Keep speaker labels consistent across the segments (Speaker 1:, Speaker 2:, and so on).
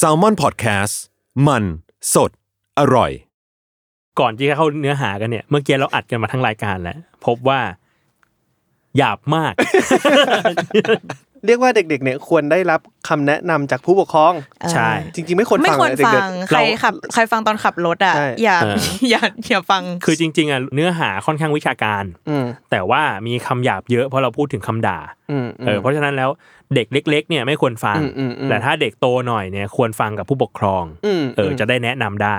Speaker 1: s a l m o n PODCAST มันสดอร่อย
Speaker 2: ก่อนที่จะเข้าเนื้อหากันเนี่ย เมื่อกี้เราอัดกันมาทั้งรายการแล้ว พบว่า หยาบมาก
Speaker 3: เรียกว่าเด็กๆเนี่ยควรได้รับคำแนะนำจากผู้ปกครอง
Speaker 2: ใช่
Speaker 3: จริงๆ ไม่ควร
Speaker 4: ไม่
Speaker 3: ฟัง
Speaker 4: ควร
Speaker 3: เลยเด็
Speaker 4: ฟั
Speaker 3: ก
Speaker 4: งใครขับใครฟังตอนขับรถอ่ะ
Speaker 3: ใช่
Speaker 4: อย่า
Speaker 2: เออ
Speaker 4: อย่าอย่าฟัง
Speaker 2: คือจริง ๆอ่ะเนื้อหาค่อนข้างวิชาการ
Speaker 3: ๆอืม
Speaker 2: แต่ว่ามีคำหยาบเยอะเพราะเราพูดถึงคำด่า
Speaker 3: อืมม
Speaker 2: เออเพราะฉะนั้นแล้วเด็กเล็ก ๆ เนี่ยไม่ควรฟัง
Speaker 3: อืมอืมอืม
Speaker 2: แต่ถ้าเด็กโตหน่อยเนี่ยควรฟังกับผู้ปกครอง
Speaker 3: อืม
Speaker 2: เอออจะได้แนะนำได้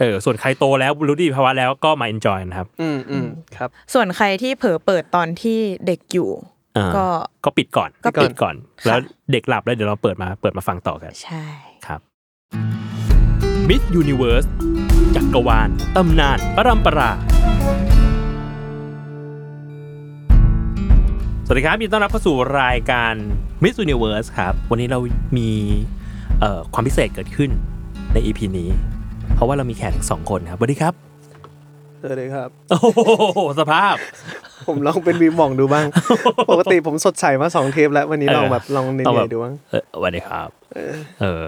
Speaker 2: เออส่วนใครโตแล้วรู้ดีภาวะแล้วก็มาเอนจอยนะครับ
Speaker 3: อืมอืมครับ
Speaker 4: ส่วนใครที่เผลอเปิดตอนที่เด็กอยู่
Speaker 2: เออ
Speaker 4: ก็
Speaker 2: ก็ปิดก่อน
Speaker 4: ก็ปิด
Speaker 2: ก่อน แล้ว
Speaker 4: ค่ะ
Speaker 2: เด็กหลับแล้วเดี๋ยวเราเปิดมาเปิดมาฟังต่อกัน
Speaker 4: ใช่
Speaker 2: ครับมิสยูนิเวิร์สจักรวาลตำนานประรำปรา สวัสดีครับยินดีต้อนรับเข้าสู่รายการ Miss Universe ครับ วันนี้เรามีเอ่อความพิเศษเกิดขึ้นใน EP นี้ เพราะว่าเรามีแขกสองคนครับสวัสดีครับ
Speaker 3: เออเลยครับ
Speaker 2: โอ้โห สภาพ
Speaker 3: ผมลองเป็นวีมหมองดูบ้าง ปกติผมสดใสมาสองเทปแล้ววันนี้
Speaker 2: เออ
Speaker 3: ลองแบบลองเห
Speaker 2: เอาแบ
Speaker 3: นื่อบ ยๆดูบ้าง
Speaker 2: เออสวัสดีครับ เออ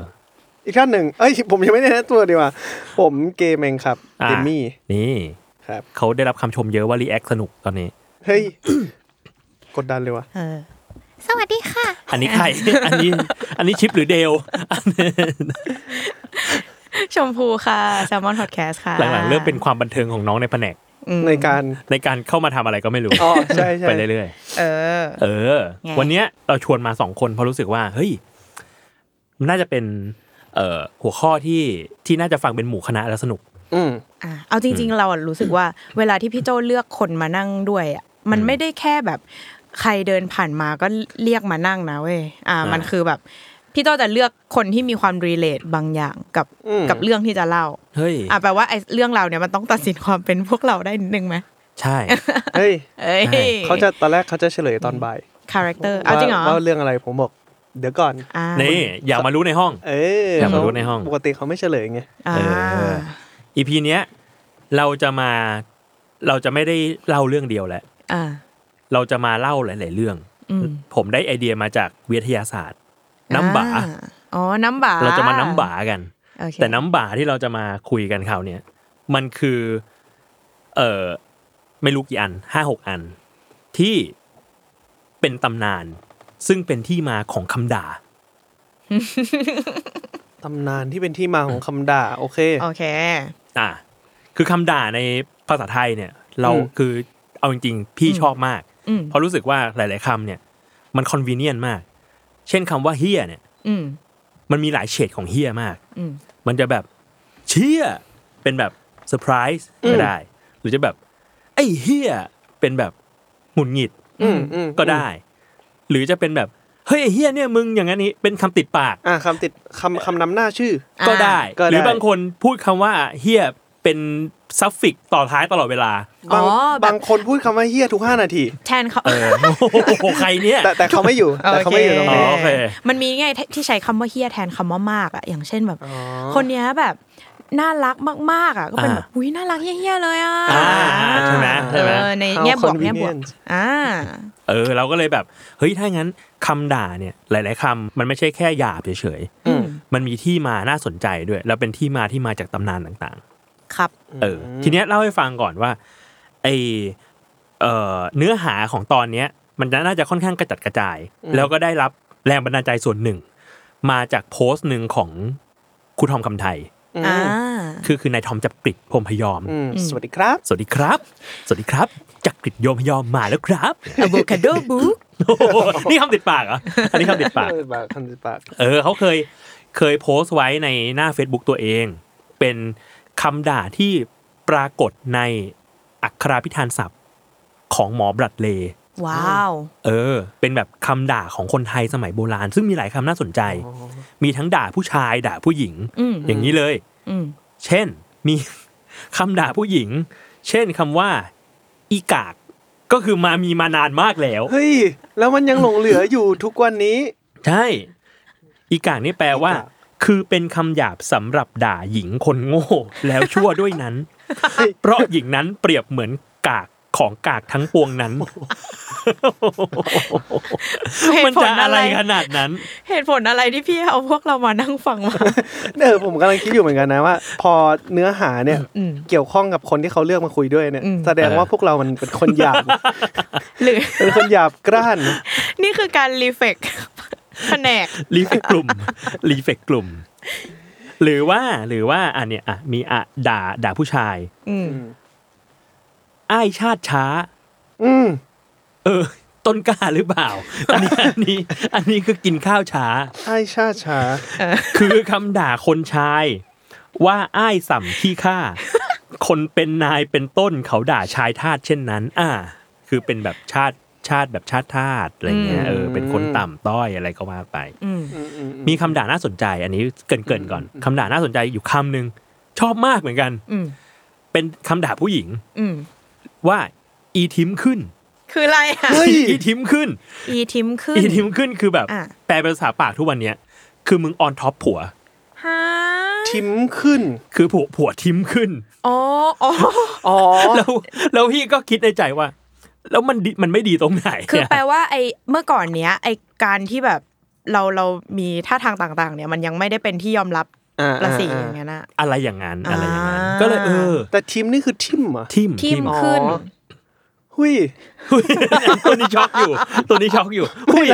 Speaker 3: อีกท่านหนึ่งเอ้ยผมยังไม่ได้แนะนำตัวดีกว่า ผมเกมเองครับ
Speaker 2: อ่ะ
Speaker 3: เดมี่
Speaker 2: นี่
Speaker 3: ครับ
Speaker 2: เขาได้รับคำชมเยอะว่า รีแอคสนุกตอนนี้
Speaker 3: เฮ้ย กดดันเลยวะ
Speaker 4: เออ
Speaker 5: สวัสดีค่ะ
Speaker 2: อันนี้ใคร อันนี้ อันนี้ชิปหรือเดล
Speaker 4: ชมพูค่ะแซลมอนพอดแคสต์ค่ะ
Speaker 2: หลังๆเริ่มเป็นความบันเทิงของน้องในแผนก
Speaker 3: ในการ
Speaker 2: ในการเข้ามาทำอะไรก็ไม่รู้
Speaker 3: อ๋อใช่ใช่
Speaker 2: ไปเรื่อย
Speaker 4: เออ
Speaker 2: ๆ เออ
Speaker 4: ไง
Speaker 2: วันเนี้ยเราชวนมาสองคนเพราะรู้สึกว่า เฮ้ยมันน่าจะเป็นเอ่อหัวข้อที่ที่น่าจะฟังเป็นหมู่คณะแล้วสนุก
Speaker 3: อืม
Speaker 4: อ่ะเอาจริง ๆ เราอะรู้สึกว่าเวลาที่พี่โจเลือกคนมานั่งด้วยอ่ะมันไม่ได้แค่แบบใครเดินผ่านมาก็เรียกมานั่งนะเว้ยอ่า
Speaker 2: อ่ามั
Speaker 4: มันคือแบบพี่โจจะเลือกคนที่มีความรีเลทบางอย่างกับกับเรื่องที่จะเล่า
Speaker 2: เฮ้ย
Speaker 4: อ่ะแปลว่าไอ้เรื่องเราเนี่ยมันต้องตัดสินความเป็นพวกเราได้นิดนึงไหม
Speaker 2: ใช่
Speaker 3: เฮ้ย
Speaker 4: เอ้ย
Speaker 2: ใช่
Speaker 3: เขาจะตอนแรกเขาจะเฉลยตอนบ่าย
Speaker 4: คาแรคเตอร์เอาจริงเหรอ
Speaker 3: ว่าว่าเรื่องอะไรผมบอก เดี๋ยวก่อน
Speaker 4: อ่า
Speaker 2: นี่อย่ามารู้ในห้อง
Speaker 3: เอออย
Speaker 2: อากมารู้ในห้อง
Speaker 3: ปกติเขาไม่เฉลยไง
Speaker 4: อ่า
Speaker 2: เออ อีพีเนี้ยเราจะมาเราจะไม่ได้เล่าเรื่องเดียวแล้ว
Speaker 4: อ่า
Speaker 2: เราจะมาเล่าหลาย ๆ เรื่อง
Speaker 4: อืม
Speaker 2: ผมได้ไอเดียมาจากวิทยาศาสตร์ น้ำบา
Speaker 4: อ่อ๋อน้ำบา
Speaker 2: เราจะมาน้ำบากัน
Speaker 4: โอเค
Speaker 2: แต่น้ำบ่าที่เราจะมาคุยกันคราวเนี้ยมันคือ เออไม่รู้กี่อันห้าหกอัน ที่เป็นตำนาน ซึ่งเป็นที่มาของคำด่า
Speaker 3: ตำนานที่เป็นที่มาของคำด่า โอเค
Speaker 4: โอเค
Speaker 2: อ่ะคือคำด่าในภาษาไทยเนี่ย เรา
Speaker 3: อืม
Speaker 2: คือเอาจริงๆ พี่ชอบมาก
Speaker 4: อืม
Speaker 2: เพราะรู้สึกว่าหลาย ๆคำเนี่ย มันคอนเวเนียนมาก เช่นคำว่าเฮียเนี่ย
Speaker 4: อืม
Speaker 2: มันมีหลายเฉดของเฮียมาก
Speaker 4: อืม
Speaker 2: มันจะแบบเชี่ย เป็นแบบเซอร์ไพรส์ก็ได้ หรือจะแบบ ไอ้เฮียเป็นแบบหงุดหงิด
Speaker 3: อืมอืม
Speaker 2: ก็ได้ หรือจะเป็นแบบ เฮ้ยไอ้เฮียเนี่ยมึงอย่างนั้นนี้เป็นคำติดปาก
Speaker 3: อ่ะคำติดคำคำนำหน้าชื่อ
Speaker 2: ก็ได้
Speaker 3: ก็ได้
Speaker 2: หรือบางคนพูดคำว่าเฮียเป็นซัฟฟิกต่อท้ายตลอดเวลา
Speaker 3: บาง
Speaker 4: อ๋อแบบ
Speaker 3: บางคนพูดคำว่าเฮียทุกห้านาที
Speaker 4: แทนเขา
Speaker 2: เออโอ้โหใครเนี่ย
Speaker 3: แต่แต่เขาไม่อยู่ แต่เขาไม่อยู่ตรง
Speaker 2: อ๋
Speaker 3: นี้
Speaker 2: อโอเค
Speaker 4: มันมีไงที่ใช้คำว่าเฮียแทนคำว่ามากอ่ะอย่างเช่นแบบ คนเนี้ยแบบน่ารักมากๆอ่ะก็เป็นแบบอุ้ยน่ารักเฮี้ยๆเลยอ่ะ
Speaker 2: อ่าใช่ไหมใช่ไหม
Speaker 4: เออในแง่บวกแง่บวก
Speaker 3: convenience
Speaker 4: อ่า
Speaker 2: เออเราก็เลยแบบ เฮ้ยถ้างั้นคำด่าเนี่ย หลาย ๆคำมันไม่ใช่แค่หยาบเฉย
Speaker 3: อืม
Speaker 2: ๆมันมีที่มาน่าสนใจด้วย แล้วเป็นที่มาที่มาจากตำนานต่าง ๆ
Speaker 4: ครับ
Speaker 2: เออทีเนี้ยเล่าให้ฟังก่อนว่าไอเอ่อเนื้อหาของตอนเนี้ย มันน่าจะค่อนข้างกระจัดกระจาย แล้วก็ได้รับแรงบันดาลใจส่วนหนึ่ง มาจากโพสต์หนึ่งของครูทอมคำไทย
Speaker 4: อ่า
Speaker 2: คือคือนายทอมจักริดพรหมพยอม
Speaker 3: อืมสวัสดีครับ
Speaker 2: สวัสดีครับ สวัสดีครับจักริดโยมพยอมมาแล้วครับ
Speaker 4: อะโวคาโดบุ๊ก
Speaker 2: โอ้โหนี่คำติดปากเหรออันนี้คำติดปาก
Speaker 3: เออปากคำติดปาก
Speaker 2: เออเขาเคยเคยโพสต์ไว้ในหน้า Facebook ตัวเอง เป็นคำด่าที่ปรากฏในอักขราพิธานศัพท์ของหมอบรัดเลย์
Speaker 4: ว้าว
Speaker 2: เออ เป็นแบบคำด่าของคนไทยสมัยโบราณ ซึ่งมีหลายคำน่าสนใจ มีทั้งด่าผู้ชายด่าผู้หญิง
Speaker 4: อืม
Speaker 2: อย่างนี้เลย
Speaker 4: อืม
Speaker 2: เช่น มี คำด่าผู้หญิง เช่นคำว่า อีกาก ก็คือมามีมานานมากแล้ว
Speaker 3: เฮ้ย แล้วมันยังหลงเหลืออยู่ทุกวันนี้
Speaker 2: ใช่ อีกากนี่แปลว่า
Speaker 3: อีกาก
Speaker 2: คือเป็นคำหยาบสำหรับด่าหญิงคนโง่ แล้วชั่วด้วย นั้น เพราะหญิงนั้นเปรียบเหมือนกากของกากทั้งปวงนั้น มันจะอะไรขนาดนั้น
Speaker 4: เหตุผลอะไรที่พี่เอาพวกเรามานั่งฟังวะ
Speaker 3: เออผมกำลังคิดอยู่เหมือนกันนะว่า พอเนื้อหาเนี่ย
Speaker 4: อืม
Speaker 3: เกี่ยวข้องกับคนที่เขาเลือกมาคุยด้วยเนี่ย
Speaker 4: อืม
Speaker 3: แสดงว่าพวกเรามันเป็นคนหยาบ
Speaker 4: หรือ
Speaker 3: เป็นคนหยาบกร้าน
Speaker 4: นี่คือการรีเฟก แผนก
Speaker 2: รีเฟกกลุ่ม รีเฟกกลุ่ม หรือว่าหรือว่าอันเนี้ยอ่ะมีอ่ะด่าด่าผู้ชาย
Speaker 4: อืม
Speaker 2: อ้ายชาติช้า
Speaker 3: อืม
Speaker 2: เออ ต้นกล้าหรือเปล่า อันนี้อันนี้ อันนี้คือกินข้าวช้า
Speaker 3: ไอ้ชา ชา
Speaker 2: คือคำด่าคนชาย ว่าอ้ายสัมที่ข้าคนเป็นนายเป็นต้นเขาด่าชายทาสเช่นนั้น อ่า คือเป็นแบบชาติชาติแบบชาติทาสอะไรเงี้ยเออเป็นคนต่ำต้อยอะไรก็ว่าไป
Speaker 4: อืม
Speaker 2: มีคำด่าน่าสนใจ อันนี้เกรินเกินๆก่อนคำด่าน่าสนใจอยู่คำหนึ่งชอบมากเหมือนกัน
Speaker 4: อืม
Speaker 2: เป็นคำด่าผู้หญิง
Speaker 4: อืม
Speaker 2: ว่าอีทิมขึ้น
Speaker 4: คืออะไรอ่ะ
Speaker 3: เฮ้ย
Speaker 2: อีทิมขึ้น
Speaker 4: อีทิมขึ้น
Speaker 2: อีทิมขึ้นคือแบบ
Speaker 4: อ่ะ
Speaker 2: แปลเป็นภาษาปากทุกวันเนี้ยคือมึงออนท็อปผัว
Speaker 4: ฮะ
Speaker 3: ทิมขึ้น
Speaker 2: คือผัวผัวทิมขึ้น
Speaker 4: อ๋ออ๋อ
Speaker 3: อ๋อ
Speaker 2: แล้วแล้วพี่ก็คิดในใจว่า แล้วมันดีมันไม่ดีตรงไหน
Speaker 4: คือ
Speaker 2: เนี่ย
Speaker 4: แปลว่าไอเมื่อก่อนเนี้ย ไอการที่แบบเราเรามีท่าทางต่าง ๆ เนี่ย มันยังไม่ได้เป็นที่ยอมรับละสีอย่างเงี้ยนะ
Speaker 2: อะไรอย่างนั้นอะไรอย่างนั้น
Speaker 4: อ่า
Speaker 2: ก็เลยเออ
Speaker 3: แต่ทิมนี่คือทิมเหรอ
Speaker 2: ทิม
Speaker 4: ทิม
Speaker 3: อ๋อ
Speaker 4: ขึ้น
Speaker 3: หุ้ย
Speaker 2: ตัวนี้ช็อกอยู่ ตัวนี้ช็อก อยู่หุ้ย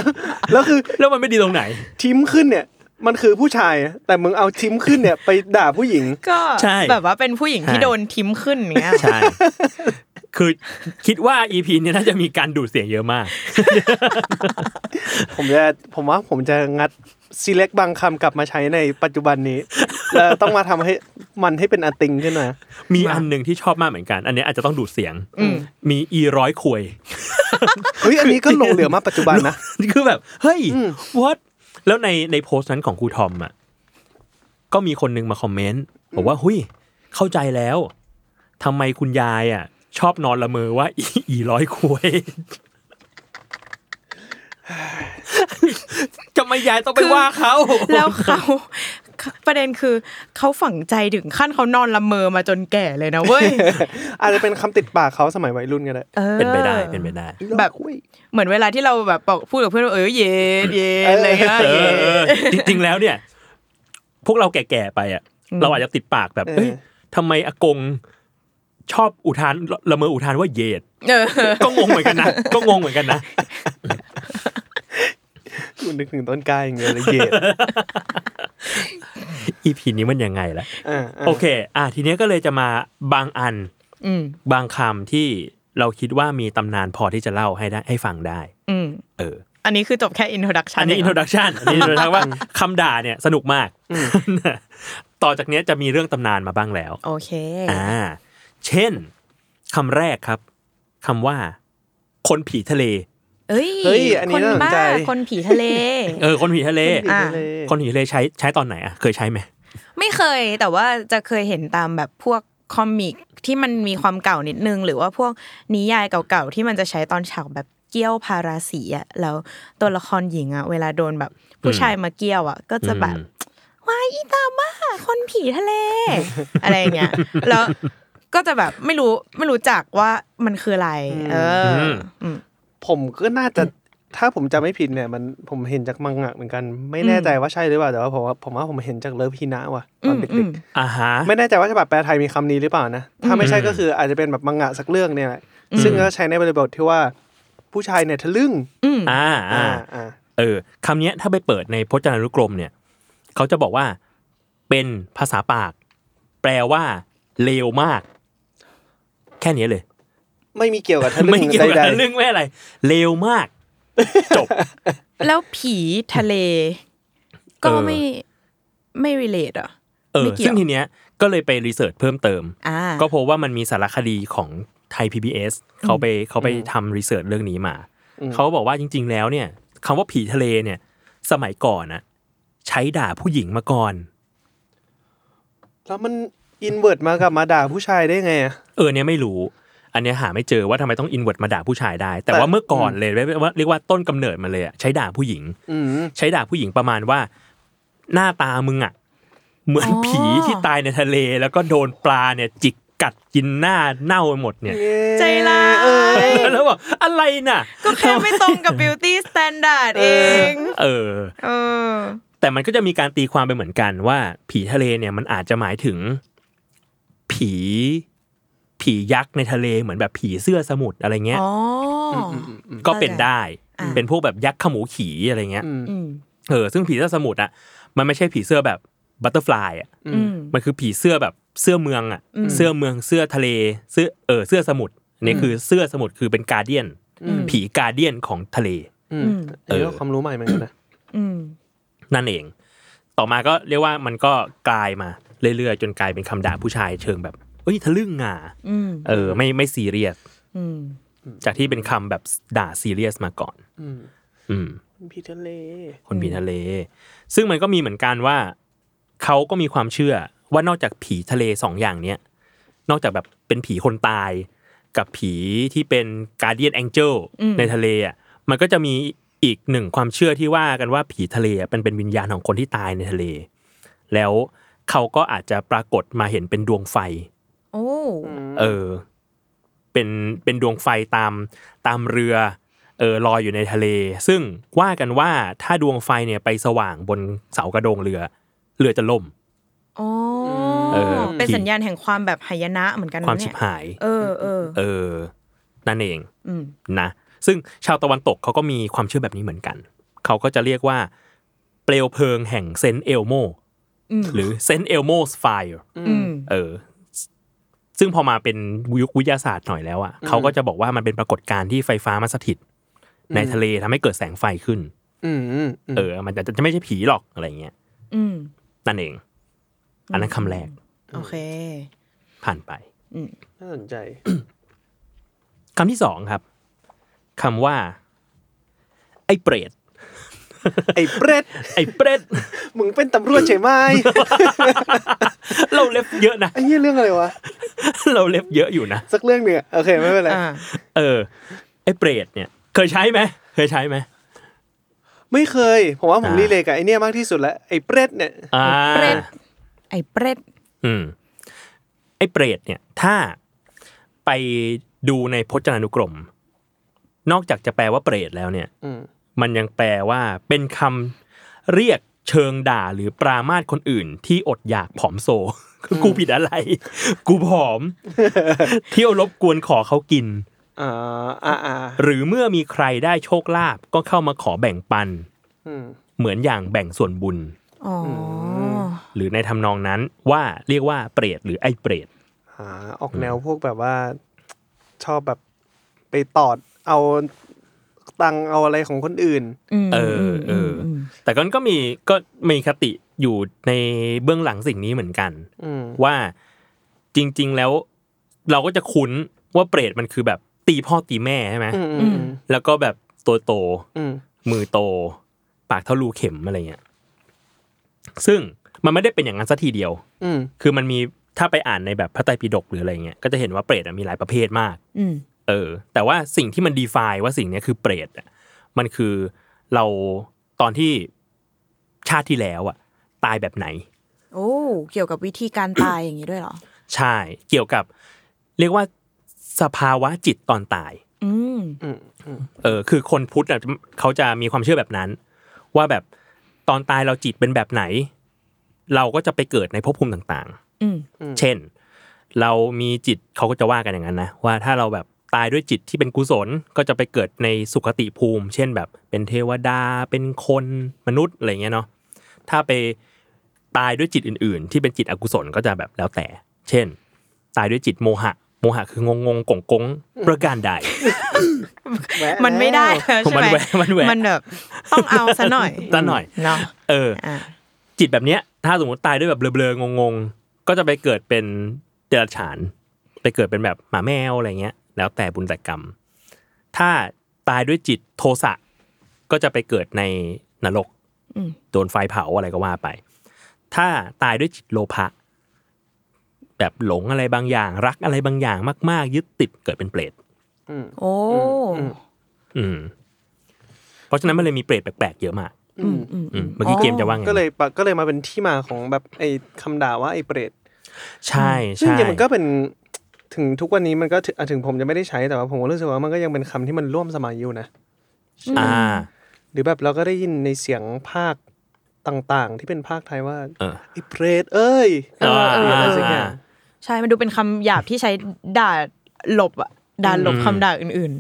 Speaker 3: แล้วคือ
Speaker 2: แล้วมันไม่ดีตรงไหน
Speaker 3: ทิมขึ้นเนี่ย มันคือผู้ชาย แต่มึงเอาทิมขึ้นเนี่ยไปด่าผู้หญิง
Speaker 4: ก็
Speaker 2: ใช่
Speaker 4: แบบว่าเป็นผู้หญิงที่
Speaker 2: ใช่
Speaker 4: โดนทิมขึ้นอย่างเงี้ย
Speaker 2: ใช่ คือคิดว่า EP เนี้น่าจะมีการดูดเสียงเยอะมาก
Speaker 3: ผมจะผมว่าผมจะงัดซีเล็กบางคำกลับมาใช้ในปัจจุบันนี้ แล้วต้องมาทำให้มันให้เป็นอติงขึ้นมา
Speaker 2: มีอันหนึ่งที่ชอบมากเหมือนกัน อันเนี้ยอาจจะต้องดูดเสียง
Speaker 4: อืม
Speaker 2: มีอีร้อยควย
Speaker 3: เฮ้ย อันนี้ก็หลงเหลือมาปัจจุบันนะ
Speaker 2: คือแบบ เฮ้ย
Speaker 3: อืม
Speaker 2: what แล้วในในโพสต์นั้นของครูทอมอ่ะ ก็มีคนหนึงมาคอมเมนต์บอกว่า หุยเข้าใจแล้วทำไมคุณยายอ่ะ ชอบนอนละเมอว่า อีอีร้อยควยทำไมยายต้องไป
Speaker 4: คือ
Speaker 2: ว่าเขา
Speaker 4: แล้วเขา ประเด็นคือเขาฝังใจถึงขั้นเขานอนละเมอมาจนแก่เลยนะเว้ย
Speaker 3: อาจจะเป็นคำติดปากเขาสมัยวัยรุ่นก็ได้
Speaker 4: ออ
Speaker 2: เป็นไปได้เป็นไปได้
Speaker 4: แบบ
Speaker 3: เฮ้ย
Speaker 4: เหมือนเวลาที่เราแบบบอกพูดกับเพื่อนว่าเออเย็ นเย็นอะไรเงี้ย
Speaker 2: เอ
Speaker 4: เย็
Speaker 2: อเออน จริงๆแล้วเนี่ย พวกเราแก่ๆไปอ่ะ
Speaker 4: อืม
Speaker 2: เราอาจจะติดปากแบบ
Speaker 3: เออ
Speaker 2: เอ้ยทำไมอากงชอบอุทานละเมออุทานว่าเหยยด
Speaker 4: เออ
Speaker 2: ก็งงเหมือน กันนะก็งงเหมือนกันนะ
Speaker 3: กูนึกถึงต้นกล้าอย่างเงี้ยเลยเย่
Speaker 2: อีพีนี้มันยังไงล่ะ
Speaker 3: อ่าๆ
Speaker 2: โอเค อ่ะทีเนี้ยก็เลยจะมาบางอัน
Speaker 4: อืม
Speaker 2: บางคำที่เราคิดว่ามีตำนานพอที่จะเล่าให้ได้ให้ฟังได้
Speaker 4: อืม
Speaker 2: เออ
Speaker 4: อันนี้คือจบแค่อินโทรดักชัน
Speaker 2: อันนี้อินโทรดักชันอันนี้อินโทรดักชั นว่าคำด่าเนี่ยสนุกมาก ต่อจากเนี้ยจะมีเรื่องตำนานมาบ้างแล้ว
Speaker 4: โอเค
Speaker 2: อ่า เช่นคำแรกครับคำว่า คนผีทะเล
Speaker 4: เอ้ย
Speaker 3: เฮ้ยอันนี้
Speaker 4: คน
Speaker 3: น่าสน
Speaker 4: บ้า
Speaker 3: ใจ
Speaker 4: คนผีทะเล
Speaker 2: เออ คนผีทะเล
Speaker 3: เป็น
Speaker 4: อ่ะ
Speaker 3: ดีเลย
Speaker 2: คนผีทะเลใช้ใช้ตอนไหนอ่ะเคยใช้ไหม
Speaker 4: ไม่เคยแต่ว่าจะเคยเห็นตามแบบพวกคอมิกที่มันมีความเก่านิดนึง หรือว่าพวกนิยายเก่าๆที่มันจะใช้ตอนฉากแบบเกี้ยวพาราสีอะแล้วตัวละครหญิงอะเวลาโดนแบบผู้ชายมาเกี้ยวอะก็จะแบบ
Speaker 2: อืม
Speaker 4: ว้ายอีตาบ้าคนผีทะเล อะไรอย่างเงี้ยแล้วก็จะแบบไม่รู้ไม่รู้จักว่ามันคืออะไร เออ
Speaker 2: อืม
Speaker 4: อืม
Speaker 3: ผมก็น่าจะถ้าผมจำไม่ผิดเนี่ย มันผมเห็นจากมังงะเหมือนกัน ไม่แน่ใจว่าใช่หรือเปล่าแต่ว่าผมว่าผมว่าผมเห็นจากเลิฟฮินะว่ะตอนเด็ก
Speaker 2: อ่าฮะ
Speaker 3: ๆไม่แน่ใจว่าฉบับแปลไทยมีคำนี้หรือเปล่านะถ้าไม่ใช่ก็คืออาจจะเป็นแบบมังงะสักเรื่องเนี่ยแหละซึ่งก็ใช้ในบริบทที่ว่า ผู้ชายเนี่ยทะลึ่ง
Speaker 2: อ่าอ่า
Speaker 3: อ่า
Speaker 2: เออคำเนี้ยถ้าไปเปิดในพจนานุกรมเนี่ยเขาจะบอกว่าเป็นภาษาปาก แปลว่าเลวมาก แค่เนี้ยเลย
Speaker 3: ไม่มีเกี่ยวกับทะลึ่
Speaker 2: ไม่
Speaker 3: ง
Speaker 2: เกี่ยวกับ
Speaker 3: ใด
Speaker 2: เรื่องไม่อะไร เลวมาก จ บ
Speaker 4: แล้วผีทะเล ก็
Speaker 2: เออ
Speaker 4: ไม่ไม่ relate อ่ะ
Speaker 2: เออ
Speaker 4: ไม่เกี่ยว
Speaker 2: ซึ่งทีเนี้ยก็เลยไปรีเสิร์ชเพิ่มเติม
Speaker 4: อ่า
Speaker 2: ก็พบว่ามันมีสารคดีของไทย PBS เขาไปเขาไปทำรีเสิร์ชเรื่องนี้มา
Speaker 3: อืม
Speaker 2: เขาบอกว่าจริง ๆ แล้วเนี่ยคำว่าผีทะเลเนี่ย สมัยก่อนนะใช้ด่าผู้หญิงมาก่อน
Speaker 3: แล้วมันอินเวิร์ดมากับมาด่าผู้ชายได้ไงอะ
Speaker 2: เออเนี่ยไม่รู้ อันเนี้ยหาไม่เจอว่าทำไมต้องอินเวิร์ดมาด่าผู้ชายได้ แต่
Speaker 3: แต่
Speaker 2: ว่าเมื่อก่อนเลยเรียกว่าเรียกว่าต้นกำเนิดมันเลยอะใช้ด่าผู้หญิง
Speaker 3: อืม
Speaker 2: ใช้ด่าผู้หญิงประมาณว่า หน้าตามึงอ่ะ เหมือน
Speaker 4: อ๋อ
Speaker 2: ผีที่ตายในทะเล แล้วก็โดนปลาเนี่ย จิกกัดกินหน้าเน่าไปหมดเนี่ย
Speaker 4: ใจร้าย
Speaker 3: เออ
Speaker 2: แล้วบอกอะไรน่ะ
Speaker 4: ก็แค่ไม่ตรงกับ beauty standard เอง
Speaker 2: เออ
Speaker 4: เออ
Speaker 2: แต่มันก็จะมีการตีความไปเหมือนกันว่า ผีทะเลเนี่ยมันอาจจะหมายถึง ผี ผียักษ์ในทะเลเหมือนแบบผีเสื้อสมุทรอะไรเงี้ย
Speaker 4: อ๋อ
Speaker 2: ก็เป็นได้
Speaker 4: อ่า
Speaker 2: เป็นพวกแบบยักษ์ขมูขีอะไรเงี้ย
Speaker 3: อืม
Speaker 4: อืม
Speaker 2: เออซึ่งผีเสื้อสมุทรอ่ะมันไม่ใช่ผีเสื้อแบบบัตเตอร์ฟลายอ่ะ
Speaker 4: อืม
Speaker 2: มันคือผีเสื้อแบบเสื้อเมืองอ่ะ
Speaker 4: อืม
Speaker 2: เสื้อเมืองเสื้อทะเล เสื้อเออเสื้อสมุทรอันนี่คือเสื้อสมุทรคือเป็นการเดียน
Speaker 3: อืม
Speaker 2: ผีการเดียนของทะเล
Speaker 3: อื
Speaker 4: อื
Speaker 3: ม
Speaker 4: ม
Speaker 3: เออความรู้ใหม่เหมือนกันนะ
Speaker 4: อืม
Speaker 2: นั่นเอง ต่อมาก็เรียกว่ามันก็กลายมาเรื่อยๆ จนกลายเป็นคำด่าผู้ชายเชิงแบบเอ้ยทะลึ่งอ่ะ
Speaker 4: อืม
Speaker 2: เออไม่ไม่ซีเรียส
Speaker 4: อืม
Speaker 2: จากที่เป็นคำแบบด่าซีเรียสมาก่อน
Speaker 3: อืม
Speaker 2: อืม
Speaker 3: พีทะเล
Speaker 2: คนผีทะเล ซึ่งมันก็มีเหมือนกันว่าเขาก็มีความเชื่อว่านอกจากผีทะเลสองอย่างเนี้ยนอกจากแบบเป็นผีคนตาย กับผีที่เป็นการเดียนแองเจล
Speaker 4: อืม
Speaker 2: ในทะเลอ่ะมันก็จะมีอีกหนึ่งความเชื่อที่ว่ากันว่าผีทะเลอ่ะมันเป็นวิญญาณของคนที่ตายในทะเล แล้วเขาก็อาจจะปรากฏมาเห็นเป็นดวงไฟ
Speaker 4: โอ้
Speaker 2: เออ เป็น เป็นดวงไฟตาม ตามเรือ เออลอยอยู่ในทะเล ซึ่งว่ากันว่าถ้าดวงไฟเนี่ยไปสว่างบนเสากระโดงเรือ เรือจะล่ม
Speaker 4: โอ้
Speaker 2: เออ
Speaker 4: เป็นสัญญาณแห่งความแบบหายนะเหมือนกันนะ
Speaker 2: ความชิ
Speaker 4: เนี่
Speaker 2: บ
Speaker 4: ย
Speaker 2: หาย
Speaker 4: เออเออ
Speaker 2: เออ นั่นเอง
Speaker 4: อืม
Speaker 2: นะ ซึ่งชาวตะวันตกเขาก็มีความเชื่อแบบนี้เหมือนกัน เขาก็จะเรียกว่า เปลวเพลิงแห่งเซนต์เอลโม
Speaker 4: อืม
Speaker 2: หรือเซนต์เอลโมสไฟร์
Speaker 4: อืม
Speaker 2: เออ ซึ่งพอมาเป็นยุควิทยาศาสตร์หน่อยแล้วอะ่ะเขาก็จะบอกว่ามันเป็นปรากฏการณ์ที่ไฟฟ้ามาสถิต ในทะเลทำให้เกิดแสงไฟขึ้น
Speaker 3: อืมอืม
Speaker 2: เออ มันจะจะไม่ใช่ผีหรอกอะไรเงี้ย
Speaker 4: อืม
Speaker 2: นั่นเอง อันนั้นคำแรก
Speaker 4: โอเค
Speaker 2: ผ่านไป
Speaker 3: น่าสนใจ
Speaker 2: คำที่สองครับ คำว่า ไอ้เปรต
Speaker 3: ไอ้เปรต
Speaker 2: ไอ้เปรต
Speaker 3: มึงเป็นตำรวจใช่ไหม
Speaker 2: เราเล็บเยอะนะ
Speaker 3: ไอ้เหี้ยเรื่องอะไรวะ
Speaker 2: เราเล็บเยอะอยู่นะ
Speaker 3: สักเรื่องหนึ่งอะโอเค ไม่เป็นไร
Speaker 4: อ่า
Speaker 2: เออ ไอ้เปรตเนี่ย เคยใช้ไหม เคยใช้ไหม
Speaker 3: ไม่เคย ผมว่าผม
Speaker 2: อ่า
Speaker 3: รีเลยกับไอ้เนี่ยมากที่สุดแล้ว ไอ้เปรตเนี่ย
Speaker 2: อ่า
Speaker 4: เปรต ไอ้เปรต
Speaker 2: อืมไอ้เปรตเนี่ย ถ้าไปดูในพจนานุกรม นอกจากจะแปลว่าเปรตแล้วเนี่ย
Speaker 3: อืม
Speaker 2: มันยังแปลว่าเป็นคำเรียกเชิงด่าหรือปรามาสคนอื่น ที่อดอยากผอมโซ คือกูผิด อะไร กูผอม เที่ยวรบกวนขอเขากิน
Speaker 3: อ่าอ่าอ่า
Speaker 2: หรือเมื่อมีใครได้โชคลาภก็เข้ามาขอแบ่งปัน
Speaker 3: อืม
Speaker 2: เหมือนอย่างแบ่งส่วนบุญ
Speaker 4: อ๋ออ
Speaker 2: หรือในทำนองนั้นว่าเรียกว่าเปรตหรือไอ้เปรต
Speaker 3: อ่าออกแนวพวกแบบว่าชอบแบบไปตอดเอาตังค์เอาอะไรของคนอื่น
Speaker 4: ม
Speaker 2: เออเอออ แต่ก็ก็มีก็มีคติอยู่ในเบื้องหลังสิ่งนี้เหมือนกัน
Speaker 3: อืม
Speaker 2: ว่าจริง ๆแล้วเราก็จะคุ้นว่าเปรตมันคือแบบตีพ่อตีแม่ใช่ไหม
Speaker 3: อืมอืม
Speaker 2: แล้วก็แบบตัวโต
Speaker 3: อืม
Speaker 2: มือโต ปากเท่ารูเข็มอะไรเงี้ยซึ่งมันไม่ได้เป็นอย่างนั้นซะทีเดียว
Speaker 3: อืม
Speaker 2: คือมันมีถ้าไปอ่านในแบบพระไตรปิฎกหรืออะไรเงี้ยก็จะเห็นว่าเปรตอะมีหลายประเภทมาก
Speaker 4: อืม
Speaker 2: เออแต่ว่าสิ่งที่มันดีฟ n e ว่าสิ่งเนี้ยคือเปรตอะมันคือเราตอนที่ชาติที่แล้วอะตายแบบไหน
Speaker 4: โอ้ เกี่ยวกับวิธีการตายอย่างนี้ด้วยเหรอ
Speaker 2: ใช่เกี่ยวกับเรียกว่าสภาวะจิตตอนตาย
Speaker 4: อืม
Speaker 3: อืมอืม
Speaker 2: เออคือคนพุทธอะเขาจะมีความเชื่อแบบนั้น ว่าแบบตอนตายเราจิตเป็นแบบไหน เราก็จะไปเกิดในภพภูมิต่าง
Speaker 4: อืม
Speaker 2: ๆ เช่น เรามีจิตเขาก็จะว่ากันอย่างนั้นนะว่าถ้าเราแบบตายด้วยจิตที่เป็นกุศลก็จะไปเกิดในสุคติภูมิ เช่นแบบเป็นเทวดาเป็นคนมนุษย์อะไรเงี้ยเนาะถ้าไปตายด้วยจิตอื่น ๆ ที่เป็นจิตอกุศลก็จะแบบแล้วแต่ เช่น ตายด้วยจิตโมหะ โมหะคืองงงๆกงกงๆประการใด
Speaker 3: แวะ
Speaker 4: มันไม่ได้
Speaker 3: แล้ว
Speaker 2: มั
Speaker 4: แล้วใช่ไห
Speaker 2: น
Speaker 4: ม
Speaker 2: แหวะมันแหวะ
Speaker 4: มันแบบต้องเอาซะหน่อย
Speaker 2: ซะหน่อย
Speaker 4: เนาะ
Speaker 2: เออ
Speaker 4: อ่ะ
Speaker 2: จิตแบบเนี้ยถ้าสมมติตายด้วยแบบเบลอๆงงๆ ก็จะไปเกิดเป็นเดรัจฉาน ไปเกิดเป็นแบบหมาแมวอะไรเงี้ย แล้วแต่บุญแต่กรรม ถ้า ตายด้วยจิตโทสะก็จะไปเกิดในนรก
Speaker 4: อืม
Speaker 2: โดนไฟเผาอะไรก็ว่าไป ถ้าตายด้วยจิตโลภะแบบหลงอะไรบางอย่าง รักอะไรบางอย่างมากๆ ยึดติดเกิดเป็นเปรต
Speaker 3: อืม
Speaker 4: โอ้
Speaker 3: อืม
Speaker 2: อืม เพราะฉะนั้นมันเลยมีเปรตแปลกๆเยอะมาก
Speaker 3: อืม
Speaker 2: อืมเมื่อกี้เกมจะว่าไง
Speaker 3: ก็เลยปะก็เลยมาเป็นที่มาของแบบไอ้คำด่าว่าไอ้เปรต
Speaker 2: ใช่
Speaker 3: ซึ่ง
Speaker 2: ใช่
Speaker 3: จริงๆมันก็เป็นถึงทุกวันนี้มันก็ถึงอ่ะถึงผมจะไม่ได้ใช้แต่ว่าผมก็รู้สึกว่ามันก็ยังเป็นคำที่มันร่วมสมัยอยู่นะ
Speaker 2: อ่า
Speaker 3: หรือแบบเราก็ได้ยินในเสียงภาคต่างๆ ที่เป็นภาคไทยว่า
Speaker 2: เออ
Speaker 3: ไอ้เปรตเอ้ย
Speaker 2: เออ
Speaker 3: ห
Speaker 2: เอ
Speaker 3: รือ
Speaker 2: อ
Speaker 3: อะ
Speaker 2: เอ
Speaker 3: ไรสักอย่า
Speaker 2: อ
Speaker 3: ง
Speaker 4: ใช่ มันดูเป็นคำหยาบที่ใช้ด่าหลบอะด่าหลบ
Speaker 2: อืม
Speaker 4: คำด่าอื่น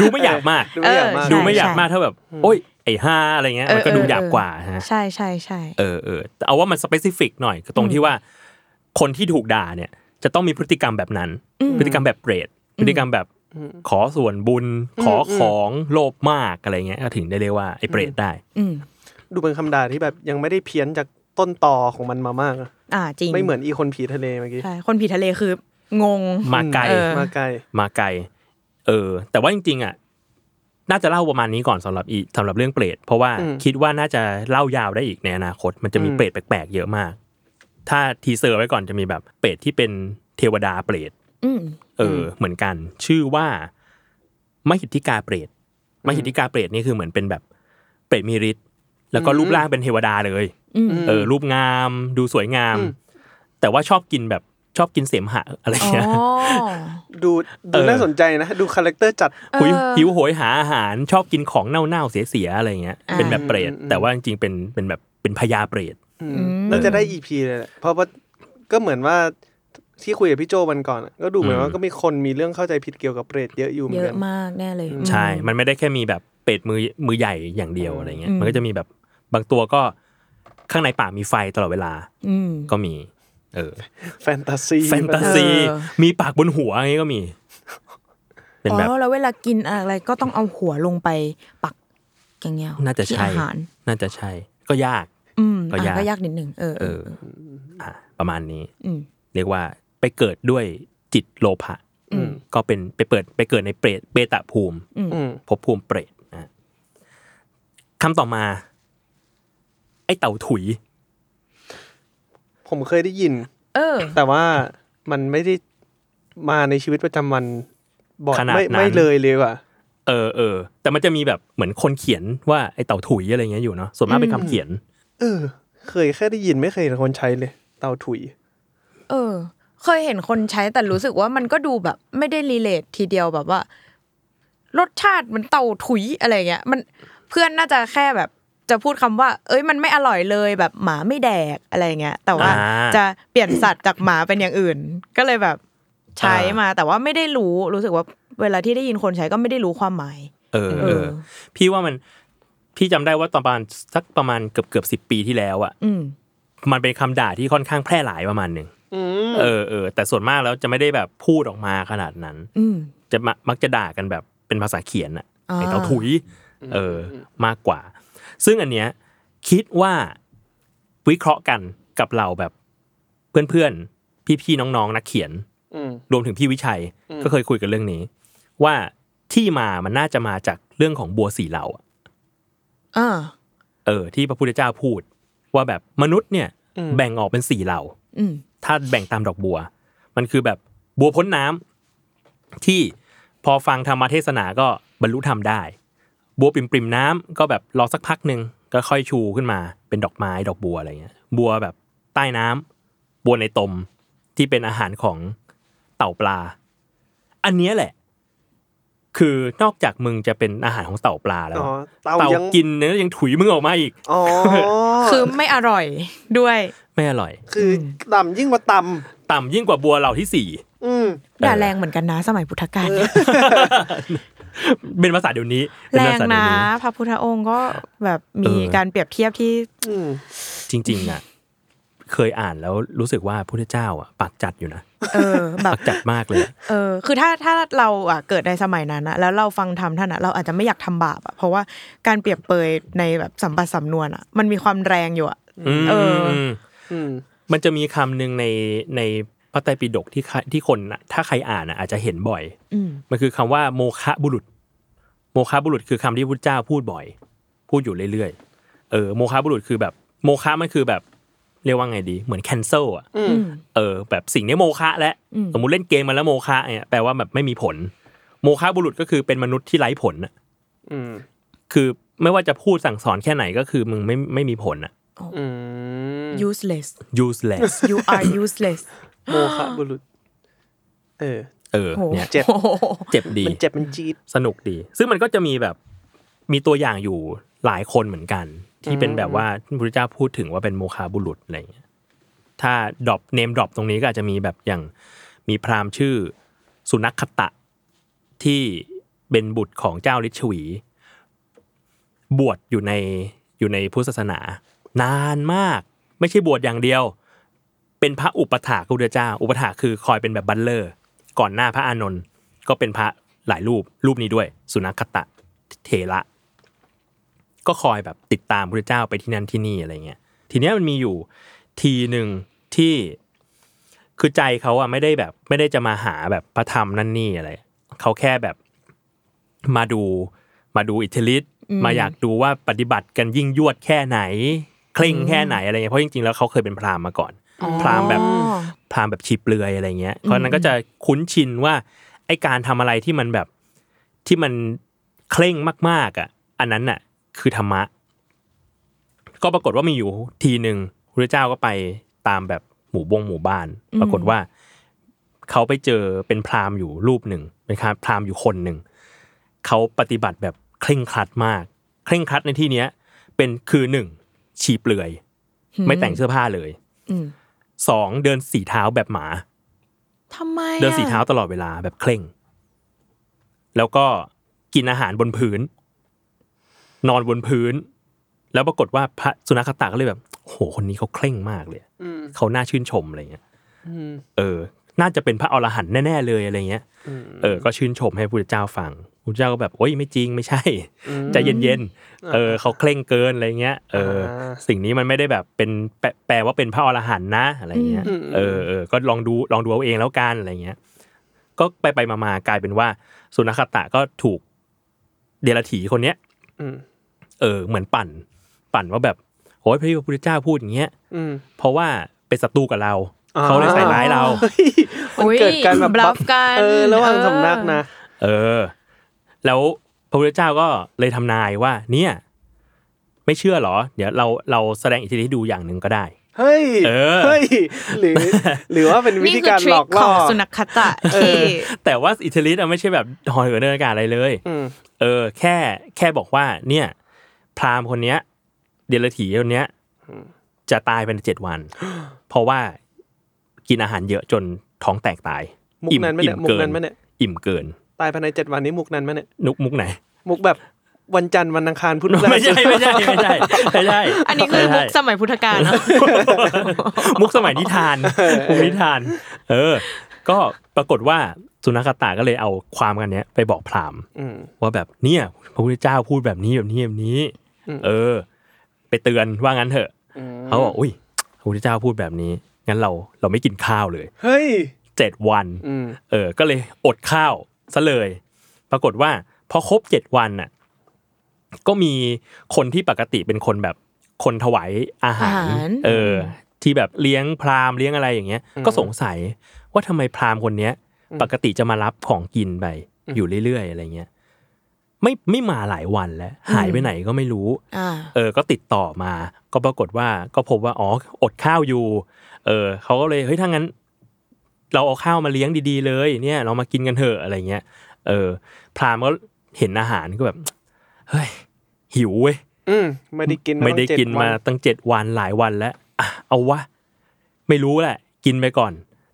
Speaker 2: ดูไม่หยาบมาก
Speaker 3: ดูไม่อยากมาก
Speaker 4: เออ
Speaker 2: ดูไม่หยาบ
Speaker 4: ใช่
Speaker 2: มากเท่าแบบ โอ้ยไอ้ห้าอะไรเงี้ย
Speaker 4: เออ
Speaker 2: มันก็
Speaker 4: เออ
Speaker 2: ดูหยาบ
Speaker 4: เออ
Speaker 2: กว่าฮะ
Speaker 4: ๆ ใช่ใช่ใช่
Speaker 2: เออเออแต่เอาว่ามันสเปซิฟิกหน่อยก็ตรงที่ว่า คนที่ถูกด่าเนี่ย จะต้องมีพฤติกรรมแบบนั้น พฤติกรรมแบบเปรตพฤติกรรมแบบขอส่วนบุญ ขอของโลภมากอะไรเงี้ยก็ถึงได้เรียกว่าไอ้เปรตได้
Speaker 4: อืม
Speaker 3: ดูเป็นคำด่าที่แบบยังไม่ได้เพี้ยนจากต้นต่อของมันมามากอะ
Speaker 4: อ่าจริง
Speaker 3: ไม่เหมือนอีคนผีทะเลเมื่อกี้
Speaker 4: ใช่คนผีทะเลคืองง
Speaker 2: มาไกล
Speaker 4: เออ
Speaker 3: มาไกล
Speaker 2: มาไกล เออ แต่ว่าจริงๆอ่ะ น่าจะเล่าประมาณนี้ก่อนสำหรับอีสำหรับเรื่องเปรตเพราะว่าคิดว่าน่าจะเล่ายาวได้อีกในอนาคต มันจะมีเปรตแปลกๆเยอะมาก ถ้าทีเซอร์ไว้ก่อนจะมีแบบเปรตที่เป็นเทวดาเปรต
Speaker 4: อืม
Speaker 2: เอออเหมือนกัน ชื่อว่ามหิทธิกาเปรตมหิทธิกาเปรตนี่คือเหมือนเป็นแบบเปรตมีฤทธิ์แล้วก็รูปร่างเป็นเทวดาเลย
Speaker 4: อืม
Speaker 2: เออรูปงามดูสวยงาม แต่ว่าชอบกินแบบชอบกินเสมหะอะไร
Speaker 4: อ๋อ
Speaker 2: เงี้ย
Speaker 3: ดูดู
Speaker 2: เออ
Speaker 3: น่าสนใจนะดูคาแรคเตอร์จัด
Speaker 2: หุยหิวโหยหาอาหารชอบกินของเน่าๆเสียๆอะไรเงี้ย
Speaker 4: อ่า
Speaker 2: เป็นแบบเปรต
Speaker 3: อืม
Speaker 2: แต่ว่าจริงๆเป็นเป็นแบบเป็นพญาเปรต
Speaker 4: อืม
Speaker 3: น่าจะได้ EP เลยแหละเพราะว่าก็เหมือนว่าที่คุยกับพี่โจวันก่อนอะก็ดูเหมือนว่า
Speaker 2: อืม
Speaker 3: ก็มีคนมีเรื่องเข้าใจผิดเกี่ยวกับเปรตเยอะอยู่เหมือ
Speaker 4: เย
Speaker 3: นกั
Speaker 4: อะ
Speaker 3: น
Speaker 4: มากแน่เลย
Speaker 2: ใช่ มันไม่ได้แค่มีแบบเป็ดมือมือใหญ่อย่างเดียวอะไรเงี้ย มันก็จะมีแบบบางตัวก็ข้างในป่ามีไฟตลอดเวลา
Speaker 4: อืม
Speaker 2: ก็มี เออ
Speaker 3: แฟนตาซี
Speaker 2: แฟนตาซี
Speaker 4: เออ
Speaker 2: มีปากบนหัวอย่างนี้ก็มี เป็นแบบ
Speaker 4: อ๋อแล้วเวลากินอะไรก็ต้องเอาหัวลงไปปักอย่างเงี้ย
Speaker 2: น่าจะใช่
Speaker 4: ที่อาหาร
Speaker 2: น่าจะใช่ ก็ยาก
Speaker 4: อืม
Speaker 2: ก็
Speaker 4: อ่ะ
Speaker 2: ยาก
Speaker 4: ก็ยากนิดนึงเออ
Speaker 2: เอ
Speaker 4: เออ
Speaker 2: ออ่ะประมาณนี้
Speaker 4: อืม
Speaker 2: เรียกว่าไปเกิดด้วยจิตโลภะ
Speaker 4: อืม
Speaker 2: ก็เป็นไปเปิดไปเกิดในเปรตเปตะภูมิ
Speaker 3: อืม
Speaker 2: ภพภูมิเปรตนะคำต่อมา ไอ้เต่าถุย
Speaker 3: ผมเคยได้ยิน
Speaker 4: เออ
Speaker 3: แต่ว่ามันไม่ได้มาในชีวิตประจำวันบ่อย
Speaker 2: ขนาด
Speaker 3: ไม่
Speaker 2: นั้น
Speaker 3: ไม่เลยเลยว่ะ
Speaker 2: เออเออแต่มันจะมีแบบเหมือนคนเขียนว่าไอ้เต่าถุยอะไรเงี้ยอยู่เนาะส่วนมากเป็นคำเขียน
Speaker 3: เออ เคยแค่ได้ยินไม่เคยเห็นคนใช้เลย เตาถุย
Speaker 4: เออ เคยเห็นคนใช้แต่รู้สึกว่ามันก็ดูแบบ ไม่ได้รีเลททีเดียวแบบว่า รสชาติมันเต่าถุยอะไรเงี้ย มันเพื่อนน่าจะแค่แบบ จะพูดคำว่า เอ้ยมันไม่อร่อยเลยแบบหมาไม่แดกอะไรเงี้ย แต่ว่า
Speaker 2: อ่า
Speaker 4: จะเปลี่ยนสัตว์จากหมาเป็นอย่างอื่น ก็เลยแบบใช้
Speaker 2: อ่าม
Speaker 4: มาแต่ว่าไม่ได้รู้รู้สึกว่าเวลาที่ได้ยินคนใช้ก็ไม่ได้รู้ความหมาย
Speaker 2: เออเอ
Speaker 4: เอ
Speaker 2: อ
Speaker 4: อ
Speaker 2: พี่ว่ามันพี่จำได้ว่าตอนประมาณสักประมาณเกือบเกือบสิบปีที่แล้วอะ
Speaker 4: อืม
Speaker 2: มันเป็นคำด่าที่ค่อนข้างแพร่หลายประมาณหนึ่งเออเออแต่ส่วนมากแล้วจะไม่ได้แบบพูดออกมาขนาดนั้น
Speaker 4: อืม
Speaker 2: จะมามักจะด่ากันแบบเป็นภาษาเขียนอะ
Speaker 4: อ่า
Speaker 2: ไอเต่าถุย เอออมากกว่า ซึ่งอันเนี้ยคิดว่าวิเคราะห์กันกับเราแบบเพื่อนๆ พี่ๆน้องๆนักเขียน
Speaker 3: อืม
Speaker 2: รวมถึงพี่วิชัยก็เคยคุยกันเรื่องนี้ ว่าที่มามันน่าจะมาจากเรื่องของบัวสีเหล่าอะ
Speaker 4: อ่า
Speaker 2: เออ ที่พระพุทธเจ้าพูด ว่าแบบมนุษย์เนี่ยแบ่งออกเป็นสี่เหล่า
Speaker 4: อืม
Speaker 2: ถ้าแบ่งตามดอกบัว มันคือแบบบัวพ้นน้ำที่พอฟังธรรมเทศนาก็บรรลุธรรมได้ บัวปริมปริมน้ำก็แบบรอสักพักหนึ่งก็ค่อยชูขึ้นมาเป็นดอกไม้ดอกบัวอะไรเงี้ย บัวแบบใต้น้ำบัวในตมที่เป็นอาหารของเต่าปลา อันเนี้ยแหละ คือนอกจากมึงจะเป็นอาหารของเต่าปลาแล้ว
Speaker 3: อ๋อ
Speaker 2: อะ
Speaker 3: เต่า
Speaker 2: เต่า
Speaker 3: ยัง
Speaker 2: กินเนื้อยังถุยมึงออกมาอีก
Speaker 3: อ๋อ
Speaker 4: คือไม่อร่อยด้วย
Speaker 2: ไม่อร่อย
Speaker 3: คือต่ำยิ่งกว่าต่
Speaker 2: ต่ำยิ่งกว่าบัวเหล่าที่สี่
Speaker 3: ำอืม
Speaker 4: ด่าแรงเหมือนกันนะสมัยพุทธกาลเนี่ย
Speaker 2: เป็นภาษาเดี๋ยวนี้เป็
Speaker 4: แร
Speaker 2: ภาง ษาเดี๋ย
Speaker 4: นะ
Speaker 2: ว
Speaker 4: พระพุทธองค์ก็แบบมี
Speaker 2: เออ
Speaker 4: การเปรียบเทียบที่
Speaker 3: อืม
Speaker 2: จริงๆอ่ะ เคยอ่านแล้วรู้สึกว่าพระเจ้าอ่ะปากจัดอยู่นะ
Speaker 4: เออแบบ
Speaker 2: จัดมากเลยอะ
Speaker 4: เออ คือถ้าถ้าเราอ่ะเกิดในสมัยนั้นนะแล้วเราฟังธรรมท่านอะเราอาจจะไม่อยากทำบาปอะเพราะว่าการเปรียบเปยในแบบสัมปัสสำนวนอะมันมีความแรงอยู่อะ เอออื
Speaker 2: ม
Speaker 3: อืม
Speaker 2: มันจะมีคำหนึ่งในในพระไตรปิฎกที่ใครที่คนน่ะถ้าใครอ่านน่ะอาจจะเห็นบ่อย
Speaker 4: อืม
Speaker 2: มันคือคำว่าโมฆะบุรุษ โมฆะบุรุษคือคำที่พุทธเจ้าพูดบ่อย พูดอยู่เรื่อยๆ เออโมฆะบุรุษคือแบบโมฆะมันคือแบบเรียกว่าไงดีเหมือน cancel อ่ะ
Speaker 3: อืม
Speaker 4: อืม
Speaker 2: เออแบบสิ่งเนี้ยโมฆะและ
Speaker 4: อืม
Speaker 2: สมมติเล่นเกมมาแล้วโมฆะเนี่ยแปลว่าแบบไม่มีผล โมฆะบุรุษก็คือเป็นมนุษย์ที่ไร้ผลอะ
Speaker 3: อืม
Speaker 2: คือไม่ว่าจะพูดสั่งสอนแค่ไหนก็คือมึงไม่ไม่มีผลอ่ะ
Speaker 3: อืม
Speaker 4: useless
Speaker 2: useless
Speaker 4: you are useless
Speaker 3: โมฆะบุรุษ เออ
Speaker 2: เออ
Speaker 4: โห
Speaker 2: เนี่ย
Speaker 3: เจ็บ
Speaker 4: โอ้โห
Speaker 2: เจ็บดี
Speaker 3: มันเจ็บมันจี๊ด
Speaker 2: สนุกดี ซึ่งมันก็จะมีแบบมีตัวอย่างอยู่หลายคนเหมือนกัน ที่เป็นแบบว่าพระพุทธเจ้าพูดถึงว่าเป็นโมคาบุรุษอะไรอย่างเงี้ยถ้าดรอปเนมดรอปตรงนี้ก็อาจจะมีแบบอย่างมีพราหมณ์ชื่อสุนัขคตะ ที่เป็นบุตรของเจ้าฤิชวี บวชอยู่ในอยู่ในพุทธศาสนา นานมาก ไม่ใช่บวชอย่างเดียว เป็นพระอุปถากพระพุทธเจ้า อุปถากคือคอยเป็นแบบบัลเลอร์ ก่อนหน้าพระอานนท์ก็เป็นพระหลายรูปรูปนี้ด้วย สุนัขคตะเทระ ก็คอยแบบติดตามพระเจ้าไปที่นั่นที่นี่อะไรเงี้ย ทีเนี้ยมันมีอยู่ทีหนึ่งที่คือใจเขาอะไม่ได้แบบ ไม่ได้จะมาหาแบบพระธรรมนั่นนี่อะไรเขาแค่แบบมาดูมาดูอิทธิฤทธิ์มาอยากดูว่าปฏิบัติกันยิ่งยวดแค่ไหน เคร่งแค่ไหนอะไรเงี้ยเพราะจริงๆแล้วเขาเคยเป็นพราหมณ์มาก่อน พราหมณ์แบบ
Speaker 4: อ๋อ
Speaker 2: พราหมณ์แบบชีเปลือยอะไรเงี้ย เพราะฉะนั้นก็จะคุ้นชินว่าไอการทำอะไรที่มันแบบที่มันเคร่งมากๆอ่ะ อันนั้นน่ะ คือธรรมะ ก็ปรากฏว่ามีอยู่ทีหนึ่งพระเจ้าก็ไปตามแบบหมู่บงหมู่บ้าน ปรากฏว่าเขาไปเจอเป็นพราหมณ์อยู่รูปหนึ่งเป็นพราหมณ์อยู่คนหนึ่งเขาปฏิบัติแบบเคร่งครัดมาก เคร่งครัดในที่เนี้ย เป็นคือหนึ่งชีเปลือย ไม่แต่งเสื้อผ้าเลย
Speaker 4: อืม
Speaker 2: สองเดินสีเท้าแบบหมา
Speaker 4: ทำไมอะ
Speaker 2: เดินสีเท้าตลอดเวลาแบบเคร่ง แล้วก็กินอาหารบนพื้น นอนบนพื้น แล้วปรากฏว่าพระสุนัขตาก็เลยแบบโหคนนี้เขาเคร่งมากเลย
Speaker 3: อืม
Speaker 2: เขาน่าชื่นชมอะไรเงี้ย
Speaker 3: อืม
Speaker 2: เออ น่าจะเป็นพระอรหันต์แน่ๆเลยอะไรเงี้ย
Speaker 3: อืม
Speaker 2: เออก็ชื่นชมให้พระพุทธเจ้าฟังพระพุทธเจ้าก็แบบโอ้ยไม่จริงไม่ใช่ใจเย็นๆเออเขาเคร่งเกินอะไรเงี้ยเออ
Speaker 3: อ่า
Speaker 2: สิ่งนี้มันไม่ได้แบบเป็นแปลแปลว่าเป็นพระอรหันต์นะอะไรเงี้ย
Speaker 3: อืม
Speaker 2: เออเออก็ลองดูลองดูเอาเองแล้วกันอะไรเงี้ย ก็ไปไปมาๆกลายเป็นว่า สุนัขตะก็ถูกเดรัจฉีคนเนี้ย
Speaker 3: อืม
Speaker 2: เออเหมือนปั่น ปั่นว่าแบบโอ้ยพระพุทธเจ้าพูดอย่างเงี้ย
Speaker 3: อืม
Speaker 2: เพราะว่าเป็นศัตรูกับเรา
Speaker 3: อ๋อ
Speaker 2: เขาเลยใส่ร้ายเรา
Speaker 3: มันเกิดการแบบ
Speaker 4: บลัฟกัน
Speaker 3: เออระหว่างสำนักนะ
Speaker 2: เออ แล้วพระพุทธเจ้าก็เลยทำนายว่า เนี่ย ไม่เชื่อเหรอ เดี๋ยวเราเราแสดงอิทธิฤทธิ์ให้ดูอย่างหนึ่งก็ได้
Speaker 3: เฮ้ย
Speaker 2: เออ
Speaker 3: เฮ้ย หรือ หรือว่าเป็นวิธี
Speaker 4: นี่คือ
Speaker 3: การ
Speaker 4: ทริ
Speaker 3: หลอ
Speaker 4: ค
Speaker 3: กล่
Speaker 4: ข
Speaker 3: อ
Speaker 4: องสุนัขคตะที่
Speaker 2: แต่ว่าอิทธิฤทธิ์อะไม่ใช่แบบหอเหินเดินอากาศอะไรเลย
Speaker 3: อืม
Speaker 2: เออแค่แค่บอกว่าเนี่ย พราหมณ์คนเนี้ย เดรัจฉีคนเนี้ยจะตายภายในเจ็ดวัน เพราะว่ากินอาหารเยอะจนท้องแตกตาย
Speaker 3: มุกนั้นไหมเนี่ยมุกนั้นไหมเนี่ย
Speaker 2: อิ่มเกิน
Speaker 3: ตายภายในเจ็ดวันนี้มุกนั้นไหมเนี่ย
Speaker 2: นุกมุกไหน
Speaker 3: มุกแบบวันจันทร์วันอังคารพุธพฤหั ส
Speaker 2: ไม่ใช่ไม่ใช่ไม่ใช่ไม่ใช่
Speaker 4: อันนี้คือมุกสมัยพุทธกาลเนอะ
Speaker 2: มุกสมัยนิ ทานมุกนิทาน เออ ก็ปรากฏว่าสุนัขตาก็เลยเอาความกันเนี้ยไปบอกพราหมณ์
Speaker 3: อืม
Speaker 2: ว่าแบบเนี่ยพระพุทธเจ้าพูดแบบนี้แบบนี้แบบนี้
Speaker 3: อืม
Speaker 2: เออ ไปเตือนว่างั้นเถอะ
Speaker 3: อืม
Speaker 2: เขาบอกอุ้ยพระพุทธเจ้าพูดแบบนี้ งั้นเราเราไม่กินข้าวเลย
Speaker 3: เฮ้ย
Speaker 2: เจ็ดวัน
Speaker 3: อืม
Speaker 2: เออ ก็เลยอดข้าวซะเลย ปรากฏว่าพอครบเจ็ดวันน่ะ ก็มีคนที่ปกติเป็นคนแบบคนถวายอาหาร เออ ที่แบบเลี้ยงพราหมณ์เลี้ยงอะไรอย่างเงี้ย ก็สงสัยว่าทำไมพราหมณ์คนเนี้ย ปกติจะมารับของกินไปอยู่เรื่อยๆอะไรเงี้ย ไม่ไม่มาหลายวันแล้ว หายไปไหนก็ไม่รู้
Speaker 4: อ่า
Speaker 2: เออ ก็ติดต่อมา ก็ปรากฏว่าก็พบว่า อ๋อ อดข้าวอยู่ เออ เขาก็เลย เฮ้ย ถ้างั้น เราเอาข้าวมาเลี้ยงดีๆ เลย เนี่ย เรามากินกันเถอะ อะไรเงี้ย เออ พราหมณ์ก็เห็นอาหารก็แบบ เฮ้ย หิวเว้ย
Speaker 3: อืมไม่ได้กิน
Speaker 2: ไม่ได้
Speaker 3: าตั้งเจ็
Speaker 2: กินมา
Speaker 3: วั
Speaker 2: ตั้งเจ็ดวันหลายวันแล้วอ่ะเอาวะ ไม่รู้แหละ กินไปก่อน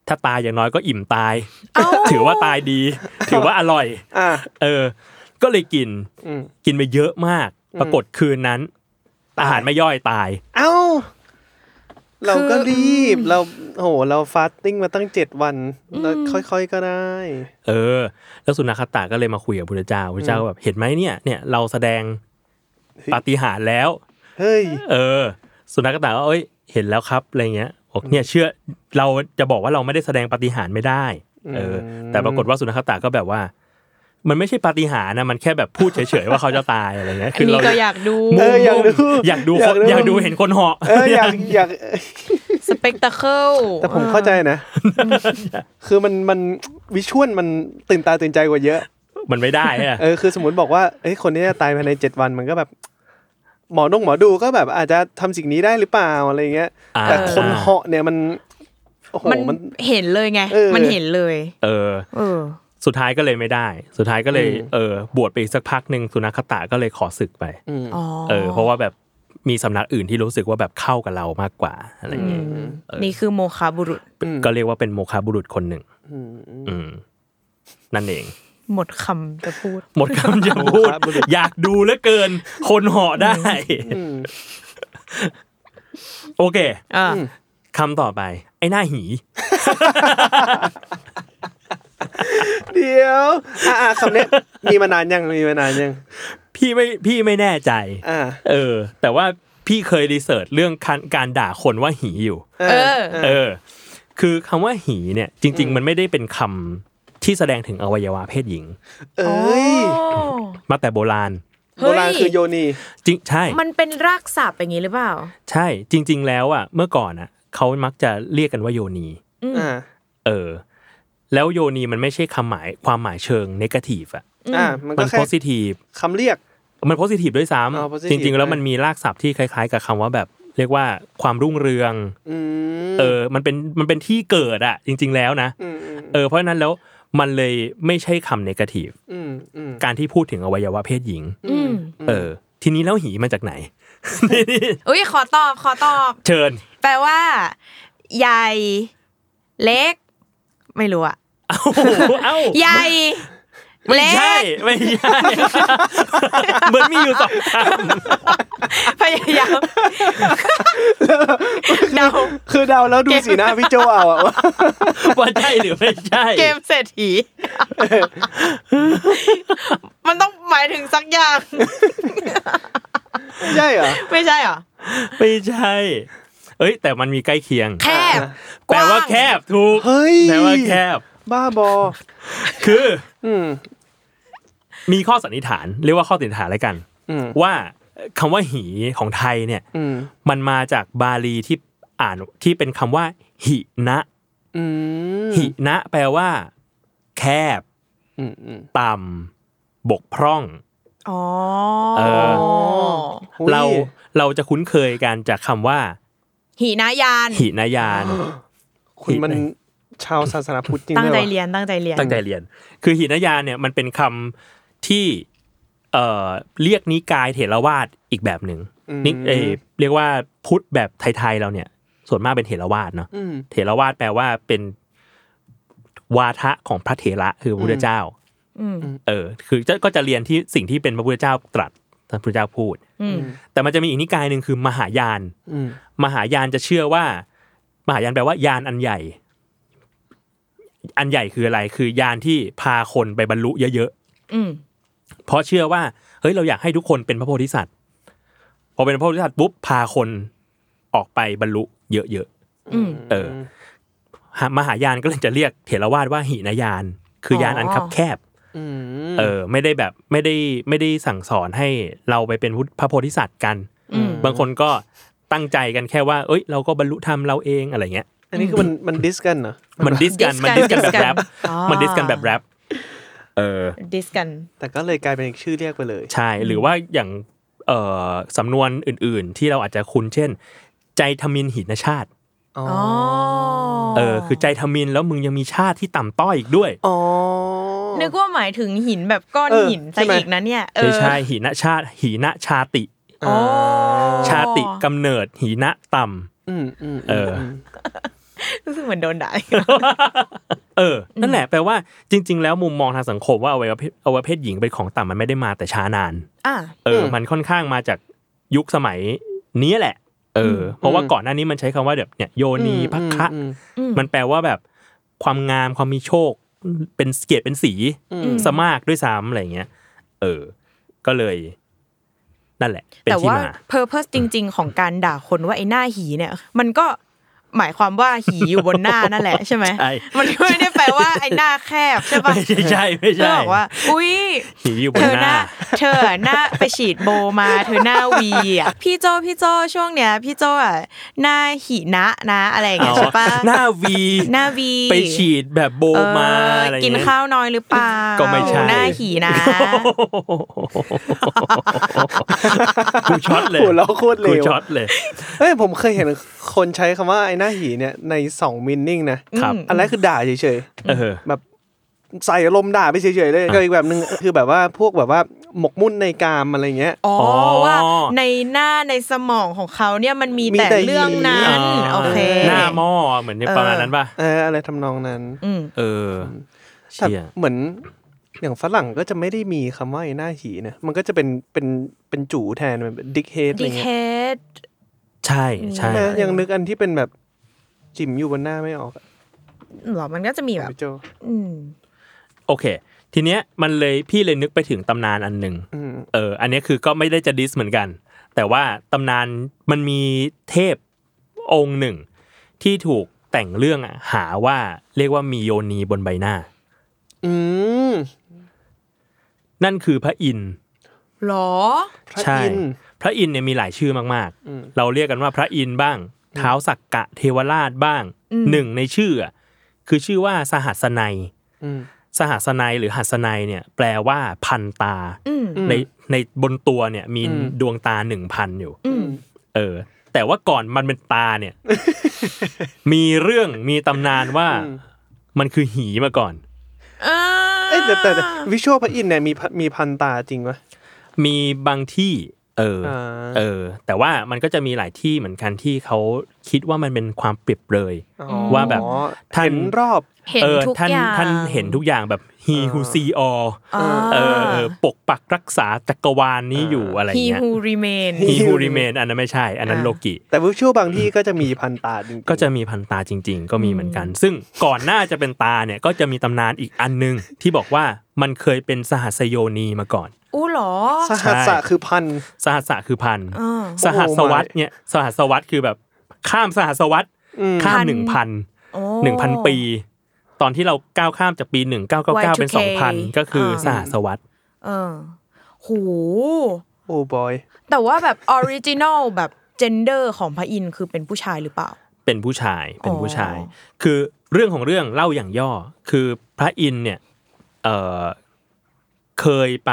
Speaker 2: ถ้าตายอย่างน้อยก็อิ่มตาย ถือว่าตายดี ถือว่าอร่อย
Speaker 3: อ่ะ
Speaker 2: เออ ก็เลยกิน
Speaker 3: อืม
Speaker 2: กินไปเยอะมาก ปรากฏคืนนั้น อาหารไม่ย่อยตาย
Speaker 3: เอ้า เราก็
Speaker 4: คือ
Speaker 3: รีบ เราโหเราฟาสติ้งมาตั้งเจ็ดวันแล้วค่อยๆก็ได้
Speaker 2: เออ แล้วสุนัขตาก็เลยมาคุยกับพระเจ้าพระเจ้าก็แบบเห็นไหมเนี่ย เนี่ยเราแสดงปาฏิหาริย์แล้ว
Speaker 3: เฮ้ย
Speaker 2: เออ สุนัขตาก็เอ้ย เห็นแล้วครับอะไรเงี้ยบอกเนี่ยเชื่อเราจะบอกว่าเราไม่ได้แสดงปาฏิหาริย์ไม่ได้ เออ แต่ปรากฏว่าสุนัขตาก็แบบว่า มันไม่ใช่ปาฏิหาริย์นะมันแค่แบบพูดเฉยๆว่าเขาจะตายอะไรเงี้ย
Speaker 4: อั
Speaker 2: คื
Speaker 4: น
Speaker 2: อ
Speaker 4: นี้
Speaker 2: เรา
Speaker 4: ก็อยากดู
Speaker 2: มุ่ง
Speaker 3: เอออยากดู
Speaker 2: อยากดู
Speaker 3: อยากดู
Speaker 2: อยากดูเห็นคนเหาะ
Speaker 3: เอออยากอยาก
Speaker 4: สเปกตาเคิล
Speaker 3: แต่ผมเข้าใจ นะ คือมันมันวิชวลมันตื่นตาตื่นใจกว่าเยอะ
Speaker 2: มันไม่ได้อะ
Speaker 3: เออคือสมมติบอกว่าเอ้ยคนนี้จะตายภายในเจ็ดวันมันก็แบบ หมอนงหมอดูก็แบบอาจจะทำสิ่งนี้ได้หรือเปล่าอะไรเงี้ย
Speaker 2: า
Speaker 3: แต่คนเหาะเนี่ยมันโอ้โห
Speaker 4: มัน
Speaker 3: มัน
Speaker 4: เห็นเลยไง
Speaker 3: เออ
Speaker 4: มันเห็นเลย
Speaker 2: เออ
Speaker 4: เออ
Speaker 2: สุดท้ายก็เลยไม่ได้ สุดท้ายก็เลย
Speaker 3: อืม
Speaker 2: เออบวชไปอีกสักพักหนึ่งสุนัขคตาก็เลยขอศึกไป
Speaker 3: อืม
Speaker 4: อ๋อ
Speaker 2: เออ เพราะว่าแบบมีสำนักอื่นที่รู้สึกว่าแบบเข้ากับเรามากกว่าอะไรเงี้ยเออ
Speaker 4: นี่คือโมคาบุรุษ
Speaker 3: อืม
Speaker 2: ก็เรียกว่าเป็นโมคาบุรุษคนหนึ่ง
Speaker 3: อืม
Speaker 2: อืม นั่นเอง
Speaker 4: หมดคำจะพูด
Speaker 2: หมดคำจะพูด
Speaker 3: โมคาบุรุษ
Speaker 2: อยากดูเหลือเกิน คนเหาะได้
Speaker 3: อืม
Speaker 2: โอเค
Speaker 4: อ่า
Speaker 2: คำต่อไป ไอ้หน้าหี
Speaker 3: เดี๋ยวอ่าคำเนี้ยมีมานานยังมีมานานยัง
Speaker 2: พี่ไม่พี่ไม่แน่ใจ
Speaker 3: อ่า
Speaker 2: เออ แต่ว่าพี่เคยรีเสิร์ชเรื่องการการด่าคนว่าหีอยู่
Speaker 3: า
Speaker 4: เออ
Speaker 2: เออ คือคำว่าหีเนี่ย จริง ๆ มันไม่ได้เป็นคำที่แสดงถึงอวัยวะเพศหญิง
Speaker 3: เอ้ย
Speaker 4: โอ้
Speaker 2: มาแต่โบราณ
Speaker 3: โบราณคือโยนี
Speaker 2: จริงใช่
Speaker 4: มันเป็นรากศัพท์อย่างนี้หรือเปล่า
Speaker 2: ใช่ จริง ๆ แล้วอ่ะ เมื่อก่อนอ่ะเขามักจะเรียกกันว่าโยนี
Speaker 3: อ่า
Speaker 2: เออ แล้วโยนีมันไม่ใช่คำหมายความหมายเชิงนกาทีฟอ่ะ
Speaker 3: อ่ามัน
Speaker 2: มั
Speaker 3: ก็
Speaker 2: น
Speaker 3: แค่
Speaker 2: โพสิทีฟ
Speaker 3: คำเรียก
Speaker 2: มันโพสิทีฟด้วยซ้
Speaker 3: อ๋อ
Speaker 2: ำ
Speaker 3: positive
Speaker 2: จริง ๆ แล้ว
Speaker 3: นะ
Speaker 2: มันมีรากศัพท์ที่คล้าย ๆ กับคำว่าแบบ เรียกว่าความรุ่งเรือง
Speaker 3: อืม
Speaker 2: เออ มันเป็น มันเป็นที่เกิดอ่ะ จริง ๆ แล้วนะ
Speaker 3: มอืม
Speaker 2: เออ เพราะฉะนั้นแล้วมันเลยไม่ใช่คำนกาทีฟ
Speaker 3: อืมอืม
Speaker 2: การที่พูดถึงอวัยวะเพศหญิง
Speaker 4: อืม
Speaker 2: เออ ทีนี้แล้วหีมาจากไหน
Speaker 4: อุ้ยขอตอบขอตอบ
Speaker 2: เชิญ
Speaker 4: แปลว่า ใหญ่ เล็ก ไม่รู้อะ
Speaker 2: เอ้าเอ้า
Speaker 4: ใหญ่
Speaker 2: ไม่
Speaker 4: เล็
Speaker 2: ใช่
Speaker 4: ก
Speaker 2: ไม่ใช่ เหมือนมีอยู่สองคำ
Speaker 4: พยายามเดา
Speaker 3: คือเดาแล้วดูสีหน้าพี่โจเอาอะ ว่า
Speaker 2: ว่าใช่หรือไม่ใช่
Speaker 4: เกมเศรษฐี มันต้องหมายถึงสักอย่าง
Speaker 3: ใช่เหรอ
Speaker 4: ไม่ใช่เหรอ
Speaker 2: ไม่ใช่ เอ้ย แต่มันมีใกล้เคียง
Speaker 4: แคบ
Speaker 2: แปลว่าแคบถูก
Speaker 3: เฮ้ย
Speaker 2: แปลว่าแคบ
Speaker 3: บ้าบอ
Speaker 2: คือ
Speaker 3: อืม
Speaker 2: มีข้อสันนิษฐานเรียกว่าข้อสันนิษฐานแล้วกัน
Speaker 3: อืม
Speaker 2: ว่าคำว่าหีของไทยเนี่ย
Speaker 3: อืม
Speaker 2: มันมาจากบาลีที่อ่านที่เป็นคำว่า หินะ
Speaker 3: อืม
Speaker 2: หินะ แปลว่า แคบ
Speaker 3: อืมอืม
Speaker 2: ต่ำบกพร่อง
Speaker 4: อ๋อ
Speaker 2: เออ
Speaker 3: อุ๊ย
Speaker 2: เราเราจะคุ้นเคยกันจากคำว่า
Speaker 4: หีนายาน
Speaker 2: หินายาน
Speaker 3: คุณมัน
Speaker 2: หิ
Speaker 3: ชาวศาสนาพุทธจริง
Speaker 4: ตั้งใจ
Speaker 3: ด้วยวะ
Speaker 4: เรียนตั้งใจเรียน
Speaker 2: ตั้งใจเรียน คือหินายานเนี่ยมันเป็นคำที่เอ่อเรียกนิกายเถรวาทอีกแบบหนึ่งนี่เอยเรียกว่าพุทธแบบไทยๆเราเนี่ย ส่วนมากเป็นเถรวาทเนาะ
Speaker 3: อืม
Speaker 2: เถรวาทแปลว่าเป็นวาทะของพระเถระคือพระพุทธเจ้า
Speaker 4: อืม
Speaker 2: เออ คือจะก็จะเรียนที่สิ่งที่เป็นพระพุทธเจ้าตรัสพระพุทธเจ้าพูด
Speaker 4: อืม
Speaker 2: แต่มันจะมีอีกนิกายหนึ่งคือมหายาน
Speaker 3: อืม
Speaker 2: มหายานจะเชื่อว่า มหายานแปลว่ายานอันใหญ่ อันใหญ่คืออะไร คือยานที่พาคนไปบรรลุเยอะ
Speaker 4: อืม
Speaker 2: ๆ เพราะเชื่อว่าเฮ้ยเราอยากให้ทุกคนเป็นพระโพธิสัตว์พอเป็นพระโพธิสัตว์ปุ๊บพาคนออกไปบรรลุเยอะ
Speaker 4: อืม
Speaker 2: ๆเออหามหายานก็เลยจะเรียกเถรวาทว่าหินายาน คือยานอันคับแคบ
Speaker 3: อืม
Speaker 2: เออ ไม่ได้แบบไม่ได้ไม่ได้สั่งสอนให้เราไปเป็นพุทธพระโพธิสัตว์กัน
Speaker 4: อืม
Speaker 2: บางคนก็ตั้งใจกันแค่ว่า เอ้ย เราก็บรรลุธรรมเราเองอะไรเงี้ย
Speaker 3: อันนี้คือมันมันดิสกันเหรอ
Speaker 2: มันดิสกัน มันดิสกันแบบแรป
Speaker 4: อ๋อ
Speaker 2: มันดิสกันแบบแรป เออ
Speaker 4: ดิสกัน
Speaker 3: แต่ก็เลยกลายเป็นอีกชื่อเรียกไปเลย
Speaker 2: ใช่ หรือว่าอย่าง เอ่อ สำนวนอื่น ๆ ที่เราอาจจะคุ้น เช่น ใจทมินหินชาติ
Speaker 3: อ๋อ
Speaker 4: อ๋อ
Speaker 2: เออ คือใจทมินแล้วมึงยังมีชาติที่ต่ำต้อยอีกด้วย
Speaker 3: อ๋อ
Speaker 4: นึกว่าหมายถึงหินแบบก้อน
Speaker 3: เออ
Speaker 4: หิน
Speaker 3: ใช่
Speaker 4: ซะ
Speaker 3: ไหม
Speaker 4: อีกนะเนี่ยเออ
Speaker 2: ไม่ใช่ หินชาติ หินชาติ
Speaker 4: อ๋อ
Speaker 2: ชาติกำเนิด หินะต่ำ
Speaker 3: อืมอืม
Speaker 2: เออ
Speaker 4: รู้สึกเหมือนโดนด่า
Speaker 2: เออ นั่นแหละ แปลว่า จริง ๆ แล้วมุมมองทางสังคมว่าอวัยวะเพศอวัยวะเพศหญิงเป็นของต่ำมันไม่ได้มาแต่ช้านาน
Speaker 4: อ่ะ
Speaker 2: เออ มันค่อนข้างมาจากยุคสมัยนี้แหละ เออ เพราะว่าก่อนหน้านี้มันใช้คำว่าแบบเนี่ยโยนีพักคะ
Speaker 3: อืม
Speaker 4: อืม
Speaker 2: มันแปลว่าแบบความงามความมีโชค เป็นเกียรติเป็นสีสมากด้วยซ้ำอะไรเงี้ย เออ ก็เลย นั่นแหละ เป็น
Speaker 4: แต่
Speaker 2: ที่
Speaker 4: ว่า
Speaker 2: มา
Speaker 4: purpose จริง ๆ ของการด่าคนว่าไอ้หน้าหีเนี่ย มันก็ หมายความว่าหีอยู่บนหน้านั่นแหละใช่ไหม
Speaker 2: ใช่
Speaker 4: มันไม่ได้แปลว่าไอ้หน้าแคบใช่ปะ
Speaker 2: ไม่ใช่ใช่ไม่
Speaker 4: ก็
Speaker 2: ใช่
Speaker 4: บอกว่า อุ้ย
Speaker 2: หีอยู่บ
Speaker 4: เธ
Speaker 2: น
Speaker 4: อ
Speaker 2: ห
Speaker 4: ห
Speaker 2: น้า
Speaker 4: น้าเธอหน้าไปฉีดโบมาเธอหน้าวีอ่ะพี่โจพี่โจช่วงเนี้ยพี่โจอ่ะหน้าหินะนะอะไรอย่างเงี้ยใช่ปะ
Speaker 2: หน้าวี
Speaker 4: หน้าวี
Speaker 2: ไปฉีดแบบโบ
Speaker 4: เอ
Speaker 2: มา
Speaker 4: อ
Speaker 2: อะไร
Speaker 4: กิน
Speaker 2: เงี้ย
Speaker 4: ข้าวน้อยหรือเปล่า
Speaker 2: ก็ไม่ใช่
Speaker 4: หน้าหีนะ
Speaker 2: กูช็อตเลย
Speaker 3: หัวเราะโคตรเร็ว
Speaker 2: กูช็อตเลย
Speaker 3: เอ้ยผมเคยเห็นคนใช้คำว่าไอ้หน้าหีเนี่ยในสองมินนิ่งนะครับ อันแรกคือด่าเฉย
Speaker 2: เออ
Speaker 3: ๆแบบใส่อารมณ์ด่าไปเฉยๆเลยก็อีกแบบหนึ่งคือแบบว่าพวกแบบว่าหมกมุ่นในกามอะไรเงี้ย
Speaker 4: อ๋อ
Speaker 2: อ
Speaker 4: ว่าในหน้าในสมองของเขาเนี่ยมันมี
Speaker 3: มี
Speaker 4: แต่
Speaker 3: แต่
Speaker 4: เรื่องนั้
Speaker 3: หี
Speaker 4: นโอเค
Speaker 2: หน้าหม้อเหมือนในประมาณนั้นป่ะ
Speaker 3: เอออะไรทำนองนั้น
Speaker 4: อืม
Speaker 2: เออ
Speaker 3: แต่
Speaker 2: เชี่ย
Speaker 3: เหมือนอย่างฝรั่งก็จะไม่ได้มีคำว่าไอ้หน้าหีนะมันก็จะเป็นเป็นเป็นจู่แทนเป็นดิกเฮดอะไร
Speaker 4: ดิเค
Speaker 3: เงี้ย
Speaker 4: ด
Speaker 2: ใช่ใช่
Speaker 3: ใช่ไหม
Speaker 4: เออ
Speaker 3: ยังนึกอันที่เป็นแบบจิ๋มอยู่บนหน้าไม่ออกอะ
Speaker 4: หรอมันก็จะมีแบบ
Speaker 3: พี่โจ
Speaker 4: อืม
Speaker 2: โอเค ทีเนี้ยมันเลยพี่เลยนึกไปถึงตำนานอันหนึ่ง
Speaker 3: อืม
Speaker 2: เออ อันเนี้ยคือก็ไม่ได้จะดิสเหมือนกัน แต่ว่าตำนานมันมีเทพองค์หนึ่ง ที่ถูกแต่งเรื่องอะหาว่าเรียกว่ามีโยนีบนใบหน้า
Speaker 3: อืม
Speaker 2: นั่นคือพระอินทร์
Speaker 4: หรอ
Speaker 3: พระ
Speaker 2: ใช่
Speaker 3: อินทร์
Speaker 2: พระอินทร์เนี่ยมีหลายชื่อมาก
Speaker 3: อืม
Speaker 2: ๆ เราเรียกกันว่าพระอินทร์บ้างเท้าวสักกะเทวราชบ้าง
Speaker 4: อืม
Speaker 2: หนึ่งในชื่ออะคือชื่อว่าสหัสนัย
Speaker 3: อืม
Speaker 2: สหัสนัยหรือหัสนัยเนี่ยแปลว่าพันตา
Speaker 4: อืม
Speaker 2: ในในบนตัวเนี่ยมี
Speaker 3: อืม
Speaker 2: ดวงตาหนึ่งพันอยู่
Speaker 4: อืม
Speaker 2: เออ แต่ว่าก่อนมันเป็นตา เนี่ย มีเรื่องมีตำนานว่า
Speaker 3: อืม
Speaker 2: มันคือหีมาก่อน
Speaker 4: อ่า
Speaker 3: เอ้ยแต่แต่วิชวลพระอินทร์เนี่ยมีพะมีพันตาจริงปะ
Speaker 2: มีบางที่ เอออ
Speaker 3: อ่า
Speaker 2: เออ แต่ว่ามันก็จะมีหลายที่เหมือนกันที่เขาคิดว่ามันเป็นความเปรียบเลย
Speaker 3: อ๋อ
Speaker 2: ว่าแบบท่าน
Speaker 3: เห็นรอบ
Speaker 4: เห็น
Speaker 2: เออ
Speaker 4: ทุก
Speaker 2: ท่าน
Speaker 4: อย่าง
Speaker 2: ท่านเห็นทุกอย่างแบบ he who
Speaker 3: เออ
Speaker 2: see all
Speaker 4: อ่า
Speaker 2: เออเออปกปักรักษาจักรวาลนี้อยู่อะไร
Speaker 4: He
Speaker 2: เงี้ย
Speaker 4: who remain
Speaker 2: he who remain อันนั้นไม่ใช่ อันนั้น
Speaker 4: อ่า
Speaker 2: โลกิ
Speaker 3: แต่วิชวลบางที่ก็จะมีพันตาจริงๆ
Speaker 2: ก็จะมีพันตาจริง ๆ ก็มีเหมือนกัน ซึ่งก่อนหน้าจะเป็นตาเนี่ยก็จะมีตำนานอีกอันหนึง ที่บอกว่ามันเคยเป็นสหัสโยนีมาก่อน
Speaker 4: อู้หรอ
Speaker 3: สหัสสะคือพัน
Speaker 2: สหัสะคือพัน
Speaker 4: อ่า
Speaker 2: สหัสวัตเนี่ยสหัสวัตคือแบบข้ามสหัสวัต
Speaker 3: อืม
Speaker 2: ข้าม
Speaker 4: พัน
Speaker 2: หนึ่งพัน
Speaker 4: โอ้
Speaker 2: หนึ่งพันปี ตอนที่เราก้าวข้ามจากปี 1999 เป็น
Speaker 4: Y2K
Speaker 2: 2,000 ก็คืออา สหัสวัต
Speaker 4: เออโห
Speaker 3: โอ้บอย
Speaker 4: แต่ว่าแบบออริจินอลแบบเจนเดอร์ของพระอินทร์คือเป็นผู้ชายหรือเปล่า
Speaker 2: เป็นผู้ชายเป็นผู้ชาย
Speaker 4: อ๋อ
Speaker 2: คือเรื่องของเรื่องเล่าอย่างย่อคือพระอินทร์เนี่ยเอ่อเคยไป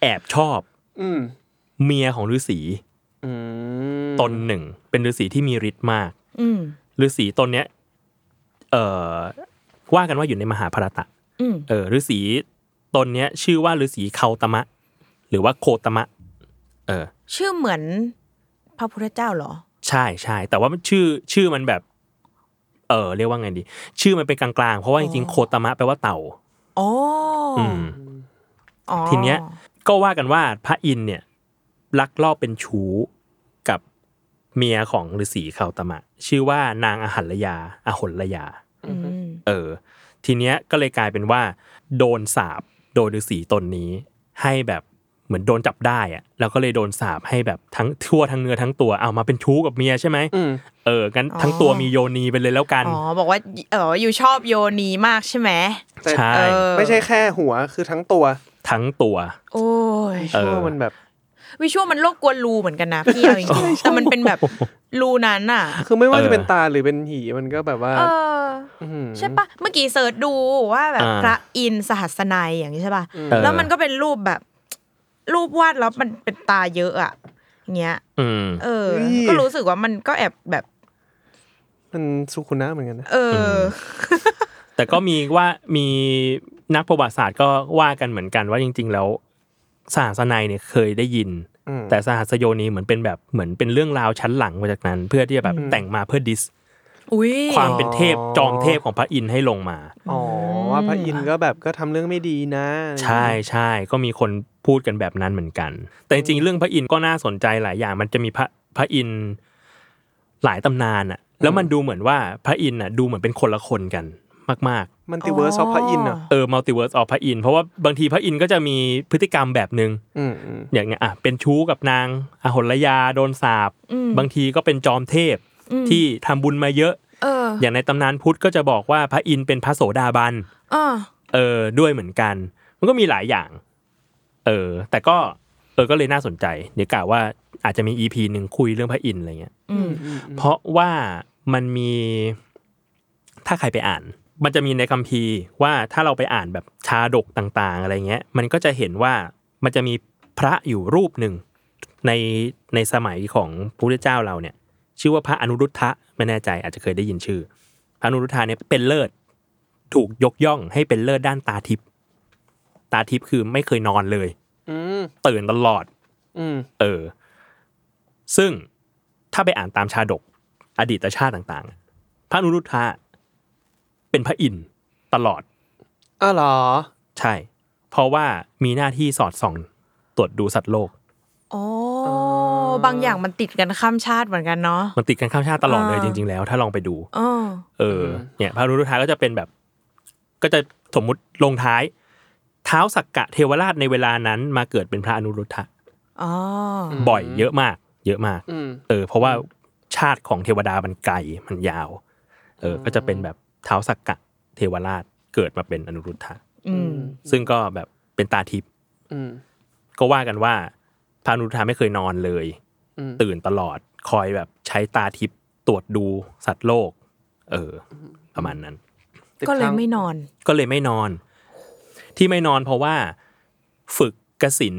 Speaker 2: แอบชอบ
Speaker 3: อืม
Speaker 2: เมียของฤาษี
Speaker 3: อืม
Speaker 2: ตนหนึ่ง เป็นฤาษีที่มีฤทธิ์มาก
Speaker 4: อืม
Speaker 2: ฤาษีตนเนี้ยเอ่อว่ากันว่าอยู่ในมหาภารตะ
Speaker 4: อืม
Speaker 2: เออฤาษีตนเนี้ย ชื่อว่าฤาษีเคาตมะ หรือว่าโคตมะ เออ
Speaker 4: ชื่อเหมือนพระพุทธเจ้าเหรอ
Speaker 2: ใช่ใช่แต่ว่ามันชื่อชื่อมันแบบ เออเรียกว่าไงดี ชื่อมันเป็นกลางๆ เพราะว่าจริงๆโคตมะแปลว่าเต่า
Speaker 4: อ๋ออ
Speaker 2: อืม
Speaker 4: อ๋อ
Speaker 2: ทีเนี้ย ก็ว่ากันว่าพระอินทร์เนี่ยลักลอบเป็นชู้กับเมียของฤาษีเคาตมะ ชื่อว่านางอหัลยาอหลยา
Speaker 4: อืม
Speaker 2: เออ ทีเนี้ยก็เลยกลายเป็นว่า โดนสาบโดยฤาษีตนนี้ ให้แบบเหมือนโดนจับได้อะแล้วก็เลยโดนสาบให้แบบทั้งทั่วทั้งเนื้อทั้งตัวเอามาเป็นชู้กับเมียใช่ไหม
Speaker 3: อืม
Speaker 2: เอองั้นทั้งตัวมีโยนีไปเลยแล้วกัน
Speaker 4: อ๋อ บอกว่า เอออยู่ชอบโยนีมากใช่ไหม
Speaker 3: แต่
Speaker 2: ใช่
Speaker 4: เออ
Speaker 3: ไม่ใช่แค่หัวคือทั้งตัว
Speaker 2: ทั้งตัว
Speaker 4: โอ้ย
Speaker 2: เออ
Speaker 3: ชั่วมันแบบ
Speaker 4: วิชวลมันโลกกวนรูเหมือนกันนะพี่เอาจริงๆแต่มันเป็นแบบรูนั้นอ่ะ
Speaker 3: คือไม่ว่า
Speaker 2: เออ
Speaker 3: จะเป็นตาหรือเป็นหีมันก็แบบว่า
Speaker 4: เออ
Speaker 3: ม
Speaker 4: ใช่ปะเมื่อกี้เสิร์ชดูว่าแบบ
Speaker 2: อ่า
Speaker 4: พระอินทร์สหัสนัยอย่างนี้ใช่ปะ
Speaker 2: เออ
Speaker 4: แล้วมันก็เป็นรูปแบบ รูปวาดแล้วมันเป็นตาเยอะอ่ะเงี้ย
Speaker 2: อืม
Speaker 4: เออ ก็รู้สึกว่ามันก็แอบแบบ
Speaker 3: มันสุขุนะเหมือนกันนะ
Speaker 4: เอออ
Speaker 2: แต่ก็มีว่ามีนักประวัติศาสตร์ก็ว่ากันเหมือนกันว่าจริง ๆ แล้วสหสนัยเนี่ยเคยได้ยิน
Speaker 3: อืม
Speaker 2: แต่สหัสโยนีเหมือนเป็นแบบเหมือนเป็นเรื่องราวชั้นหลังมาจากนั้น เพื่อที่จะแบบแต่งมาเพื่อดิส
Speaker 4: อุ้ย
Speaker 2: ความเป็นเทพจอมเทพของพระอินทร์ให้ลงมา
Speaker 3: อ๋อว่าพระอินทร์ก็แบบก็ทำเรื่องไม่ดีนะ
Speaker 2: ใช่ใช่ก็มีคนพูดกันแบบนั้นเหมือนกัน แต่จริงๆเรื่องพระอินทร์ก็น่าสนใจหลายอย่าง มันจะมีพระพระอินทร์หลายตำนานอะแล้วมันดูเหมือนว่าพระอินทร์อะดูเหมือนเป็นคนละคนกันมาก
Speaker 3: มันติเวิร์สออฟพระอินทร์เหรอ
Speaker 2: ๆเออมัลติเวิร์สออพระอินทร์เพราะว่าบางทีพระอินทร์ก็จะมีพฤติกรรมแบบหนึ่ง
Speaker 3: อืมอืม
Speaker 2: อย่างเงี้ยอ่ะเป็นชู้กับนางอหลยาโดนสาบ บางทีก็เป็นจอมเทพ
Speaker 4: อืม
Speaker 2: ที่ทำบุญมาเยอะ
Speaker 4: เออ
Speaker 2: อย่างในตำนานพุทธก็จะบอกว่าพระอินทร์เป็นพระโสดาบัน
Speaker 4: อ๋อ
Speaker 2: เออด้วยเหมือนกัน มันก็มีหลายอย่าง เออ แต่ก็เออก็เลยน่าสนใจ เดี๋ยวกะว่าอาจจะมีอีพีหนึ่งคุยเรื่องพระอินทร์อะไรเงี้ย
Speaker 4: อืม
Speaker 2: เพราะว่ามันมีถ้าใครไปอ่าน มันจะมีในคัมภีร์ว่าถ้าเราไปอ่านแบบชาดกต่างๆ อะไรเงี้ย มันก็จะเห็นว่ามันจะมีพระอยู่รูปหนึ่งในในสมัยของพระพุทธเจ้าเราเนี่ย ชื่อว่าพระอนุรุทธะไม่แน่ใจอาจจะเคยได้ยินชื่อพระอนุรุทธะเนี่ยเป็นเลิศ ถูกยกย่องให้เป็นเลิศด้านตาทิพย์ตาทิพย์คือไม่เคยนอนเลย
Speaker 3: อืม
Speaker 2: ตื่นตลอด
Speaker 3: อืม
Speaker 2: เออ ซึ่งถ้าไปอ่านตามชาดก อดีตชาติต่างๆอะพระอนุรุทธะเป็นพระอินทร์ตลอด
Speaker 3: อ้าวเหรอ
Speaker 2: ใช่ เพราะว่ามีหน้าที่สอดส่อง ตรวจดูสัตว์โลก
Speaker 4: โอ้บางอย่างมันติดกันข้ามชาติเหมือนกันเนาะ
Speaker 2: มันติดกันข้ามชาติตลอดเลย
Speaker 4: อ่า
Speaker 2: จริง ๆ แล้ว ถ้าลองไปดู
Speaker 4: อ๋อ
Speaker 2: เออ เนี่ย พระอนุรุทธะก็จะเป็นแบบ ก็จะสมมุติลงท้าย เท้าวสักกะเทวราชในเวลานั้นมาเกิดเป็นพระอนุรุทธะ
Speaker 4: อ๋อ
Speaker 2: บ่อยเยอะมาก เยอะมาก
Speaker 3: อืม
Speaker 2: เออเพราะว่าชาติของเทวดามันไกลมันยาว เออก็จะเป็นแบบเท้าวสักกะเทวราชเกิดมาเป็นอนุรุทธะ
Speaker 4: อืม
Speaker 2: ซึ่งก็แบบเป็นตาทิพย์
Speaker 3: อืม
Speaker 2: ก็ว่ากันว่าพระอนุรุทธะไม่เคยนอนเลย
Speaker 3: อืม
Speaker 2: ตื่นตลอดคอยแบบใช้ตาทิพย์ตรวจดูสัตว์โลก เออ ประมาณนั้น
Speaker 3: ติด
Speaker 4: ก็เลย
Speaker 3: ทั้ง
Speaker 4: ไม่นอน
Speaker 2: ก็เลยไม่นอน ที่ไม่นอนเพราะว่าฝึกกสิน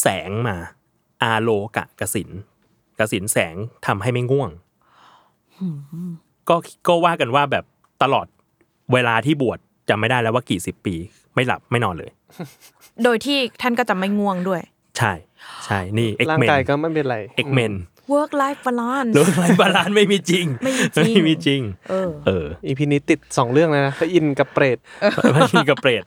Speaker 2: แสงมา อาโลกะกสินกสินแสงทำให้ไม่ง่วง ก็ก็ว่ากันว่าแบบตลอดเวลาที่บวชจำไม่ได้แล้วว่ากี่สิบปี ไม่หลับไม่นอนเลย
Speaker 4: โดยที่ท่านก็จะไม่ง่วงด้วย
Speaker 2: ใช่ ใช่นี่เอ็ก
Speaker 3: ร่าง
Speaker 2: เมน
Speaker 3: กายก็ไม่เป็นไร
Speaker 2: เอ็กเมน
Speaker 4: work life balance
Speaker 2: หรือไรบาลานซ์ไม่มีจริง
Speaker 4: ไม่มีจริง
Speaker 2: ไม่มีจริง
Speaker 4: เออ
Speaker 2: เออ
Speaker 3: อีพีนี้ติดสองเรื่องเลยนะพระอินทร์กับเปรต
Speaker 2: พระอินทร์กับเปรต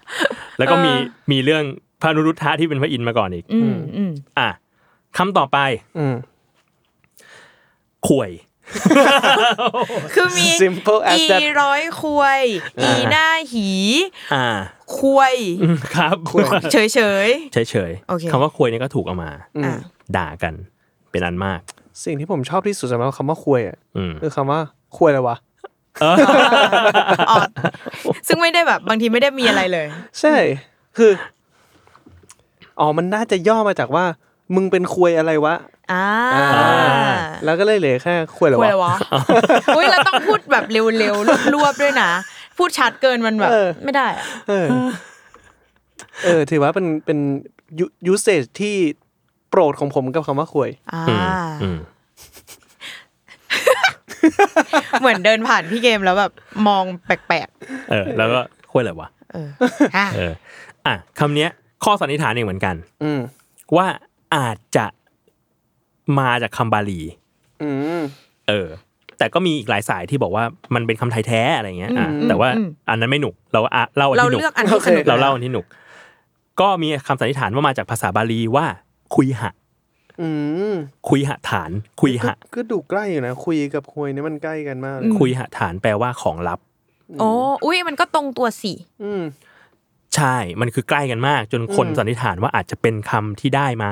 Speaker 2: แล้วก็มีมีเรื่องพระอนุรุทธะที่เป็นพระอินทร์มาก่อนอีก
Speaker 4: อืมอืม
Speaker 2: อ่ะคำต่อไป
Speaker 3: อืม
Speaker 2: ข่วย
Speaker 4: คือ มี
Speaker 3: simple as
Speaker 4: อี
Speaker 3: that
Speaker 4: ร้อยควย อีหน้าหี
Speaker 2: อ่า
Speaker 4: ควย
Speaker 2: อืมครับ
Speaker 4: เฉยเฉย
Speaker 2: เฉยเฉยๆ
Speaker 4: โอเค
Speaker 2: คำว่าข่วยเนี่ยก็ถูกเอามา
Speaker 4: ๆอ่ะ
Speaker 2: ด่ากันเป็นอันมาก
Speaker 3: สิ่งที่ผมชอบที่สุดสำหรับคำว่าควยอะ
Speaker 2: อืม
Speaker 3: คือคำว่าควยอะไรวะ
Speaker 4: อ๋อซึ่งไม่ได้แบบบางทีไม่ได้มีอะไรเลย
Speaker 3: ใช่ คือ อ๋อ มันน่าจะย่อมาจากว่า มึงเป็นควยอะไรวะ
Speaker 4: อ่า
Speaker 3: อ่า แล้วก็เลยเหลือแค่ควยอะไร
Speaker 4: ควยอะไร
Speaker 3: วะ
Speaker 4: วะอุ้ยเราต้องพูดแบบเร็วๆรวบๆด้วยนะ พูดชัดเกินมันแบบ
Speaker 3: เออ
Speaker 4: ไม่ได้อะ
Speaker 3: เออ เออ ถือว่าเป็น เป็นยูเซจที่โปรดของผมกับคำว่าควย
Speaker 4: อ่า
Speaker 2: อืม
Speaker 4: เหมือนเดินผ่านพี่เกมแล้วแบบมองแปลก
Speaker 2: เออ แล้วก็ข่วยอะไรวะ
Speaker 4: ๆเอออ่ะ
Speaker 2: เออ อ่ะคำเนี้ย ข้อสันนิษฐานเองเหมือนกัน
Speaker 3: อืม
Speaker 2: ว่าอาจจะมาจากคำบาลี
Speaker 3: อืม
Speaker 2: เออ แต่ก็มีอีกหลายสายที่บอกว่ามันเป็นคำไทยแท้อะไรเงี้ยอ่ะแต่ว่าอันนั้นไม่หนุก เราอ่ะเล่าอัน
Speaker 4: เรา
Speaker 2: ที่หนุก
Speaker 4: เลือกอันที่สนุก
Speaker 2: เราเล่าอันที่หนุก ก็มีคำสันนิษฐานว่ามาจากภาษาบาลีว่า คุยหะ
Speaker 3: อืม
Speaker 2: คุยหะฐาน คุย
Speaker 3: ก็
Speaker 2: หะ
Speaker 3: ก็ดูใกล้อยู่นะ คุยกับควยเนี่ยมันใกล้กันมากเลย
Speaker 2: คุยหะฐานแปลว่าของลับ
Speaker 4: โอ้อุ้ยมันก็ตรงตัวสิ
Speaker 3: อืม
Speaker 2: ใช่ มันคือใกล้กันมาก จนคน
Speaker 3: อืม
Speaker 2: สันนิษฐานว่าอาจจะเป็นคำที่ได้มา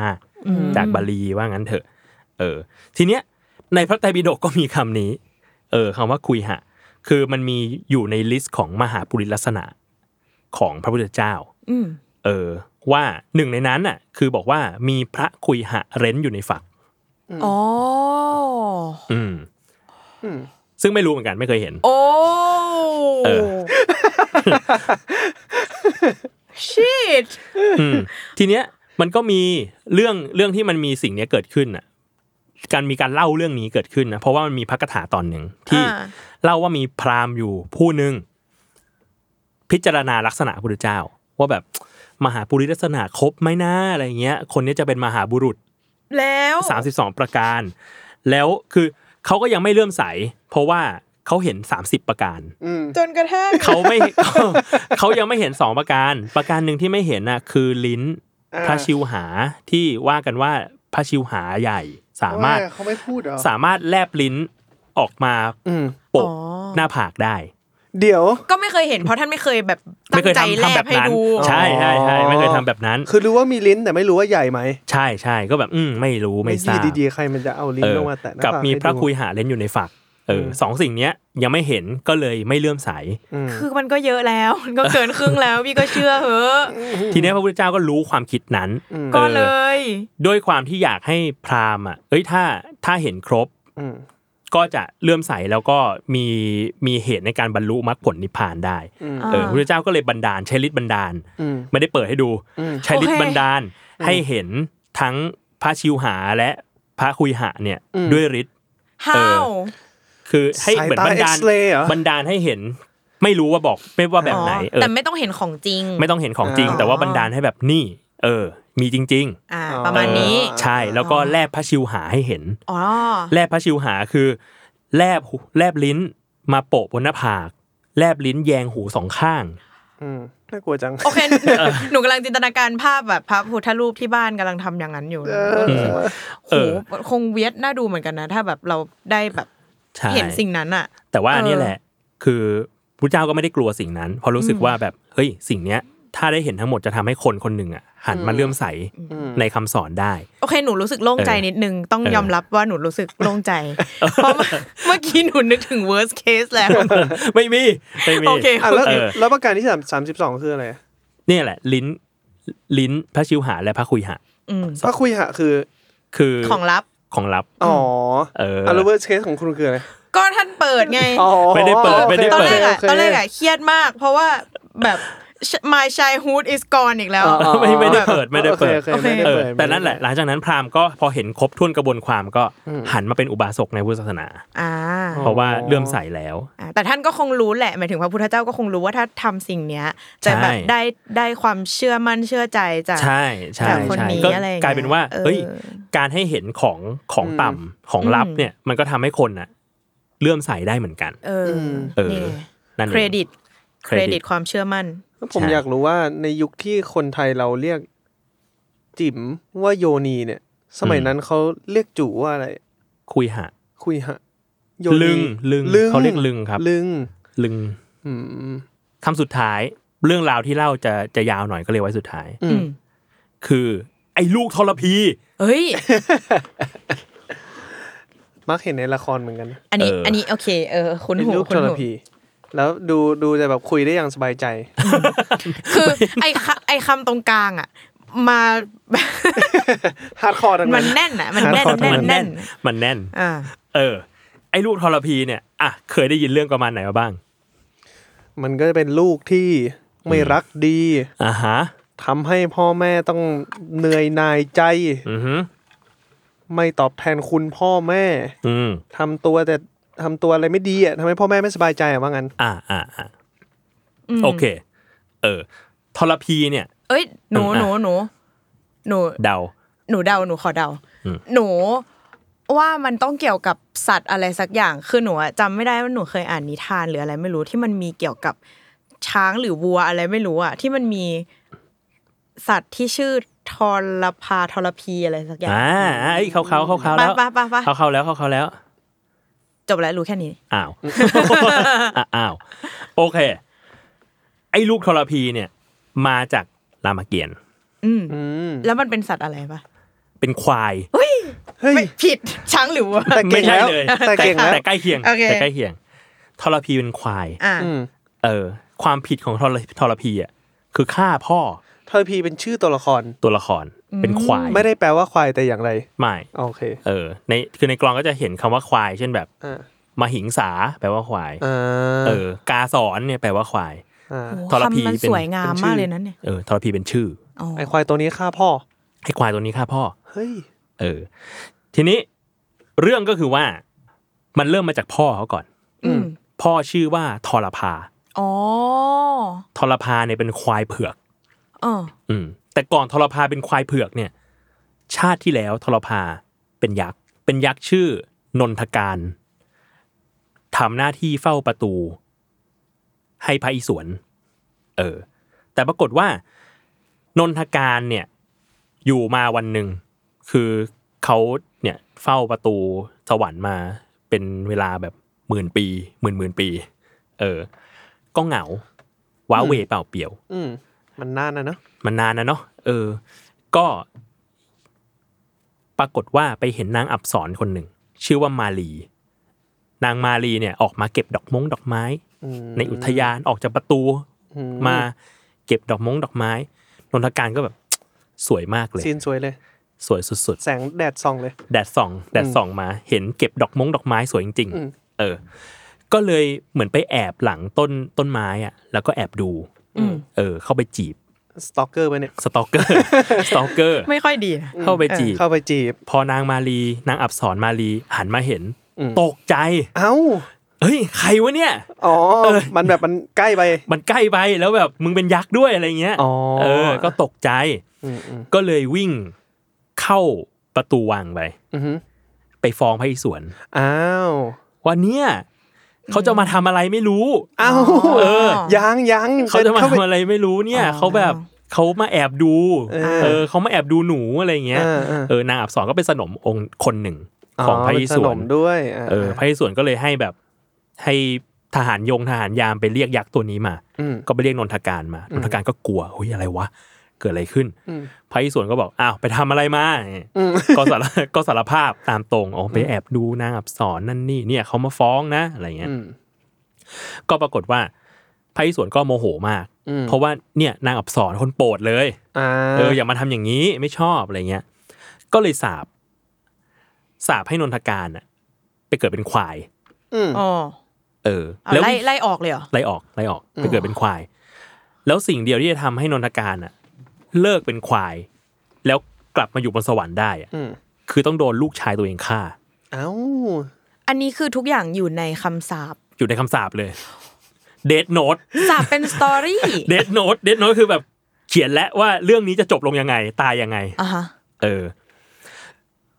Speaker 2: จากบาลีว่างั้นเถอะ เออ ทีเนี้ยในพระไตรปิฎกก็มีคำนี้ เออคำว่าคุยหะ คือมันมีอยู่ในลิสต์ของมหาปุริลักษณะของพระพุทธเจ้า
Speaker 4: อืม
Speaker 2: เออ ว่าหนึ่งในนั้นน่ะ คือบอกว่ามีพระคุยหะเร้นอยู่ในฝัก
Speaker 4: อ๋อ
Speaker 2: อืม
Speaker 3: อืม
Speaker 2: ซึ่งไม่รู้เหมือนกันไม่เคยเห็น
Speaker 4: โอ้
Speaker 2: เออ
Speaker 4: ชิต
Speaker 2: อืมทีเนี้ยมันก็มีเรื่องเรื่องที่มันมีสิ่งเนี้ยเกิดขึ้นอ่ะ การมีการเล่าเรื่องนี้เกิดขึ้นนะเพราะว่ามันมีพระคาถาตอนหนึ่งที่เล่าว่ามีพราหมณ์อยู่ผู้หนึ่งพิจารณาลักษณะพระพุทธเจ้า ว่าแบบมหาปุริลักษณะครบไหมนะอะไรเงี้ย คนเนี้ยจะเป็นมหาบุรุษ
Speaker 4: แล้ว
Speaker 2: 32 ประการ แล้วคือเขาก็ยังไม่เลื่อมใส เพราะว่าเขาเห็น 30 ประการ
Speaker 3: อืม
Speaker 4: จนกระทั่ง
Speaker 2: เขาไม่ เขายังไม่เห็นสองประการ ประการหนึ่งที่ไม่เห็นน่ะคือลิ้น
Speaker 3: อ่า
Speaker 2: พระชิวหาที่ว่ากันว่าพระชิวหาใหญ่ สามารถ
Speaker 3: ว่เขาไม่พูดเหรอ
Speaker 2: สามารถแลบลิ้นออกมา
Speaker 3: อืม
Speaker 2: โปกหน้าผากได้
Speaker 3: เดี๋ยว
Speaker 4: ก็ไม่เคยเห็นเพราะท่านไม่เคยแบบตั้
Speaker 2: ไม่
Speaker 4: ง
Speaker 2: เคย
Speaker 4: ใจ
Speaker 2: ทำ
Speaker 4: แล
Speaker 2: ทำแบบ บ
Speaker 4: ให้
Speaker 2: นั้น
Speaker 4: ดู
Speaker 2: ใช่ใช่ใช่ไม่เคยทำแบบนั้น
Speaker 3: คือรู้ว่ามีลิ้นแต่ไม่รู้ว่าใหญ่ไหม
Speaker 2: ใช่ใช่ก็แบบอืมไม่รู้ไม่ทราบ
Speaker 3: ดีๆใครมันจะเอาลิ้นลงมาแตะหน้า
Speaker 2: กับ
Speaker 3: ผาก
Speaker 2: มี
Speaker 3: ให้
Speaker 2: พระ
Speaker 3: ดู
Speaker 2: คุยหาเล่นอยู่ในฝัก ออสองสิ่งเนี้ยยังไม่เห็นก็เลยไม่เลื่อมใส
Speaker 3: อืม
Speaker 4: คือมันก็เยอะแล้ว มันก็เกินครึ่งแล้ว พี่ก็เชื่อเหอะ
Speaker 2: ทีเนี้ยพระพุทธเจ้าก็รู้ความคิดนั้น
Speaker 3: อืม
Speaker 2: อ
Speaker 4: ก็
Speaker 2: อ
Speaker 4: เลย
Speaker 2: ด้วยความที่อยากให้พราหมณ์อ่ะเอ้ยถ้าถ้าเห็นครบ
Speaker 3: อืม
Speaker 2: ก็จะเลื่อมใสแล้วก็มีมีเหตุในการบรรลุมรรคผลนิพพานได้
Speaker 3: อืม
Speaker 2: เออพ
Speaker 4: อ่า
Speaker 2: ระพุทธเจ้าก็เลยบันดาลใช้ฤทธิ์บันดาล
Speaker 3: อืม
Speaker 2: ไม่ได้เปิดให้ดู
Speaker 3: อืม
Speaker 2: ใช้ฤท
Speaker 4: โอ
Speaker 2: ธิ์
Speaker 4: เค
Speaker 2: บันดาลให้เห็นทั้งพระชิวหาและพระคุยหาเนี่ย
Speaker 3: อืม
Speaker 2: ด้วยฤทธิ์ เออ
Speaker 4: how
Speaker 2: คือให้
Speaker 3: สาย
Speaker 2: เหมือน
Speaker 3: ตา
Speaker 2: บันดาล
Speaker 3: X-ray เหรอ
Speaker 2: บันดาลให้เห็นไม่รู้ว่าบอกไม่ว่าแบบไหนเออ
Speaker 4: แต่ไม่ต้องเห็นของจริง
Speaker 2: ไม่ต้องเห็นของจริง
Speaker 3: อ๋อ
Speaker 2: แต่ว่าบันดาลให้แบบนี่เออ มีจริง ๆ
Speaker 4: อ่า ประมาณนี้
Speaker 3: อ่า
Speaker 2: ใช่แล้วก็แลบพระชิวหาให้เห็น
Speaker 4: อ๋อ
Speaker 2: แลบพระชิวหาคือ แลบหูแลบลิ้นมาโปะบนหน้าผาก แลบลิ้นแยงหูสองข้าง
Speaker 3: อืมน่ากลัวจัง
Speaker 4: โอเคหนูหนูกำลังจินตนาการภาพแบบพระพุทธรูปที่บ้านกำลังทำอย่างนั้นอยู่
Speaker 2: เอ
Speaker 4: โอ้
Speaker 2: อ
Speaker 4: คงเวียดน่าดูเหมือนกันนะ ถ้าแบบเราได้แบบ
Speaker 2: ใช่
Speaker 4: เห็นสิ่งนั้นอ่ะ
Speaker 2: แต่ว่าอันนี่
Speaker 4: เออ
Speaker 2: แหละ คือพระเจ้าก็ไม่ได้กลัวสิ่งนั้นเพราะรู้สึกว่าแบบเฮ้ยสิ่งเนี้ย ถ้าได้เห็นทั้งหมดจะทำให้คนคนหนึ่งอ่ะหันมาเลื่อมใสในคำสอนได้
Speaker 4: โอเคหนูรู้สึกโล่งใจ
Speaker 2: เออ
Speaker 4: นิดนึง ต้อง
Speaker 2: เออ
Speaker 4: ยอมรับว่าหนูรู้สึกโล่งใจ เพราะเมื่อกี้หนูนึกถึง worst case แล้ว
Speaker 2: ไม่มีไม่มี
Speaker 4: โอเค
Speaker 3: อ่ะแล้ว
Speaker 2: เออ
Speaker 3: แล้วประการที่สามสามสิบสองคืออะไร
Speaker 2: เนี่ยแหละ ลิ้นลิ้นพระชิวหาและพระคุยหา
Speaker 4: อืม
Speaker 3: พระคุยหะคือ
Speaker 2: คือ
Speaker 4: ของลับ
Speaker 2: ของลับ
Speaker 3: อ๋อ
Speaker 2: เออ
Speaker 3: อ
Speaker 2: อ่
Speaker 3: ลูเวอร์เคสของคุณคืออะไร
Speaker 4: ก็ท่านเปิดไง
Speaker 3: อ๋อ
Speaker 2: ไม่ได้เปิดไม่ได้
Speaker 4: ตอน
Speaker 2: เปิ
Speaker 4: แร
Speaker 2: ด
Speaker 4: กอะ
Speaker 3: โเค
Speaker 4: ตอนแรกอะเครียดมาก เพราะว่าแบบ my childhood is gone อีกแล้ว
Speaker 3: อ๋ออ๋อ
Speaker 2: ไม่ไม่ได้เปิดไม่ได้เปิด
Speaker 3: โอคโอคไม่ได้
Speaker 2: เออ
Speaker 3: เปิด
Speaker 2: แต่นั่นแหละหลังจากนั้นพราหมณ์ก็พอเห็นครบถ้วนกระบวนความก็หันมาเป็นอุบาสกในพุทธศาสนา
Speaker 4: อ่า
Speaker 2: เพราะว่าเลื่อมใสแล้ว
Speaker 4: อ่า แต่ท่านก็คงรู้แหละหมายถึงพระพุทธเจ้าก็คงรู้ว่าถ้าทำสิ่งเนี้ยจะแบบ
Speaker 2: ใช่
Speaker 4: ได้ได้ความเชื่อมั่นเชื่อใจจาก
Speaker 2: ใช่ใช่
Speaker 4: จากคน
Speaker 2: ใช่
Speaker 4: นี้
Speaker 2: ก็
Speaker 4: อะไรอย่างเงี้ย
Speaker 2: กลายเป็นว่า
Speaker 4: เออ
Speaker 2: เฮ้ยการให้เห็นของของต่ำของลับ
Speaker 4: อืม
Speaker 2: เนี่ยมันก็ทำให้คนน่ะเลื่อมใสได้เหมือนกัน
Speaker 4: เอออ
Speaker 2: เออ
Speaker 4: นี่ไง
Speaker 2: นั่น
Speaker 4: เค
Speaker 2: เอง
Speaker 4: รดิต
Speaker 2: เค
Speaker 4: เค
Speaker 2: ร
Speaker 4: ร
Speaker 2: ดิต
Speaker 4: ดิตความเชื่อมั่น
Speaker 3: ผม
Speaker 2: ใช่
Speaker 3: อยากรู้ว่าในยุคที่คนไทยเราเรียก จิ๋มว่าโยนีเนี่ย สมัยนั้นเขาเรียกจู่ว่าอะไร
Speaker 2: คุยหะ
Speaker 3: คุยหะโย
Speaker 2: ลึ
Speaker 3: นี
Speaker 2: งลึงเขาเรียกลึงครับ
Speaker 3: ลึง
Speaker 2: ลึง
Speaker 3: อืม
Speaker 2: คำสุดท้าย เรื่องราวที่เล่าจะจะยาวหน่อยก็เลยไว้สุดท้าย
Speaker 3: อืม
Speaker 4: อืม
Speaker 2: คือไอ้ลูกทรพี
Speaker 4: เฮ้ย
Speaker 3: มักเห็นในละครเหมือนกันนะ
Speaker 4: อันนี้
Speaker 2: เอออั
Speaker 4: อันนี้โอเค เออ คุณ
Speaker 3: เป็น
Speaker 4: หู
Speaker 3: ลูก
Speaker 4: คุ
Speaker 3: จ
Speaker 4: ณ
Speaker 3: ระ
Speaker 4: หู
Speaker 3: พี แล้วดูดูจะแบบคุยได้อย่างสบายใจ
Speaker 4: คือ ไอ้คไอ้คำตรงกลางอะมา
Speaker 3: ฮาร์ดคอร์ดัง
Speaker 4: มั
Speaker 3: นั้น น
Speaker 4: แน่นอะมันแน่น
Speaker 3: มัน
Speaker 4: แน่น
Speaker 2: มัน
Speaker 4: แน่
Speaker 2: แน่
Speaker 4: น
Speaker 2: นมันแน่น
Speaker 4: อ่า
Speaker 2: เออ ไอ้ลูกทรพีเนี่ยอ่ะเคยได้ยินเรื่องประมาณไหนมาบ้าง
Speaker 3: มันก็จะเป็นลูกที่ไม่รักดี
Speaker 2: อ่าฮะ
Speaker 3: ทำให้พ่อแม่ต้องเหนื่อยหนายใจ
Speaker 2: อือฮึ
Speaker 3: ไม่ตอบแทนคุณพ่อแม่
Speaker 2: อืม
Speaker 3: ทำตัวแต่ทำตัวอะไรไม่ดีอ่ะทำให้พ่อแม่ไม่สบายใจอ่ะว่างั้น
Speaker 2: อ่าอ่าอ่าโอเค เออทรพีเนี่ย
Speaker 4: เอ้ยหนู
Speaker 2: อืมอ่ะ
Speaker 4: หนูหนูหนู
Speaker 2: เดา
Speaker 4: หนูเดาหนูขอเดา หนูว่ามันต้องเกี่ยวกับสัตว์อะไรสักอย่างคือหนูอะจำไม่ได้ว่าหนูเคยอ่านนิทานหรืออะไรไม่รู้ที่มันมีเกี่ยวกับช้างหรือวัวอะไรไม่รู้อะที่มันมีสัตว์ที่ชื่อทรพาทรพีอะไรสักอย่าง
Speaker 2: อ่าอ่าเอ้ยเขาเขาเขาเขาแล้ว
Speaker 4: ไปไปไปไป
Speaker 2: เขาเขาแล้วเขาเขาแล้ว
Speaker 4: จบแล้วรู้แค่นี้
Speaker 2: อ้าว อ่ะอ้าว โอเค ไอ้ลูกทรพีเนี่ย มาจากรามเกียรติ์
Speaker 4: อืม
Speaker 3: อืม
Speaker 4: แล้วมันเป็นสัตว์อะไรปะ
Speaker 2: เป็นควาย
Speaker 3: เฮ้ย
Speaker 4: ไม่ผิดช้างหรือวัว
Speaker 3: แต่เก่
Speaker 2: ไม่
Speaker 3: ง
Speaker 2: ใช่
Speaker 3: แล้ว
Speaker 2: เลย
Speaker 3: แต่เก่งแล้ว
Speaker 2: แต่ใกล้เคียง
Speaker 4: โอเค
Speaker 2: แต่ใกล้เคียงทรพีเป็นควาย
Speaker 4: อ่า
Speaker 3: อืม
Speaker 2: เออ ความผิดของทรทรพีอ่ะคือฆ่าพ่อ
Speaker 3: เทอร์พีเป็นชื่อตัวละคร
Speaker 2: ตัวละครเป็นควาย
Speaker 3: ไม่ได้แปลว่าควายแต่อย่างไร
Speaker 2: ไม่
Speaker 3: โอเค
Speaker 2: เออในคือในกลองก็จะเห็นคำว่าควาย เช่นแบบ
Speaker 3: อ่า
Speaker 2: มาหิงสาแปลว่าควาย
Speaker 3: อ่า
Speaker 2: เออ กาสอนเนี่ยแปลว่าควาย
Speaker 3: อ่า
Speaker 4: โอ้
Speaker 2: ทรพี
Speaker 4: คำมัน
Speaker 2: เป็น
Speaker 4: สวยงามมากเลยนั้นเนี่ย
Speaker 2: เออทรพีเป็นชื่อ
Speaker 4: อ๋อ
Speaker 3: ไอควายตัวนี้ฆ่าพ่อ
Speaker 2: ไอ้ควายตัวนี้ฆ่าพ่อ
Speaker 3: เฮ้ย
Speaker 2: เออ ทีนี้เรื่องก็คือว่ามันเริ่มมาจากพ่อเขาก่อน
Speaker 4: อืม
Speaker 2: พ่อชื่อว่าทรพา
Speaker 4: อ๋อ
Speaker 2: ทรพาเนี่ยเป็นควายเผือก
Speaker 4: เออ
Speaker 2: อืม แต่ก่อนทรพาเป็นควายเผือกเนี่ย ชาติที่แล้วทรพาเป็นยักษ์ เป็นยักษ์ชื่อนนทการทำหน้าที่เฝ้าประตู ให้พระอิศวรเออ แต่ปรากฏว่านนทการเนี่ย อยู่มาวันหนึ่ง คือเขาเนี่ย เฝ้าประตูสวรรค์มา เป็นเวลาแบบหมื่นปีหมื่นหมื่นปี เออ ก็เหงา ว้าเหวเปล่าเปลี่ยว
Speaker 3: อืม มันน่านนะเนอะ
Speaker 2: มันนานนะเนาะ เออ ก็ปรากฏว่าไปเห็นนางอับสรคนหนึ่ง ชื่อว่ามาลี นางมาลีเนี่ยออกมาเก็บดอกมงดอกไม้
Speaker 3: อืม
Speaker 2: ในอุทยานออกจากประตู
Speaker 3: อื
Speaker 2: มาเก็บดอกมงดอกไม้นนทการก็แบบ สวยมากเลย
Speaker 3: ซีนสวยเลย
Speaker 2: สวยสุด
Speaker 3: แสงแดดส่องเลย
Speaker 2: ๆ แดดส่อง แดดส่องมา เห็นเก็บดอกมงดอกไม้สวยจริง
Speaker 3: อืม
Speaker 2: ๆเออ ก็เลยเหมือนไปแอบหลังต้นต้นไม้อะแล้วก็แอบดู
Speaker 4: อืม
Speaker 2: เออ เข้าไปจีบ
Speaker 3: สตอกเกอร์ไปเนี่ย
Speaker 2: สตอกเกอร์ สตอกเกอร์
Speaker 4: ไม่ค่อยดีนะ
Speaker 2: เข้าไปจีบ
Speaker 3: เข้าไปจีบ
Speaker 2: พอนางมาลีนางอับสรมาลีหันมาเห็น
Speaker 3: อืม
Speaker 2: ตกใจ
Speaker 3: เอ้า
Speaker 2: เฮ้ย ใครวะเนี่ย
Speaker 3: อ๋อ
Speaker 2: เออ
Speaker 3: มันแบบมันใกล้ไป
Speaker 2: มันใกล้ไปแล้วแบบมึงเป็นยักษ์ด้วยอะไรเงี้ย
Speaker 3: อ๋อ
Speaker 2: เออ ก็ตกใจ
Speaker 3: อืมอืม
Speaker 2: ก็เลยวิ่งเข้าประตูวังไป
Speaker 3: อือหือ
Speaker 2: ไปฟ้องพระอิศวร
Speaker 3: อ้าว
Speaker 2: ว่าเนี่ยเขาจะมาทำอะไรไม่รู้
Speaker 3: อ้าว
Speaker 2: เออ
Speaker 3: ยังยัง
Speaker 2: เขาจะมา
Speaker 3: เข้าไป
Speaker 2: ทำอะไรไม่รู้เนี่ยเขาแบบเขามาแอบดู
Speaker 3: เออ
Speaker 2: เออเขามาแอบดูหนูอะไรเงี้ย
Speaker 3: เออเออ
Speaker 2: เออนางอับสรก็เป็นสนมองค์คนหนึ่งของพระอิ
Speaker 3: เป็น
Speaker 2: ศ
Speaker 3: น
Speaker 2: ว
Speaker 3: ม
Speaker 2: ร
Speaker 3: ด้วยา
Speaker 2: เออพระอิศวรก็เลยให้แบบให้ทหารยงทหารยามไปเรียกยักษ์ตัวนี้มา
Speaker 3: อืม
Speaker 2: ก็ไปเรียกนนทการมา นนทการก็กลัวเฮ้ยอะไรวะ เกิดอะไรขึ้น
Speaker 3: อืม
Speaker 2: พระอิศวรก็บอกอ้าวไปทำอะไรมา
Speaker 3: อืม
Speaker 2: ก็สาร ก็สารภาพตามตรงอ๋อไปแอบดูนางอับสรนั่นนี่เนี่ยเขามาฟ้องนะอะไรเงี้ย
Speaker 3: อืม
Speaker 2: ก็ปรากฏว่าพระอิศวรก็โมโหมาก
Speaker 3: อืม
Speaker 2: เพราะว่าเนี่ยนางอับสรคนโปรดเลย
Speaker 3: อ่า
Speaker 2: เอออย่ามาทำอย่างนี้ไม่ชอบอะไรเงี้ย ก็เลยสาบสาบให้นนทการอะไปเกิดเป็นควาย
Speaker 3: อืม
Speaker 4: อ๋อ
Speaker 2: เออ
Speaker 4: เอาไล่ไล่ออกเลยเหรอ
Speaker 2: ไล่ออกไล่ออกไปเกิดเป็นควาย แล้วสิ่งเดียวที่จะทำให้นนทการอะเลิกเป็นควาย แล้วกลับมาอยู่บนสวรรค์ได้อะ
Speaker 3: อืม
Speaker 2: คือต้องโดนลูกชายตัวเองฆ่า
Speaker 3: เอ้า
Speaker 4: อันนี้คือทุกอย่างอยู่ในคำสาป
Speaker 2: อยู่ในคำสาปเลยเด n โนด
Speaker 4: สาปเป็นสตอรี่
Speaker 2: เด n โนดเด n โนดคือแบบเขียนและว่าเรื่องนี้จะจบลงยังไง ตายยังไง
Speaker 4: อ่ะฮะ
Speaker 2: เออ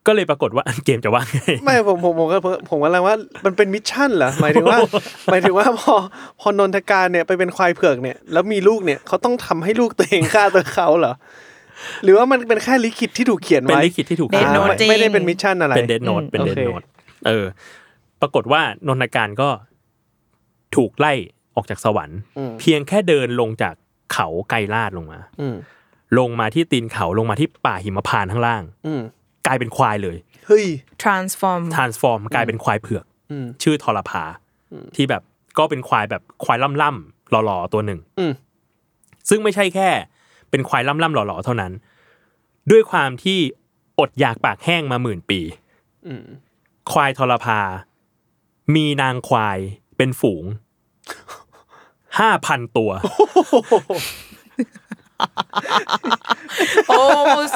Speaker 2: ก็เลยปรากฏว่า เกมจะว่าไง
Speaker 3: ไม่ผมผมผมก็ผมกำลังว่ามันเป็นมิชชั่นเหรอหมายถึ งว่า หมายถึงว่าพอพอนนทการเนี่ยไปเป็นควายเผือกเนี่ย แล้วมีลูกเนี่ยเขาต้องทำให้ลูกตัวเองฆ่าตัวเขาเหรอหรือว่ามันเป็นแค่ลิขิตที่ถูกเขียน
Speaker 2: เป็น
Speaker 3: ไว้
Speaker 2: ลิขิตที่ถูก
Speaker 3: อ่า
Speaker 2: เขียนไว้
Speaker 3: ไม่ไม่ได้เป็นมิชชั่นอะไร
Speaker 2: เป็นเดนโนดเป็น
Speaker 3: โอ
Speaker 2: เด
Speaker 3: เค
Speaker 2: นโนดเออ ปรากฏว่านนทการก็ถูกไล่ออกจากสวรรค์
Speaker 3: อืม
Speaker 2: เพียงแค่เดินลงจากเขาไกลลาดลงมา
Speaker 3: อืม
Speaker 2: ลงมาที่ตีนเขาลงมาที่ป่าหิมพานต์ข้างล่าง
Speaker 3: อืม
Speaker 2: กลายเป็นควายเลย
Speaker 3: เฮ้ย
Speaker 4: ทรานส์ฟอร์ม
Speaker 2: ท r a น s ฟอร์มกลายเป็นควายเผือก
Speaker 3: อืม
Speaker 2: ชื่อทรพา ที่แบบก็เป็นควายแบบควายล่ำๆหล่อๆตัวหนึ่ง
Speaker 3: อืม
Speaker 2: ซึ่งไม่ใช่แค่ เป็นควายล่ำๆหล่อๆเท่านั้น ด้วยความที่อดอยากปากแห้งมาหมื่นปี
Speaker 3: อืม
Speaker 2: ควายทรพา มีนางควายเป็นฝูง ห้าพันตัว
Speaker 4: โอ้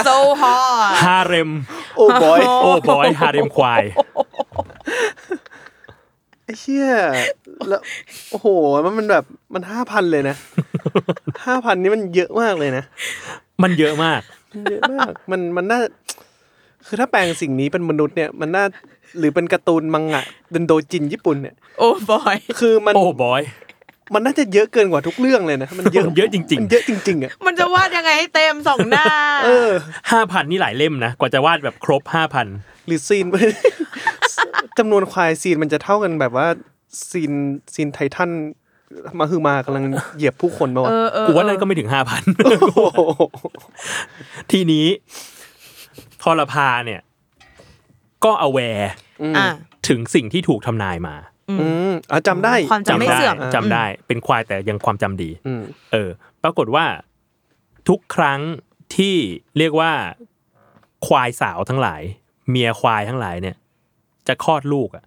Speaker 4: so hard
Speaker 2: ฮาเร็ม
Speaker 3: โอ้บอย
Speaker 2: โอ้บอยฮาเร็มควาย
Speaker 3: ไอ้เชี่ยแล้วโอ้โหมันมันแบบมันห้าพันเลย นะห้าพันนี่มันเยอะมากเลยนะ
Speaker 2: มันเยอะมาก
Speaker 3: เยอะมาก มันมันน่า คือถ้าแปลงสิ่งนี้เป็นมนุษย์เนี่ย มันน่า หรือเป็นการ์ตูนมังงะเป็นโดจินญี่ปุ่นเนี่ย
Speaker 4: โอ้บอย
Speaker 3: คือมัน
Speaker 2: โอ้บอย
Speaker 3: มันน่าจะเยอะเกินกว่าทุกเรื่องเลยนะ มันเยอะ
Speaker 2: มันเยอะจริงๆ
Speaker 3: มันเยอะจริง ๆอ่ะ
Speaker 4: มันจะวาดยังไงให้เต็มสองหน้า
Speaker 3: เออ
Speaker 2: ห้าพันนี่หลายเล่มนะ กว่าจะวาดแบบครบห้าพัน
Speaker 3: หรือซีน จำนวนควายซีนมันจะเท่ากันแบบว่าซีนซีนไททันมาคือมากำลังเหยียบผู้คนมาวะ
Speaker 4: เออเออ
Speaker 2: กูว่านั่นก็ไม่ถึงห้าพัน
Speaker 3: โอ้โห
Speaker 2: ทีนี้ทรพาเนี่ย ก็อแวร์
Speaker 4: อ่ะ
Speaker 2: ถึงสิ่งที่ถูกทำนายมา
Speaker 3: อืมอ่ะจำได้
Speaker 4: ความจำไม่
Speaker 2: ได้
Speaker 4: เสื่อม
Speaker 2: จำได้ เป็นควายแต่ยังความจำดี
Speaker 3: อืม
Speaker 2: เออ ปรากฏว่าทุกครั้งที่เรียกว่าควายสาวทั้งหลาย เมียควายทั้งหลายเนี่ย จะคลอดลูกอะ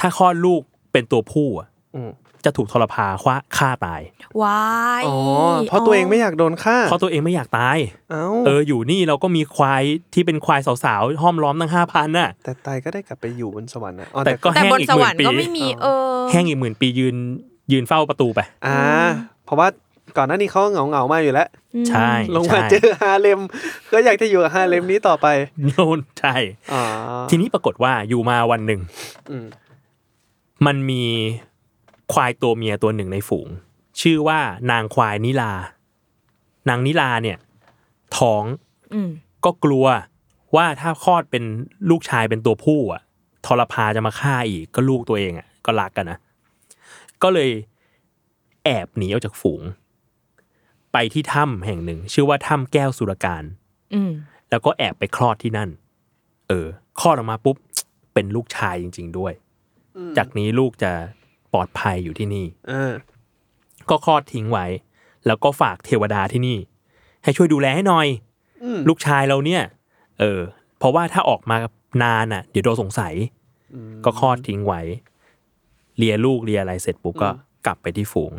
Speaker 2: ถ้าคลอดลูกเป็นตัวผู้อะ
Speaker 3: อืม
Speaker 2: จะถูกทรพาคว้าฆ่าตาย
Speaker 4: วาย
Speaker 3: อ๋อ เพราะตัวเองไม่อยากโดนฆ่า
Speaker 2: เพราะตัวเองไม่อยากตาย
Speaker 3: เอ้า
Speaker 2: เอออยู่นี่เราก็มีควายที่เป็นควายสาวๆห้อมล้อมตั้งห้าพันน่ะ
Speaker 3: แต่ตายก็ได้กลับไปอยู่บนสวรรค์นะอ๋อ
Speaker 2: แต่ก็
Speaker 4: แต่
Speaker 2: แห้ง
Speaker 4: บน
Speaker 2: อีก
Speaker 4: ส
Speaker 2: ห
Speaker 4: ว
Speaker 2: มื่
Speaker 4: ร
Speaker 2: น
Speaker 4: รค์
Speaker 2: ปี
Speaker 4: ก็ไม่มีเออ
Speaker 2: แห้งอีกหมื่นปียืนยืนเฝ้าประตูไป
Speaker 3: อ่าเพราะว่าก่อนหน้านี้เขาเหงาเหงาๆมาอยู่แล้ว
Speaker 2: ใช่
Speaker 3: ลงมาเจอฮาเลม ก็อยากจะอยู่กับฮาเลมนี้ต่อไป
Speaker 2: โยนใช่
Speaker 3: อ๋อ
Speaker 2: ทีนี้ปรากฏว่าอยู่มาวันหนึ่ง
Speaker 3: อืม
Speaker 2: มันมีควายตัวเมียตัวหนึ่งในฝูง ชื่อว่านางควายนิลา นางนิลาเนี่ย ท้อง
Speaker 4: อืม
Speaker 2: ก็กลัวว่าถ้าคลอดเป็นลูกชายเป็นตัวผู้อ่ะทรพาจะมาฆ่าอีกก็ลูกตัวเองอ่ะก็รักกันนะก็เลยแอบหนีออกจากฝูง ไปที่ถ้ำแห่งหนึ่ง ชื่อว่าถ้ำแก้วสุรการ
Speaker 4: อืม
Speaker 2: แล้วก็แอบไปคลอดที่นั่น เออ คลอดออกมาปุ๊บ เป็นลูกชายจริง ๆ ด้วย
Speaker 3: อืม
Speaker 2: จากนี้ลูกจะปลอดภัยอยู่ที่นี่
Speaker 3: เออ
Speaker 2: ก็คลอดทิ้งไว้ แล้วก็ฝากเทวดาที่นี่ ให้ช่วยดูแลให้หน่อย
Speaker 3: อืม
Speaker 2: ลูกชายเราเนี่ย เออ เพราะว่าถ้าออกมานานอ่ะ เดี๋ยวโดนสงสัย ก็คลอดทิ้งไว้ เลียลูกเลียอะไรเสร็จปุ๊บก็กลับไปที่ฝูง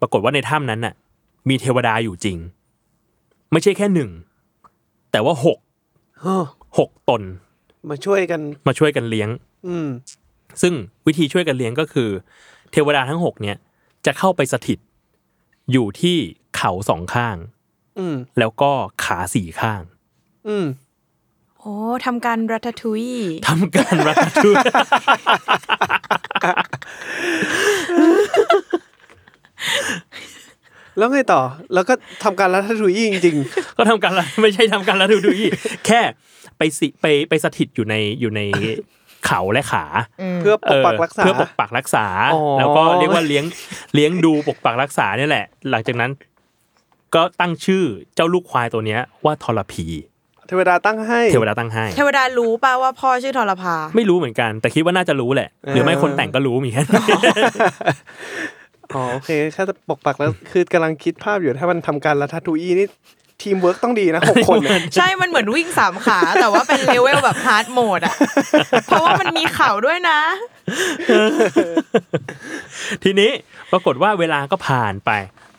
Speaker 2: ปรากฏว่าในถ้ำนั้นน่ะ มีเทวดาอยู่จริง ไม่ใช่แค่หนึ่ง แต่ว่าหก
Speaker 3: เฮ้อ
Speaker 2: หกตน
Speaker 3: มาช่วยกัน
Speaker 2: มาช่วยกันเลี้ยง
Speaker 3: อืม
Speaker 2: ซึ่งวิธีช่วยกันเลี้ยงก็คือ เทวดาทั้งหกเนี่ยจะเข้าไปสถิต อยู่ที่เขาสองข้าง
Speaker 3: อืม
Speaker 2: แล้วก็ขาสี่ข้าง
Speaker 3: อืม
Speaker 4: โอ้ทำการรัตทุย
Speaker 2: ทำการรัฐทูต
Speaker 3: แล้วไงต่อ แล้วก็ทำการรัฐทุยจริง
Speaker 2: ก็ทำการรัฐไม่ใช่ทำการรัฐทูตอีกแค่ไปสิไปไปสถิตอยู่ในอยู่ในเขาและขา
Speaker 3: ๆ เพื่อปกปักรักษา
Speaker 2: เพื่อปกปักรักษา
Speaker 3: อ๋อ
Speaker 2: แล้วก็เรียกว่าเลี้ยงเลี้ยงดูปกปักรักษาเนี่ยแหละ หลังจากนั้น ก็ตั้งชื่อเจ้าลูกควายตัวเนี้ยว่าทรพี
Speaker 3: เทวดาตั้งให้
Speaker 2: เทวดาตั้งให้
Speaker 4: เทวดารู้ป่าว่าพ่อชื่อทรพา
Speaker 2: ไม่รู้เหมือนกัน แต่คิดว่าน่าจะรู้แหละ หรือไม่คนแต่งก็รู้มีแค่นั้น
Speaker 3: อ๋อโอเคแค่จะปกปักแล้วคือกำลังคิดภาพอยู่ถ้ามันทำการรัฐทุยนี่ทีมเวิร์กต้องดีนะหกคน เนี่ย
Speaker 4: ใช่ มันเหมือนวิ่งสามขา แต่ว่าเป็นเลเวลแบบฮาร์ดโหมดอ่ะ เพราะว่ามันมีเข่าด้วยนะ
Speaker 2: ทีนี้ปรากฏว่าเวลาก็ผ่านไป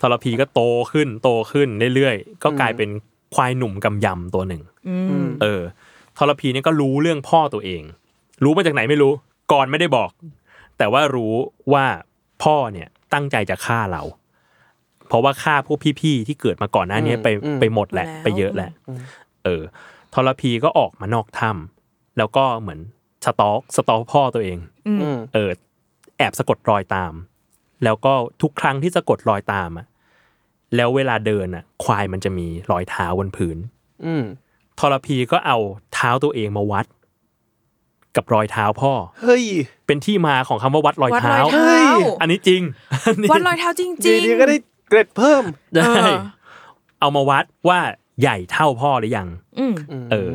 Speaker 2: ทรพีก็โตขึ้นโตขึ้นเรื่อยๆ ก็กลายเป็นควายหนุ่มกำยำตัวหนึ่ง
Speaker 4: อืม
Speaker 2: เออทรพีเนี่ยก็รู้เรื่องพ่อตัวเอง รู้มาจากไหนไม่รู้ ก่อนไม่ได้บอก แต่ว่ารู้ว่าพ่อเนี่ยตั้งใจจะฆ่าเรา เพราะว่าฆ่าพวกพี่ๆที่เกิดมาก่อนหน้าเนี้ยไปไปหมดแหละ
Speaker 4: แล้ว
Speaker 2: ไปเยอะแหละ เออทรพีก็ออกมานอกถ้ำแล้วก็เหมือนสตอกสตอกพ่อตัวเอง
Speaker 3: อืม
Speaker 2: เออแอบสะกดรอยตาม แล้วก็ทุกครั้งที่สะกดรอยตามอะแล้วเวลาเดินอะควายมันจะมีรอยเท้าบนพื้น
Speaker 3: อืม
Speaker 2: ทรพีก็เอาเท้าตัวเองมาวัด กับรอยเท้าพ่อ
Speaker 3: เฮ้ย
Speaker 2: เป็นที่มาของคำว่าวัดรอย
Speaker 4: วัดร
Speaker 2: เท้า
Speaker 4: อยเท้า
Speaker 3: เฮ้ย
Speaker 2: อันนี้จริงอันนี้
Speaker 4: วัดรอยเท้าจ
Speaker 3: ดี
Speaker 4: ริง
Speaker 3: ดีก็ได้เกรดเพิ่ม
Speaker 2: ได้
Speaker 4: เออ
Speaker 2: เอามาวัดว่าใหญ่เท่าพ่อหรือยัง
Speaker 4: อืม
Speaker 2: เออ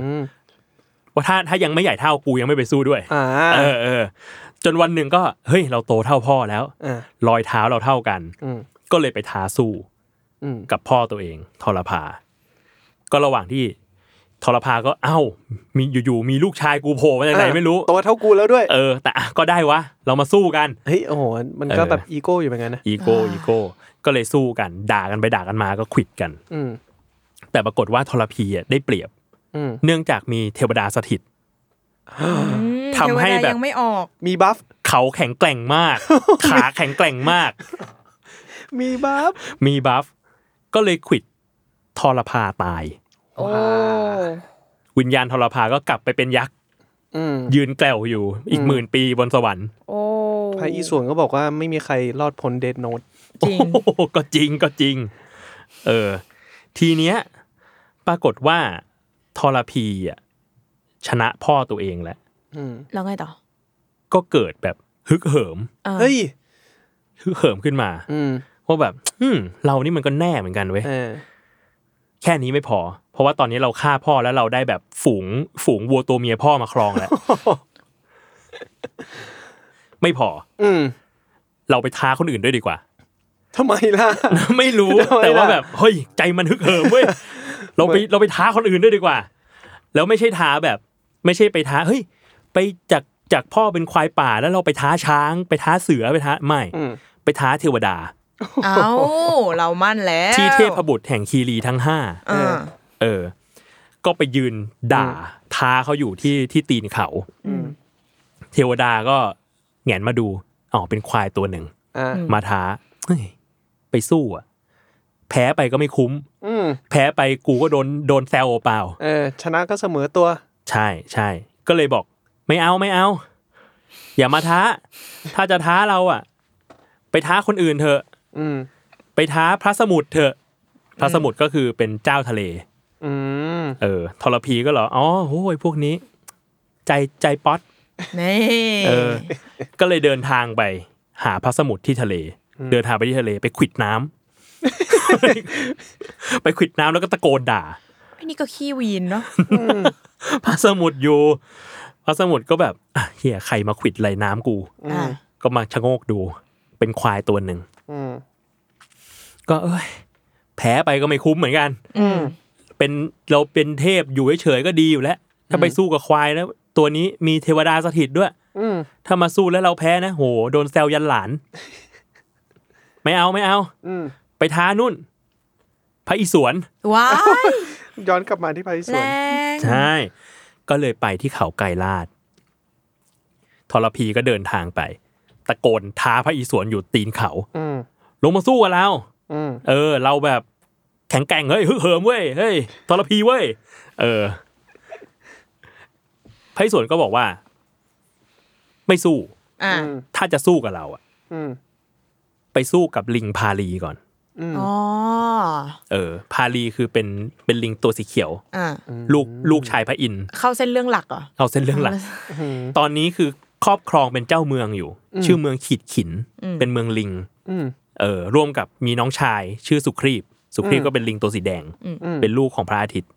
Speaker 2: ว่าถ้าถ้ายังไม่ใหญ่เท่ากูยังไม่ไปสู้ด้วย
Speaker 3: อ่า
Speaker 2: เออเออจนวันหนึ่งก็เฮ้ยเราโตเท่าพ่อแล้ว
Speaker 3: อ่าร
Speaker 2: อยเท้าเราเท่ากัน
Speaker 3: อืม
Speaker 2: ก็เลยไปท้าสู้
Speaker 3: อืม
Speaker 2: กับพ่อตัวเองทรพา ก็ระหว่างที่ทรพาก็เอ้า มีอยู่ๆมีลูกชายกูโผล่มาจากไหนไม่รู้
Speaker 3: ตัวเท่ากูแล้วด้วย
Speaker 2: เออ แต่อ่ะก็ได้วะ เรามาสู้กัน
Speaker 3: เฮ้ยโอ้โหมันก็
Speaker 2: เออ
Speaker 3: แบบอีโก้อยู่เหมือนกันนะ
Speaker 2: อีโก้อีโก้ก็เลยสู้กัน ด่ากันไปด่ากันมาก็ขวิดกัน
Speaker 3: อืม
Speaker 2: แต่ปรากฏว่าทรพีอ่ะได้เปรียบ
Speaker 3: อืม
Speaker 2: เนื่องจากมีเทวดาสถิต
Speaker 4: อืม
Speaker 2: ทำให้แบบ
Speaker 4: เทวดายังไม่ออก
Speaker 3: มีบัฟ
Speaker 2: เขาแข็งแกร่งมาก ขาแข็งแกร่งมาก
Speaker 3: มีบัฟ
Speaker 2: มีบัฟ ก็เลยขวิดทรพาตาย
Speaker 4: โอ้
Speaker 2: วิญญาณทรพาก็กลับไปเป็นยักษ์
Speaker 3: อืม
Speaker 2: ยืนแกล้วอยู่อีกหมื่นปีบนสวรรค์
Speaker 4: โอ้
Speaker 3: พระอีสวนก็บอกว่าไม่มีใครรอดพ้นเดดโนต
Speaker 4: จริง
Speaker 2: โอ้โหก็จริงก็จริง เออ ทีเนี้ย ปรากฏว่าทรพีอ่ะชนะพ่อตัวเองแล้ว
Speaker 3: อืม
Speaker 4: แล้วไงต่อ
Speaker 2: ก็เกิดแบบฮึกเหิม
Speaker 4: ออ
Speaker 3: เฮ้ย
Speaker 2: ฮึกเหิมขึ้นมา
Speaker 3: อืม
Speaker 2: ว่าแบบ อืมเรานี่มันก็แน่เหมือนกันเว้ย
Speaker 3: เออ
Speaker 2: แค่นี้ไม่พอ เพราะว่าตอนนี้เราฆ่าพ่อแล้วเราได้แบบฝูง ฝูงวัวตัวเมียพ่อมาครองแล้ว ไม่พอ
Speaker 3: อืม
Speaker 2: เราไปท้าคนอื่นด้วยดีกว่า
Speaker 3: ทำไมล่ะ
Speaker 2: ไม่ รู้
Speaker 3: ทำไมล่ะ
Speaker 2: แต่ว่าแบบเฮ้ยใจมันฮึกเหิม เว้ยเราไปเราไปท้าคนอื่นด้วยดีกว่า แล้วไม่ใช่ท้าแบบ ไม่ใช่ไปท้าเฮ้ย ไปจากจากพ่อเป็นควายป่าแล้วเราไปท้าช้าง ไปท้าเสือไปท้าไม่
Speaker 3: อืม
Speaker 2: ไปท้าเทวดา
Speaker 4: เอาเรามั่นแล้ว
Speaker 2: ที่เทพบุตรแห่งคีรีทั้งห้า
Speaker 4: เออ
Speaker 2: เออ ก็ไปยืนด่าท้าเขาอยู่ที่ที่ตีนเขา
Speaker 3: อืม
Speaker 2: เทวดาก็แหงนมาดูอ๋อเป็นควายตัวหนึ่ง
Speaker 3: อ่า
Speaker 2: มาท้าเฮ้ยไปสู้อะแพ้ไปก็ไม่คุ้ม
Speaker 3: อืม
Speaker 2: แพ้ไปกูก็โดนโดนแซวเปล่า
Speaker 3: เออชนะก็เสมอตัว
Speaker 2: ใช่ใช่ก็เลยบอก ไม่เอาไม่เอา อย่ามาท้า ถ้าจะท้าเราอ่ะ ไปท้าคนอื่นเถอะ
Speaker 3: อืม
Speaker 2: ไปท้าพระสมุทรเถอะ พระสมุทรก็คือเป็นเจ้าทะเล
Speaker 3: อืม
Speaker 2: เออทรพีก็เหรออ๋อโอ้ยพวกนี้ ใจใจป๊อต
Speaker 4: นี่
Speaker 2: เออ ก็เลยเดินทางไป หาพระสมุทรที่ทะเล เดินทางไปที่ทะเลไปขวิดน้ำ ไปขวิดน้ำแล้วก็ตะโกนด่า
Speaker 4: ไอ้นี่ก็ขี้วีนเนาะ
Speaker 2: พระสมุทรอยู่ พระสมุทรก็แบบอ่ะเฮียใครมาขวิดไหลน้ำกู
Speaker 4: อ่า
Speaker 2: ก็มาชะโงกดู เป็นควายตัวหนึ่ง
Speaker 3: อืม
Speaker 2: ก็เอ้ย แพ้ไปก็ไม่คุ้มเหมือนกัน
Speaker 4: อืม
Speaker 2: เป็นเราเป็นเทพอยู่เฉยๆก็ดีอยู่แล้ว ถ้าไปสู้กับควายนะตัวนี้มีเทวดาสถิตด้วย
Speaker 3: อืม
Speaker 2: ถ้ามาสู้แล้วเราแพ้นะโหโดนแซวยันห ลาน ไม่เอาไม่เอา
Speaker 3: อืม
Speaker 2: ไปท้านุ่น พระอิศวร
Speaker 4: ว้าย
Speaker 3: ย้อนกลับมาที่พระอิศ
Speaker 4: แร
Speaker 3: วรง
Speaker 2: ใช่ ก็เลยไปที่เขาไกรลาดทรพีก็เดินทางไป ตะโกนท้าพระอิศวรอยู่ตีนเขา
Speaker 3: อืม
Speaker 2: ลงมาสู้กับเรา
Speaker 3: อืม
Speaker 2: เออ เราแบบแข็งแกร่งเฮ้ยฮึกเหิมเว้ยเฮ้ยทรพีเว้ยเออไพศาลก็บอกว่า ไม่สู้
Speaker 4: อ่า
Speaker 3: อืม
Speaker 2: ถ้าจะสู้กับเราอะ
Speaker 3: อืม
Speaker 2: ไปสู้กับลิงพาลีก่อน
Speaker 3: อืม
Speaker 4: อ๋อ
Speaker 2: เออ พาลีคือเป็นเป็นลิงตัวสีเขียว
Speaker 4: อ่า
Speaker 2: ลูกลูกชายพระอินทร์
Speaker 4: เข้าเส้นเรื่องหลักเหรอ
Speaker 2: เอาเส้นเรื่องหลัก
Speaker 3: อืม
Speaker 2: ตอนนี้คือครอบครองเป็นเจ้าเมืองอยู่
Speaker 3: อืม
Speaker 2: ชื่อเมืองขีดขิน เป็นเมืองลิง
Speaker 3: อืม
Speaker 2: เออ ร่วมกับมีน้องชาย ชื่อสุครีบ สุครีบ
Speaker 3: อืม
Speaker 2: ก็เป็นลิงตัวสีแดง
Speaker 3: อืม
Speaker 2: เป็นลูกของพระอาทิตย์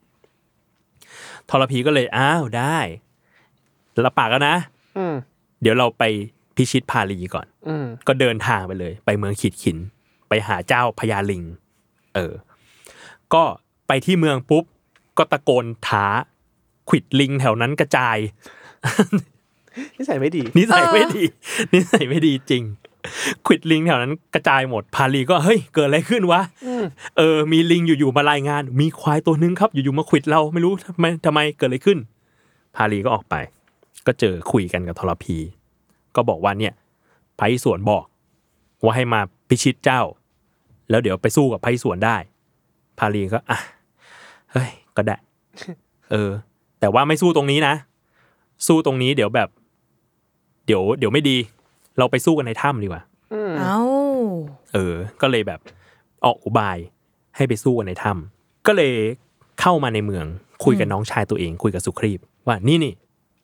Speaker 2: ทรพีก็เลยอ้าวได้รับปากแล้วนะ
Speaker 3: อืม
Speaker 2: เดี๋ยวเราไปพิชิตพาลีก่อน
Speaker 3: อืม
Speaker 2: ก็เดินทางไปเลย ไปเมืองขีดขิน ไปหาเจ้าพญาลิง เออ ก็ไปที่เมืองปุ๊บ ก็ตะโกนท้าขวิดลิงแถวนั้นกระจาย
Speaker 3: นิสัยไม่ดี
Speaker 2: นิสัยไม่ดี นิสัยไม่ดีจริง ขวิดลิงแถวนั้นกระจายหมด พาลีก็เฮ้ยเกิดอะไรขึ้นวะ เออ มีลิงอยู่ๆมารายงาน มีควายตัวหนึงครับ อยู่ๆมาขวิดเราไม่รู้ทำไมทำไมเกิดอะไรขึ้น พาลีก็ออกไป ก็เจอคุยกันกับทรพี ก็บอกว่าเนี่ยไพระอิศวรบอก ว่าให้มาพิชิตเจ้า แล้วเดี๋ยวไปสู้กับไพระอิศวรได้ พาลีก็อ่ะเฮ้ยก็ได้ เออ แต่ว่าไม่สู้ตรงนี้นะ สู้ตรงนี้เดี๋ยวแบบ เดี๋ยวเดี๋ยวไม่ดี เราไปสู้กันในถ้ำดีกว่า
Speaker 3: อืม
Speaker 4: เอ้า
Speaker 2: เออ ก็เลยแบบออกอุบายให้ไปสู้กันในถ้ำก็เลยเข้ามาในเมือง คุยกับน้องชายตัวเอง คุยกับสุครีบ ว่านี่นี่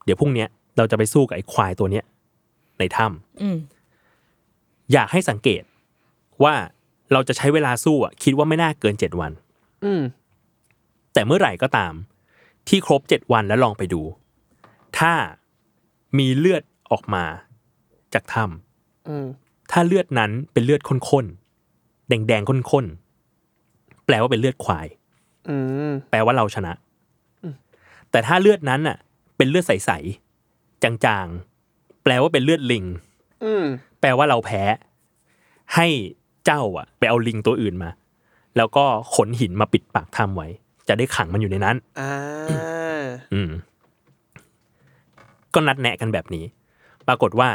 Speaker 2: เดี๋ยวพรุ่งเนี้ยเราจะไปสู้กับไอ้ควายตัวเนี้ยในถ้
Speaker 4: อืม
Speaker 2: ำอยากให้สังเกตว่าเราจะใช้เวลาสู้อะคิดว่าไม่น่าเกินเจ็ดวัน
Speaker 3: อืม
Speaker 2: แต่เมื่อไหร่ก็ตาม ที่ครบเจ็ดวันแล้วลองไปดู ถ้ามีเลือดออกมาจากถ้ำ
Speaker 3: อืม
Speaker 2: ถ้าเลือดนั้นเป็นเลือดข้นๆ แดงๆข้นๆ แปลว่าเป็นเลือดควาย
Speaker 3: อืม
Speaker 2: แปลว่าเราชนะ แต่ถ้าเลือดนั้นน่ะ เป็นเลือดใสๆ จางๆ แปลว่าเป็นเลือดลิง
Speaker 3: อืม
Speaker 2: แปลว่าเราแพ้ ให้เจ้าอ่ะ ไปเอาลิงตัวอื่นมา แล้วก็ขนหินมาปิดปากถ้ำไว้ จะได้ขังมันอยู่ในนั้น
Speaker 3: อ่า
Speaker 2: อืม ก็นัดแนะกันแบบนี้ ปรากฏว่า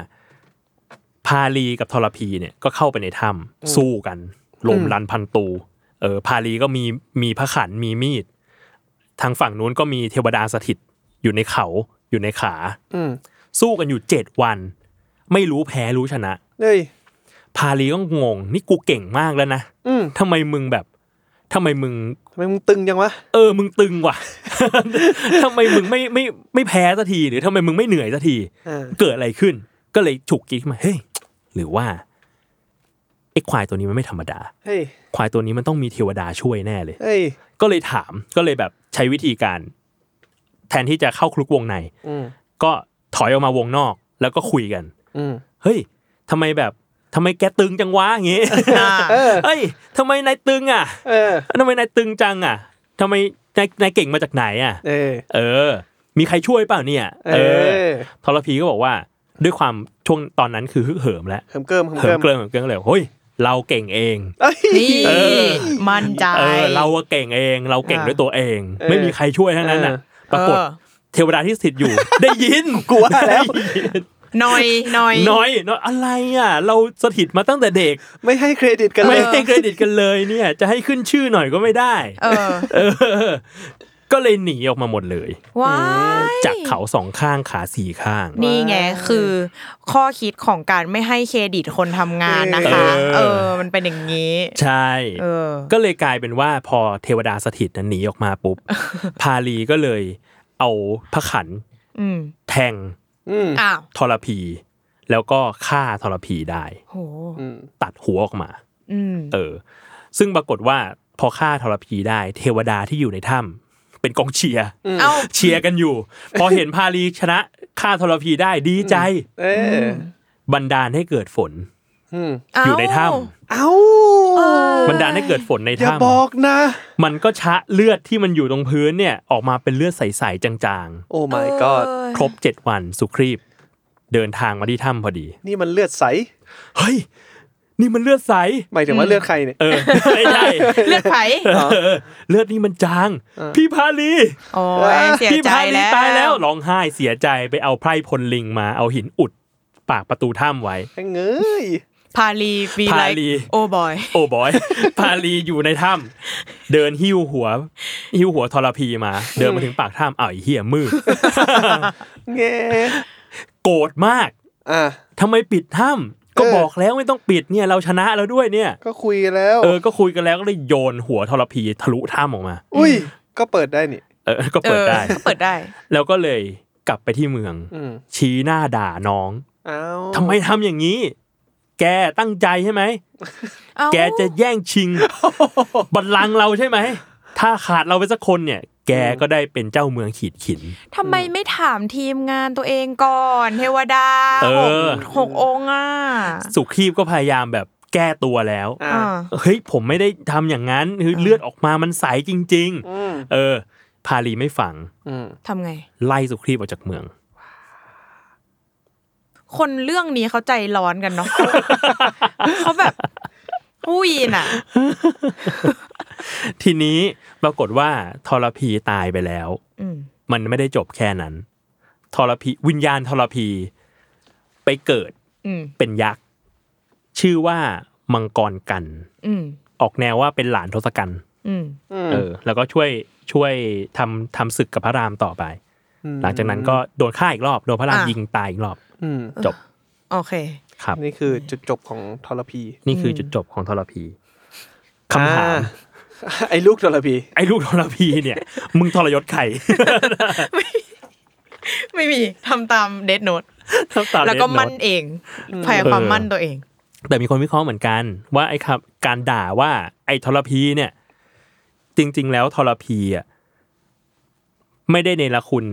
Speaker 2: พาลีกับทรพีเนี่ยก็เข้าไปในถ้ำสู้กันลมรันพันตู เออ พาลีก็มีมีพระขันมีมีด ทางฝั่งนู้นก็มีเทวดาสถิตอยู่ในเขาอยู่ในขา
Speaker 3: อืม
Speaker 2: สู้กันอยู่เจ็ดวัน ไม่รู้แพ้รู้ชนะ
Speaker 3: เฮ้ย
Speaker 2: พาลีก็งง นี่กูเก่งมากแล้วนะ
Speaker 3: อืม
Speaker 2: ทำไมมึงแบบทำไมมึง
Speaker 3: ทำไมมึงตึงจังวะ
Speaker 2: เออ มึงตึงว่ะ ทำไมมึงไม่ไม่ไม่แพ้สักที หรือทำไมมึงไม่เหนื่อยสักที
Speaker 3: อ่า
Speaker 2: เกิดอะไรขึ้น ก็เลยฉุกคิดขึ้นมา เฮ้ย หรือว่าไอ้ควายตัวนี้มันไม่ธรรมดา
Speaker 3: เฮ้ย
Speaker 2: ควายตัวนี้มันต้องมีเทวดาช่วยแน่เลย
Speaker 3: เฮ้ย
Speaker 2: ก็เลยถาม ก็เลยแบบใช้วิธีการ แทนที่จะเข้าคลุกวงใน
Speaker 3: อืม
Speaker 2: ก็ถอยออกมาวงนอก แล้วก็คุยกัน
Speaker 3: อืม
Speaker 2: เฮ้ยทำไมแบบทำไมแกตึงจังวะอย่างงี้
Speaker 4: อ่า
Speaker 3: เออ
Speaker 2: เฮ้ยทำไมนายตึงอ่ะ
Speaker 3: เออ
Speaker 2: ทำไมนายตึงจังอ่ะทำไมนายนายเก่งมาจากไหนอ่ะ
Speaker 3: เออ
Speaker 2: เออ มีใครช่วยเปล่าเนี่ย
Speaker 3: เออ
Speaker 2: ทรพีก็บอกว่าด้วยความช่วงตอนนั้นคือฮึกเหิมแล้ว
Speaker 3: เหิมเกิมเหิม
Speaker 2: เหิม
Speaker 3: เกิม
Speaker 2: เกลิมเหิมเกลิมเลยเฮ้ยเราเก่งเอง
Speaker 3: เอ้ย
Speaker 4: นี่มั่นใจ
Speaker 2: เออ เราอะเก่งเอง เราเก่ง
Speaker 4: อ่ะ
Speaker 2: ด้วยตัวเอง
Speaker 3: เออ
Speaker 2: ไม่มีใครช่วยทั้งนั้นน่ะ
Speaker 3: เอ
Speaker 2: ปรากฏ
Speaker 4: เออ
Speaker 2: เทวดาที่สถิตอยู่ ได้ยิน
Speaker 3: กลัวแล้ว
Speaker 4: หน่อยหน่อย
Speaker 2: น้อยน้อยอะไรอ่ะ เราสถิตมาตั้งแต่เด็ก
Speaker 3: ไม่ให้เครดิตกันเล
Speaker 2: ไม่
Speaker 3: ย
Speaker 2: ให้เครดิตกันเลยเนี่ย จะให้ขึ้นชื่อหน่อยก็ไม่ได้
Speaker 4: เออ
Speaker 2: เออ ก็เลยหนีออกมาหมดเลย
Speaker 4: ว้าย
Speaker 2: จากเขาสองข้างขาสี่ข้าง
Speaker 4: นี่ไงคือ ข้อคิดของการไม่ให้เครดิตคนทำงานนะคะ
Speaker 2: เออ
Speaker 4: เออ มันเป็นอย่างนี้
Speaker 2: ใช่
Speaker 4: เออ
Speaker 2: ก็เลยกลายเป็นว่าพอเทวดาสถิตนั้นหนีออกมาปุ๊บ พาลีก็เลยเอาพระขัน
Speaker 4: อืม
Speaker 2: แทง
Speaker 3: อืม
Speaker 4: อ้าว
Speaker 2: ทรพี แล้วก็ฆ่าทรพีได้
Speaker 4: โห
Speaker 3: อืม
Speaker 2: ตัดหัวออกมา
Speaker 4: อืม
Speaker 2: เออ ซึ่งปรากฏว่าพอฆ่าทรพีได้ เทว ดาที่อยู่ในถ้ำเป็นกองเชียร์
Speaker 4: เอ้า
Speaker 2: เชียร์กันอยู่ พอเห็นพาลีชนะ ฆ่าทรพีได้ดีใจ
Speaker 3: เออ
Speaker 2: บันดาลให้เกิดฝน
Speaker 3: อืม
Speaker 4: เา
Speaker 2: อยู่ในถ้
Speaker 3: เอ้า
Speaker 2: ำบันดาลให้เกิดฝนใน
Speaker 3: อย่า
Speaker 2: ถ้ำ
Speaker 3: บอกนะ
Speaker 2: มันก็ชะเลือดที่มันอยู่ตรงพื้นเนี่ย ออกมาเป็นเลือดใส ๆ จาง
Speaker 3: โอ้ my god
Speaker 2: ๆ ครบเจ็ดวันสุครีบ เดินทางมาที่ถ้ำพอดี
Speaker 3: นี่มันเลือดใส
Speaker 2: เฮ้ย นี่มันเลือดใส
Speaker 3: หมายถึงว่าเลือดใครเนี่ย
Speaker 2: เออ ไม่ใช่
Speaker 4: เลือดไผ่
Speaker 2: เออเลือดนี่มันจาง พี่พาลี
Speaker 4: โอ้ยเสีย
Speaker 2: พี่
Speaker 4: ใจ
Speaker 2: พาลี
Speaker 4: แล้ว
Speaker 2: ตายแล้วร้องไห้เสียใจไปเอาไพร่พลลิงมาเอาหินอุด ปากประตูถ้ำไว้
Speaker 3: เงย
Speaker 4: พาลีบีไล
Speaker 2: พาลี
Speaker 4: โอ้บอย
Speaker 2: โอ้บอย พาลีอยู่ในถ้ำเดินหิ้วหัว หิ้วหัวทรพีมา เดินมาถึงปากถ้ำอ้าวไอ้เหี้ยมืด
Speaker 3: เงย
Speaker 2: โกรธมาก
Speaker 3: อ่ะ
Speaker 2: ทำไมปิดถ้ำก็
Speaker 3: เออ
Speaker 2: บอกแล้วไม่ต้องปิดเนี่ยเราชนะแล้วด้วยเนี่ย
Speaker 3: ก็คุยกันแล้ว
Speaker 2: เออก็คุยกันแล้วก็เลยโยนหัวทรพีทะลุถ้ำออกมา
Speaker 3: อุ้ย ก็เปิดได้นี่
Speaker 2: เอ อ ก็เปิดได้
Speaker 4: ออก็เปิดได้
Speaker 2: แล้วก็เลยกลับไปที่เมือง
Speaker 3: อืม
Speaker 2: ชี้หน้าด่าน้อง
Speaker 3: เอ้า
Speaker 2: ทำไมทำอย่างนี้ แกตั้งใจใช่ไหม
Speaker 4: เอ้า
Speaker 2: แกจะแย่งชิง บัลลังก์เราใช่ไหม ถ้าขาดเราไปสักคนเนี่ย แกก็ได้เป็นเจ้าเมืองขีดขิน
Speaker 4: ทำไมไม่ถามทีมงานตัวเองก่อน เทวดา
Speaker 2: เอ
Speaker 4: หก
Speaker 2: อ
Speaker 4: หกองค์อ่ะ
Speaker 2: สุขีบก็พยายามแบบแก้ตัวแล้ว
Speaker 3: อ่า
Speaker 4: อ่า
Speaker 2: เฮ้ยผมไม่ได้ทำอย่างนั้นคือเลือดออกมามันใสจริง ๆ
Speaker 3: อืม
Speaker 2: เออ พาลีไม่ฟัง
Speaker 3: อืม
Speaker 4: ทำไง
Speaker 2: ไล่สุครีบออกจากเมือง
Speaker 4: คนเรื่องนี้เขาใจร้อนกัน เนาะ เขาแบบผู้ยินอ่ะ
Speaker 2: ทีนี้ปรากฏว่าทรพีตายไปแล้ว
Speaker 4: อืม
Speaker 2: มันไม่ได้จบแค่นั้นทรพีวิญญาณทรพีไปเกิด
Speaker 4: อืม
Speaker 2: เป็นยักษ์ ชื่อว่ามังกรกัน
Speaker 4: อืม
Speaker 2: ออกแนวว่าเป็นหลานทศกัณฐ์
Speaker 4: อืม
Speaker 3: อืม
Speaker 2: เออ แล้วก็ช่วยช่วยทำทำศึกกับพระรามต่อไป หลังจากนั้นก็โดนฆ่าอีกรอบโดนพระรามยิงตายอีกรอบ
Speaker 3: อืม
Speaker 2: จบ
Speaker 4: โอเค
Speaker 2: ครับ
Speaker 3: นี่คือจุดจบของทรพี
Speaker 2: นี่คือจุดจบของทรพีคำถาม
Speaker 3: อ่า ไอ้ลูกทรพี
Speaker 2: ไอ้ลูกทรพีเนี่ย มึงทรยศใคร
Speaker 4: ไม่มีทำตามเดทโนต
Speaker 2: ทำตาม
Speaker 4: แล้วก็
Speaker 2: เดธโต
Speaker 4: มั่นเองพยายามมั่นตัวเอง
Speaker 2: แต่มีคนวิเคราะห์เหมือนกัน ว่าไอ้ครับ การด่าว่าไอ้ทรพีเนี่ย จริง ๆ แล้วทรพีอ่ะไม่ได้เนรคุณ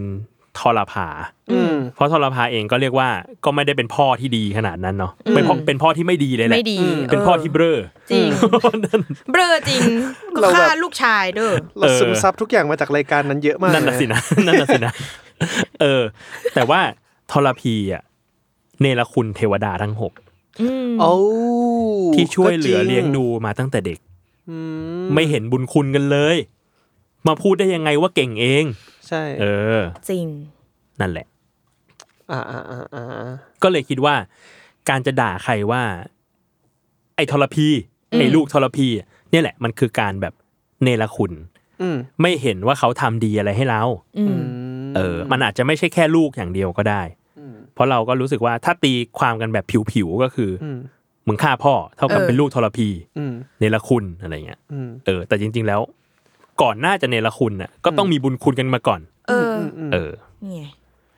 Speaker 2: ทรพา
Speaker 3: อืม
Speaker 2: เพราะทรพาเองก็เรียกว่า ก็ไม่ได้เป็นพ่อที่ดีขนาดนั้นเนาะเป็นพ่อเป็นพ่อที่ไม่ดีเลยแหละ
Speaker 4: ไม่ดี
Speaker 2: เป็นพ่อที่เบ้
Speaker 4: อ
Speaker 2: ลอ
Speaker 4: จริง
Speaker 2: นั่น
Speaker 4: เบลอจริงก็
Speaker 3: เราแบบ
Speaker 4: ฆ่าลูกชายเด้อ
Speaker 3: เรา
Speaker 2: เออ
Speaker 3: ซึมซับทุกอย่างมาจากรายการนั้นเยอะมาก
Speaker 2: นั่นน่ะสินะ นั่นน่ะสินะเออ แต่ว่าทรพีอ่ะเนรคุณเทวดาทั้งหก
Speaker 4: อืม
Speaker 3: โอ้
Speaker 2: ที่ช่วยเหลือ
Speaker 3: ก็จริ
Speaker 2: เลี้ยงดูมาตั้งแต่เด็ก
Speaker 3: อื
Speaker 2: ไม่เห็นบุญคุณกันเลย มาพูดได้ยังไงว่าเก่งเอง
Speaker 3: ใช่
Speaker 2: เออ
Speaker 4: จริง
Speaker 2: นั่นแหละ
Speaker 3: อ่าอ่าอ่าอ่า
Speaker 2: ก็เลยคิดว่า การจะด่าใครว่า ไอ้ทรพี
Speaker 4: อืม
Speaker 2: ไอ้ลูกทรพีเนี่ยแหละ มันคือการแบบเนรคุณ
Speaker 3: อืม
Speaker 2: ไม่เห็นว่าเขาทำดีอะไรให้เรา
Speaker 4: อืม
Speaker 2: เออ มันอาจจะไม่ใช่แค่ลูกอย่างเดียวก็ได้
Speaker 3: ม
Speaker 2: เพราะเราก็รู้สึกว่าถ้าตีความกันแบบผิวๆก็คืออ
Speaker 3: อืม
Speaker 2: มึงฆ่าพ่อ เท่ากับ
Speaker 4: เออ
Speaker 2: เป็นลูกทรพี
Speaker 3: อืม
Speaker 2: เนรคุณอะไรเงี้ย
Speaker 3: อืม
Speaker 2: เออแต่จริง ๆ แล้ว ก่อนหน้าจะเนรคุณน่ะก็ต้องมีบุญคุณกันมาก่อน
Speaker 4: เออ
Speaker 3: อืม
Speaker 2: เออ
Speaker 4: นี่ไง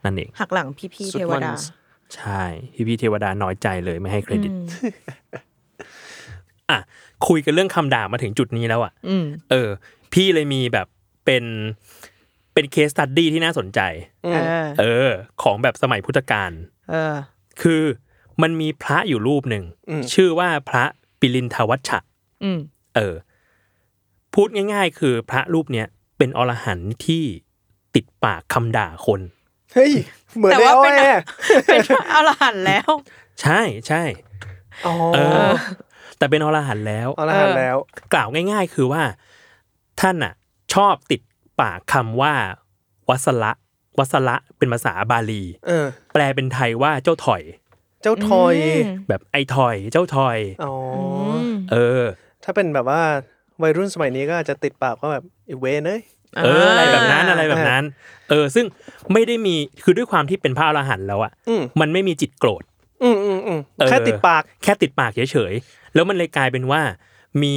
Speaker 2: นั่นเอง
Speaker 4: หักหลังพี่พี่ๆ
Speaker 3: สุด
Speaker 4: เทวดา
Speaker 3: วัน
Speaker 2: ใช่พี่พี่เทวดาน้อยใจเลยไม่ให้เครดิต
Speaker 4: อืม
Speaker 2: อ่ะคุยกันเรื่องคำด่ามาถึงจุดนี้แล้วอ่ะ
Speaker 4: อืม
Speaker 2: เออ พี่เลยมีแบบเป็นเป็นเคสตัดดี้ที่น่าสนใจ
Speaker 3: อื
Speaker 4: เอ
Speaker 3: ม
Speaker 4: อ
Speaker 2: เออ ของแบบสมัยพุทธกาล
Speaker 4: เออ
Speaker 2: คือมันมีพระอยู่รูปหนึ่ง ชื่อว่าพระปิลินทวัชชะ
Speaker 4: อืม
Speaker 2: เออ พูดง่ายๆ คือพระรูปเนี้ยเป็นอรหันต์ที่ติดปากคำด่าคน
Speaker 3: เฮ้ย เหมือน
Speaker 4: แต่
Speaker 3: แล้ว
Speaker 4: ว่า
Speaker 3: แอ
Speaker 4: เป็น
Speaker 3: ร์
Speaker 4: เป็นอรหันต์แล้ว
Speaker 2: ใช่ใช่
Speaker 3: อ๋อ
Speaker 2: เออ แต่เป็นอรหันต์แล้ว
Speaker 3: เอาละหันแล้ว
Speaker 2: กล่าวง่าย ๆ คือว่าท่านน่ะ ชอบติดปากคำว่า วัสละวัสละเป็นภาษาบาลี
Speaker 3: เออ
Speaker 2: แปลเป็นไทยว่าเจ้าถอย
Speaker 3: เจ้าทอย
Speaker 4: อืม
Speaker 2: แบบไอ้ถอยเจ้าถอย
Speaker 3: อ๋ออ
Speaker 4: อืม
Speaker 2: เออ
Speaker 3: ถ้าเป็นแบบว่าวัยรุ่นสมัยนี้ก็อาจจะติดปากว่าแบบไอีเวนเอ้ย
Speaker 2: เอออะไรแบบนั้นอะไรแบบนั้น เออ ซึ่งไม่ได้มีคือด้วยความที่เป็นพระอรหันต์แล้วอ่ะ
Speaker 3: อืม
Speaker 2: มันไม่มีจิตโกรธ
Speaker 3: อืมอืมอืม
Speaker 2: เออ
Speaker 3: แค่ติดปาก
Speaker 2: แค่ติดปากเฉยๆ แล้วมันเลยกลายเป็นว่า มี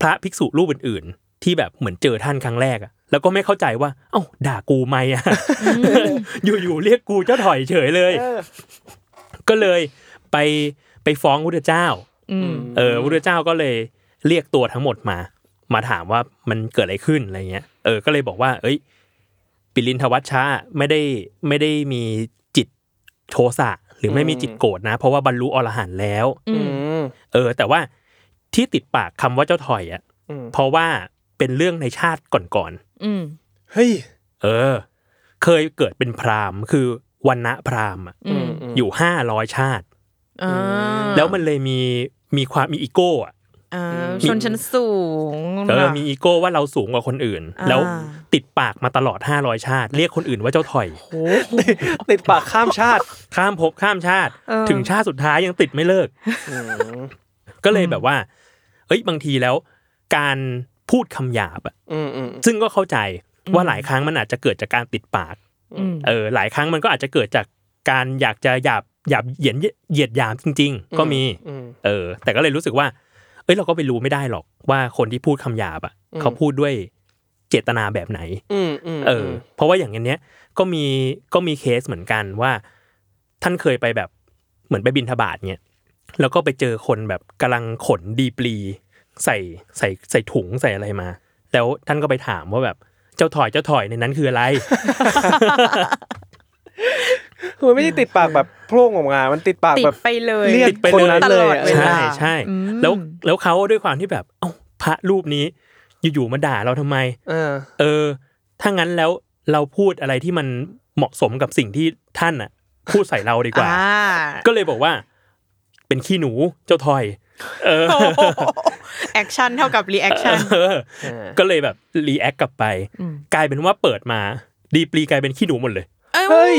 Speaker 2: พระภิกษุรูปอื่นๆ ที่แบบเหมือนเจอท่านครั้งแรกอะแล้วก็ไม่เข้าใจว่า เอ้า ด่ากูไหม อะ อยู่ๆ เรียกกูเจ้าถอยเฉยเลย
Speaker 3: เออ
Speaker 2: ก็เลยไปไปฟ้องพระพุทธเจ้า
Speaker 4: อืม
Speaker 2: เออพระพุทธเจ้าก็เลยเรียกตัวทั้งหมดมา มาถามว่ามันเกิดอะไรขึ้นอะไรเงี้ย เออ ก็เลยบอกว่า เอ้ย ปิรินทวัชชะไม่ได้ไม่ได้มีจิตโทสะหรือไม่มีจิตโกรธนะ เพราะว่าบรรลุอรหันต์แล้ว
Speaker 4: อื
Speaker 3: อื
Speaker 4: ม
Speaker 3: ม
Speaker 2: เออ แต่ว่าที่ติดปากคำว่าเจ้าถอยอ่ะ
Speaker 3: อืม
Speaker 2: เพราะว่าเป็นเรื่องในชาติก่อน
Speaker 4: อืม
Speaker 3: เฮ้ย
Speaker 2: ๆเออ เคยเกิดเป็นพราหมณ์คือวันณะพราหมณ์อะ
Speaker 4: อืม
Speaker 2: อยู่ห้าร้อยชาติ
Speaker 4: อ่า
Speaker 2: แล้วมันเลยมีมีความมีอีโก้อะ
Speaker 4: อ่า
Speaker 2: มี
Speaker 4: ชนชั้นสูง
Speaker 2: เออมีอีโก้ว่าเราสูงกว่าคนอื่น
Speaker 4: อ่า
Speaker 2: แล้วติดปากมาตลอด 500 ชาติ เรียกคนอื่นว่าเจ้า ถอย
Speaker 4: โอ้โห
Speaker 3: ติดปากข้ามชาติ
Speaker 2: ข้ามภพข้ามชาติ
Speaker 4: เออ
Speaker 2: ถึงชาติสุดท้ายยังติดไม่เลิก ก็เลยแบบว่า เอ้ยบางทีแล้ว การพูดคำหยาบอะ
Speaker 3: อืมอืม
Speaker 2: ซึ่งก็เข้าใจว่าหลายครั้งมันอาจจะเกิดจากการติดปาก
Speaker 4: อืม
Speaker 2: เออหลายครั้งมันก็อาจจะเกิดจากการอยากจะหยาบหยาบเหยียดเหยียดหยามจริง ๆ ก็มี
Speaker 3: อืม
Speaker 2: เออ แต่ก็เลยรู้สึกว่า เอ้ยเราก็ไปรู้ไม่ได้หรอกว่าคนที่พูดคำหยาบอะ
Speaker 3: อืม
Speaker 2: เขาพูดด้วยเจตนาแบบไหน
Speaker 3: อืมอืม
Speaker 2: เออ เพราะว่าอย่างอันเนี้ยก็มีก็มีเคสเหมือนกันว่า ท่านเคยไปแบบเหมือนไปบินทบาทเนี่ยแล้วก็ไปเจอคนแบบกำลังขนดีปลี ใส่ใส่ใส่ถุงใส่อะไรมา แล้วท่านก็ไปถามว่าแบบเจ้าถอยเจ้าถอยในนั้นคืออะไร
Speaker 3: คือมันไม่ได้ติดปากแบบโพร่งออกมา มันติดปาก
Speaker 4: ติด
Speaker 3: แบบ
Speaker 4: ไปเลย
Speaker 3: เรียก
Speaker 2: ติดไปเลย
Speaker 3: คนนั้นเลยอะ
Speaker 4: เวลา
Speaker 2: ใช่ใช่
Speaker 4: อืม
Speaker 2: แล้วแล้วเขาด้วยความที่แบบเอ้าพระรูปนี้ อยู่ๆมาด่าเราทำไม
Speaker 3: เออ
Speaker 2: เออ ถ้างั้นแล้วเราพูดอะไรที่มันเหมาะสมกับสิ่งที่ท่านอ่ะ พูดใส่เราดีกว่า
Speaker 4: อ่า
Speaker 2: ก็เลยบอกว่า เป็นขี้หนูเจ้าทอย เออ
Speaker 4: แอคชั่นเท่ากับรีแอคชั่น
Speaker 2: เออ ก็เลยแบบรีแอคกลับไป
Speaker 4: อืม
Speaker 2: กลายเป็นว่าเปิดมา ดีปรีกลายเป็นขี้หนูหมดเลย
Speaker 3: เฮ้ย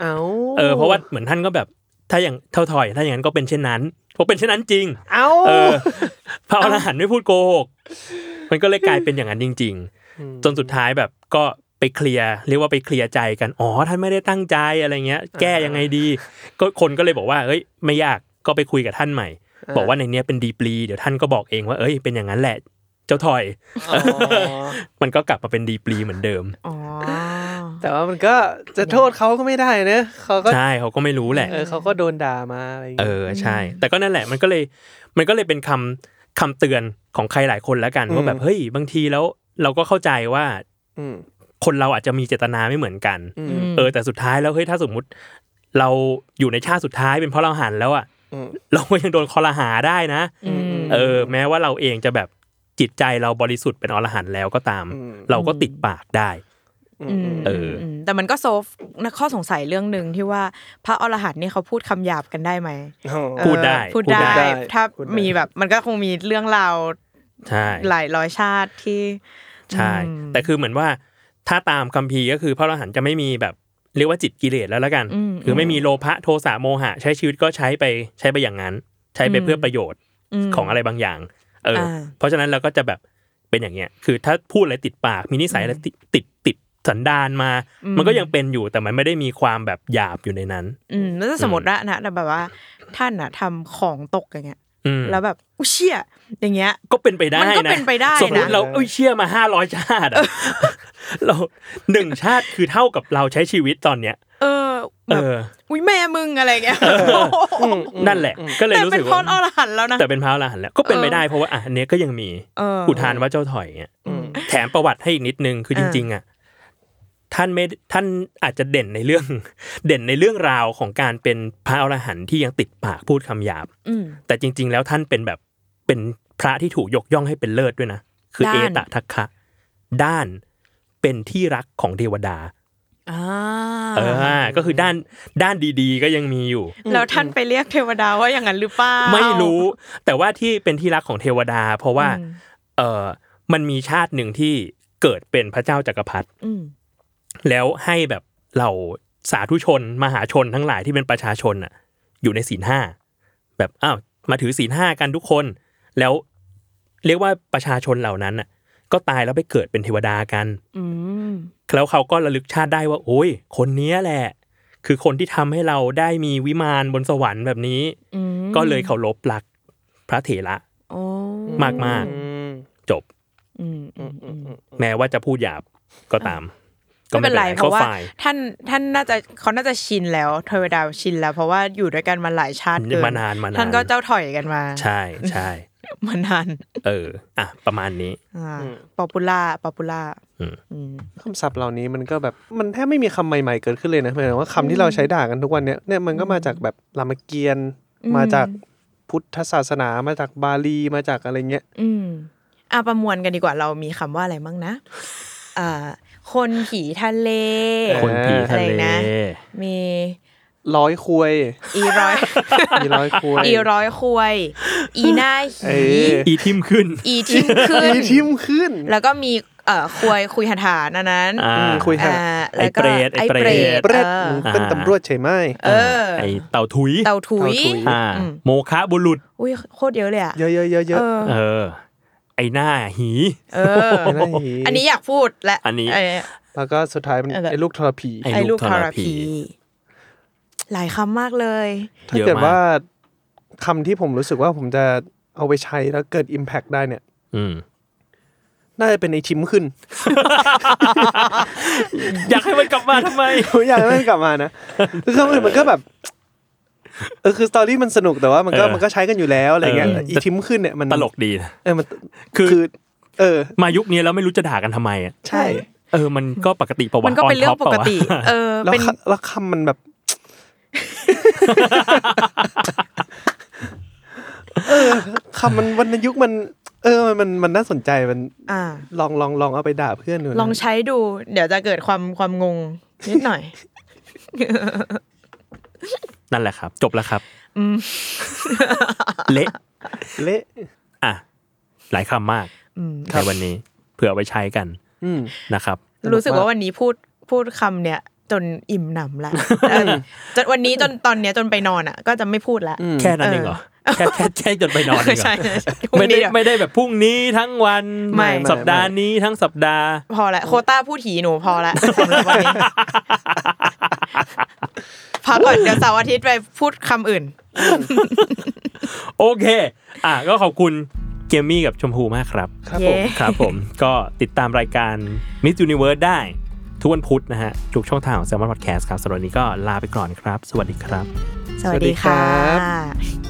Speaker 4: เอา
Speaker 2: เออเพราะว่าเหมือนท่านก็แบบ ถ้าอย่างเท่าทอย ถ้าอย่างนั้นก็เป็นเช่นนั้นเพราะเป็นเช่นนั้นจริง
Speaker 3: เอ้า
Speaker 2: เออพระอรหันต์ไม่พูดโกหกมันก็เลยกลายเป็นอย่างนั้นจริง
Speaker 3: อืม
Speaker 2: ๆ จนสุดท้ายแบบก็ไปเคลียร์เรียกว่าไปเคลียร์ใจกันอ๋อท่านไม่ได้ตั้งใจอะไรเงี้ย แก้ยังไงดี ก็คนก็เลยบอกว่าเอ้ย ไม่ยากก็ไปคุยกับท่านใหม่ บอกว่าในเนี้ยเป็นดีปลีเดี๋ยวท่านก็บอกเองว่าเอ้ยเป็นอย่างนั้นแหละ เจ้าถอย
Speaker 3: อ๋อ
Speaker 2: มันก็กลับมาเป็นดีปลีเหมือนเดิม
Speaker 4: อ๋อ
Speaker 3: แต่ว่ามันก็จะโทษเขาก็ไม่ได้นะเขาก็
Speaker 2: ใช่เขาก็ไม่รู้แหละ
Speaker 3: เออเขาก็โดนด่ามาอะไรอย่าง
Speaker 2: เอ
Speaker 3: เงี้ย
Speaker 2: อใช่ แต่ก็นั่นแหละมันก็เลยมันก็เลยเป็นคำคำเตือนของใครหลายคนแล้วกัน
Speaker 3: อืม
Speaker 2: ว่าแบบเฮ้ยบางทีแล้วเราก็เข้าใจว่า
Speaker 3: อืม
Speaker 2: คนเราอาจจะมีเจตนาไม่เหมือนกัน
Speaker 3: อืม
Speaker 2: เออ แต่สุดท้ายแล้วเฮ้ยถ้าสมมุติ เราอยู่ในชาติสุดท้ายเป็นเพราะเราหันแล้วอ่ะ
Speaker 3: อืม
Speaker 2: เราก็ยังโดนคอรหาได้นะ
Speaker 4: อืม
Speaker 2: เออ แม้ว่าเราเองจะแบบจิตใจเราบริสุทธิ์เป็นอรหันต์แล้วก็ตาม
Speaker 3: อืม
Speaker 2: เราก็ติดปากได้
Speaker 3: อืม
Speaker 2: เออ
Speaker 4: มมแต่มันก็โซฟนะข้อสงสัยเรื่องหนึ่งที่ว่าพระอรหันต์เนี่ยเขาพูดคำหยาบกันได้ไหม
Speaker 3: อ๋อ
Speaker 2: พูดได้
Speaker 4: เออพูดได้
Speaker 3: พูดได้
Speaker 4: ถ้า
Speaker 3: พูดได้
Speaker 4: มีแบบมันก็คงมีเรื่องราว
Speaker 2: ใช่
Speaker 4: หลายร้อยชาติที่
Speaker 2: ใช่
Speaker 4: อืม
Speaker 2: แต่คือเหมือนว่าถ้าตามคัมภีร์ก็คือพระอรหันต์จะไม่มีแบบเรียกว่าจิตกิเลสแล้วละกัน
Speaker 4: อืม
Speaker 2: คือไม่มีโลภะโทสะโมหะ ใช้ชีวิตก็ใช้ไปใช้ไปอย่างนั้น ใช้ไปเพื่อประโยชน์ของอะไรบางอย่าง เออ
Speaker 4: อ่า
Speaker 2: เพราะฉะนั้นเราก็จะแบบเป็นอย่างเงี้ย คือถ้าพูดอะไรติดปากมีนิสัยอะไรติดติดติดสันดานมา มันก็ยังเป็นอยู่แต่มันไม่ได้มีความแบบหยาบอยู่ในนั้น
Speaker 4: อืมแล้วถ้าสมมติว่านะแต่แบบว่าท่านอะทำของตกอย่างเงี้ย
Speaker 2: อืม
Speaker 4: แล้วแบบอุยเชี่ยอย่างเงี้ย
Speaker 2: ก็เป็นไปได้
Speaker 4: มัน
Speaker 2: นะ
Speaker 4: ก็เป็นไปได้นะ
Speaker 2: สมมติเราเอ้ยเชื่อมาห้าร้อยชาติอะ เราหนึ่งชาติคือเท่ากับเราใช้ชีวิตตอนเนี้ย
Speaker 4: เออ
Speaker 2: เอ
Speaker 4: แบบ
Speaker 2: อ
Speaker 4: อุ้ยแม่มึงอะไรเงี้ย
Speaker 2: นั่นแหละ ก็เลย
Speaker 4: แต่
Speaker 2: รู้
Speaker 4: เป็
Speaker 2: สึ
Speaker 4: น
Speaker 2: ก
Speaker 4: พร
Speaker 2: ว่า
Speaker 4: อรหันต์แล้วนะ
Speaker 2: แต่เป็นพระอรหันต์แล้วก็เป็นไปได้เพราะว่าอ่ะอันเนี้ยก็ยังมี
Speaker 4: เออ
Speaker 2: อุทานว่าเจ้าถอยเนี่ยแถมประวัติให้อีกนิดนึงคือจริง ๆอ่ะท่านไม่ท่านอาจจะเด่นในเรื่อง เด่นในเรื่องราวของการเป็นพระอรหันต์ที่ยังติดปากพูดคำหยาบ
Speaker 4: อืม
Speaker 2: แต่จริง ๆ แล้วท่านเป็นแบบเป็นพระที่ถูกยกย่องให้เป็นเลิศด้วยนะ คือเอ
Speaker 4: ด้าน
Speaker 2: ตทัคคะ ด้านเป็นที่รักของเทวดา
Speaker 4: อ่า
Speaker 2: เออ ก็คือด้านด้านดีๆ ก็ยังมีอยู่
Speaker 4: แล้วท่านไปเรียกเทวดาว่าอย่างนั้นหรือเปล่า
Speaker 2: ไม่รู้ แต่ว่าที่เป็นที่รักของเทวดา เพราะว่า
Speaker 4: อืม
Speaker 2: เออมันมีชาติหนึ่งที่เกิดเป็นพระเจ้าจักรพรรดิ
Speaker 4: อืม
Speaker 2: แล้วให้แบบเราสาธุชนมหาชนทั้งหลายที่เป็นประชาชนอ่ะ อยู่ในศีลห้าแบบอ้าวมาถือศีลห้ากันทุกคน แล้วเรียกว่าประชาชนเหล่านั้นอ่ะ ก็ตายแล้วไปเกิดเป็นเทวดากัน
Speaker 4: อืม
Speaker 2: แล้วเขาก็ระลึกชาติได้ว่า โอ้ยคนเนี้ยแหละ คือคนที่ทำให้เราได้มีวิมานบนสวรรค์แบบนี้
Speaker 4: อืม
Speaker 2: ก็เลยเคารพหลักพระเถระ
Speaker 4: โอ้
Speaker 2: มากมาก
Speaker 3: อืม
Speaker 2: จบ
Speaker 4: อืมอืมอืม
Speaker 2: แม้ว่าจะพูดหยาบก็ตาม ก็
Speaker 4: ไม่เป็นไรเพราะว่า
Speaker 2: ก็ฝ่ย
Speaker 4: ท่านท่านน่าจะเขาน่าจะชินแล้วเทวดาชินแล้ว เพราะว่าอยู่ด้วยกันมาหลายชาติเกิ
Speaker 2: มานานมานาน
Speaker 4: ท่านก็เจ้าถอยกันมา
Speaker 2: ใช่ใช่
Speaker 4: มานาน
Speaker 2: เออ อ่ะ ประมาณนี้
Speaker 4: ป๊อปปูล่าป๊อปปูล่า
Speaker 2: อืม
Speaker 3: คำศัพท์เหล่านี้มันก็แบบมันแทบไม่มีคำใหม่ๆเกิดขึ้นเลยนะหมายถึงว่าคำที่เราใช้ด่ากันทุกวันเนี้ยเนี่ยมันก็มาจากแบบรามเกียรติ์มาจากพุทธศาสนามาจากบาลีมาจากอะไรเงี้ย
Speaker 4: อืมอ่ะประมวลกันดีกว่าเรามีคำว่าอะไรบ้างนะอ่าคนผีทะเล
Speaker 2: คนผีทะเล
Speaker 4: อะไรนะ มี
Speaker 3: ร้อยควย
Speaker 4: อีร้ อย
Speaker 3: มีร้อยควย
Speaker 4: อีร้อยควย อีหน้า
Speaker 3: เอ
Speaker 4: หี
Speaker 3: อ
Speaker 2: อีทิมขึ้น
Speaker 4: อีทิมขึ้น
Speaker 3: มีทิมขึ้น
Speaker 4: แล้วก็มีเอ่อควยคุยหาฐานอันนั้น
Speaker 2: อ่า
Speaker 3: อืมคุย
Speaker 4: อ่าแล้วก็
Speaker 2: ไอ้เปรตไอ้
Speaker 4: ไอ้
Speaker 2: เป
Speaker 4: เป
Speaker 2: ร
Speaker 4: ร
Speaker 2: ต
Speaker 4: ต
Speaker 3: เปรต
Speaker 4: เออ
Speaker 2: อ่า
Speaker 3: เป็นตำรวจใช่ไหม
Speaker 4: เออ
Speaker 2: ไอเต่าถุย
Speaker 4: เต่าถุย
Speaker 3: เต่าถุย
Speaker 2: อ่า
Speaker 4: อืม
Speaker 2: โมคะบุรุษ
Speaker 4: อุ้ยโคตรเยอะเลยอ่ะ
Speaker 3: เยอะๆๆๆ
Speaker 4: เออ
Speaker 2: เออ ไอหน้าหี
Speaker 4: เออ
Speaker 3: ไอ้นั่นหี
Speaker 4: อันนี้อยากพูดและ
Speaker 2: อันนี้
Speaker 4: เ
Speaker 3: แล้วก็สุดท้ายมัน
Speaker 4: เออแบบ
Speaker 3: ไอ้ลูกทรพี
Speaker 2: ไอ้
Speaker 4: ไอ้
Speaker 2: ลู
Speaker 4: ลู
Speaker 2: ก
Speaker 4: ก
Speaker 2: ท
Speaker 4: ท
Speaker 2: ร
Speaker 4: ร
Speaker 2: พี
Speaker 4: พี หลายคำมากเลย
Speaker 3: ถ้า
Speaker 2: เยอะมาก
Speaker 3: เกิดว่าคำที่ผมรู้สึกว่าผมจะเอาไปใช้แล้วเกิด Impact ได้เนี่ย
Speaker 2: อืม
Speaker 3: น่าจะเป็นไอทิม ขึ้น
Speaker 2: อยากให้มันกลับมาทำไม
Speaker 3: ผมอยากให้มันกลับมานะ คือคำอื่นมันก็แบบ เออคือสตอรี่มันสนุกแต่ว่ามันก็
Speaker 2: เออ
Speaker 3: มันก็ใช้กันอยู่แล้วอะไรเงี้ย
Speaker 2: เออ
Speaker 3: อีทิมขึ้นเนี่ยมัน
Speaker 2: ตลกดีนะ
Speaker 3: เออมัน
Speaker 2: คือ
Speaker 3: เออ
Speaker 2: มายุคนี้แล้วไม่รู้จะด่ากันทำไมอ่ะ
Speaker 3: ใช่
Speaker 2: เออ มันก็ปกติประวัติ
Speaker 4: มันก็เป็นเรื่องปกติ เออ
Speaker 3: แล้ว
Speaker 4: เป็น
Speaker 3: คแล้วคำมันแบบ เออคำมันวรรณยุกต์มัน เออมันมันมันน่าสนใจมัน
Speaker 4: อ่า
Speaker 3: ลองลองลองเอาไปด่าเพื่อนดูนะ
Speaker 4: ลองใช้ดู เดี๋ยวจะเกิดความความงงนิดหน่อย
Speaker 2: นั่นแหละครับ จบแล้วครับเละ
Speaker 3: เละ
Speaker 2: อ่ะ หลายคำมาก
Speaker 4: อืม
Speaker 2: ในวันนี้ เผื่อเอาไปใช้กัน
Speaker 3: อืม
Speaker 2: นะครับ
Speaker 4: รู้สึก
Speaker 3: มาก
Speaker 4: ว่าวันนี้พูดพูดคำเนี่ย จนอิ่มหนำละเอ อจนวันนี้จนตอนเนี้ยจนไปนอนอ่ะ ก็จะไม่พูดละ
Speaker 2: แค่นั้นเองเหรอ แค่แค่แค่ จนไปนอนเองเหร
Speaker 4: ใช่
Speaker 2: อ
Speaker 4: ใช่ใช่
Speaker 2: ไม่ได้
Speaker 4: พรุ่งนี้เดี๋ยว
Speaker 2: ไม่ได้แบบพรุ่งนี้ทั้งวัน
Speaker 4: ไม่
Speaker 2: สัปดาห์นี้ทั้งสัปดาห์
Speaker 4: พอละโควต้าพูดหีหนูพอ ละสำหรับวันนี้ พักก่อนเดี๋ยวเสาร์อาทิตย์ไปพูดคำอื่น
Speaker 2: โอเค อ่ะก็ขอบคุณเกมมี่กับชมพูมาก ครับ
Speaker 3: ครับผ
Speaker 4: เย้
Speaker 3: ม
Speaker 2: ครับผม ก็ติดตามรายการ Miss Universe ได้ ทุกวันพุธนะฮะทุกช่องทางของ s ซ l m o n Podcast ครับสำหรับวันนี้ก็ลาไปก่อนครับ สวัสดีครับ
Speaker 4: สวัสดีค่ะ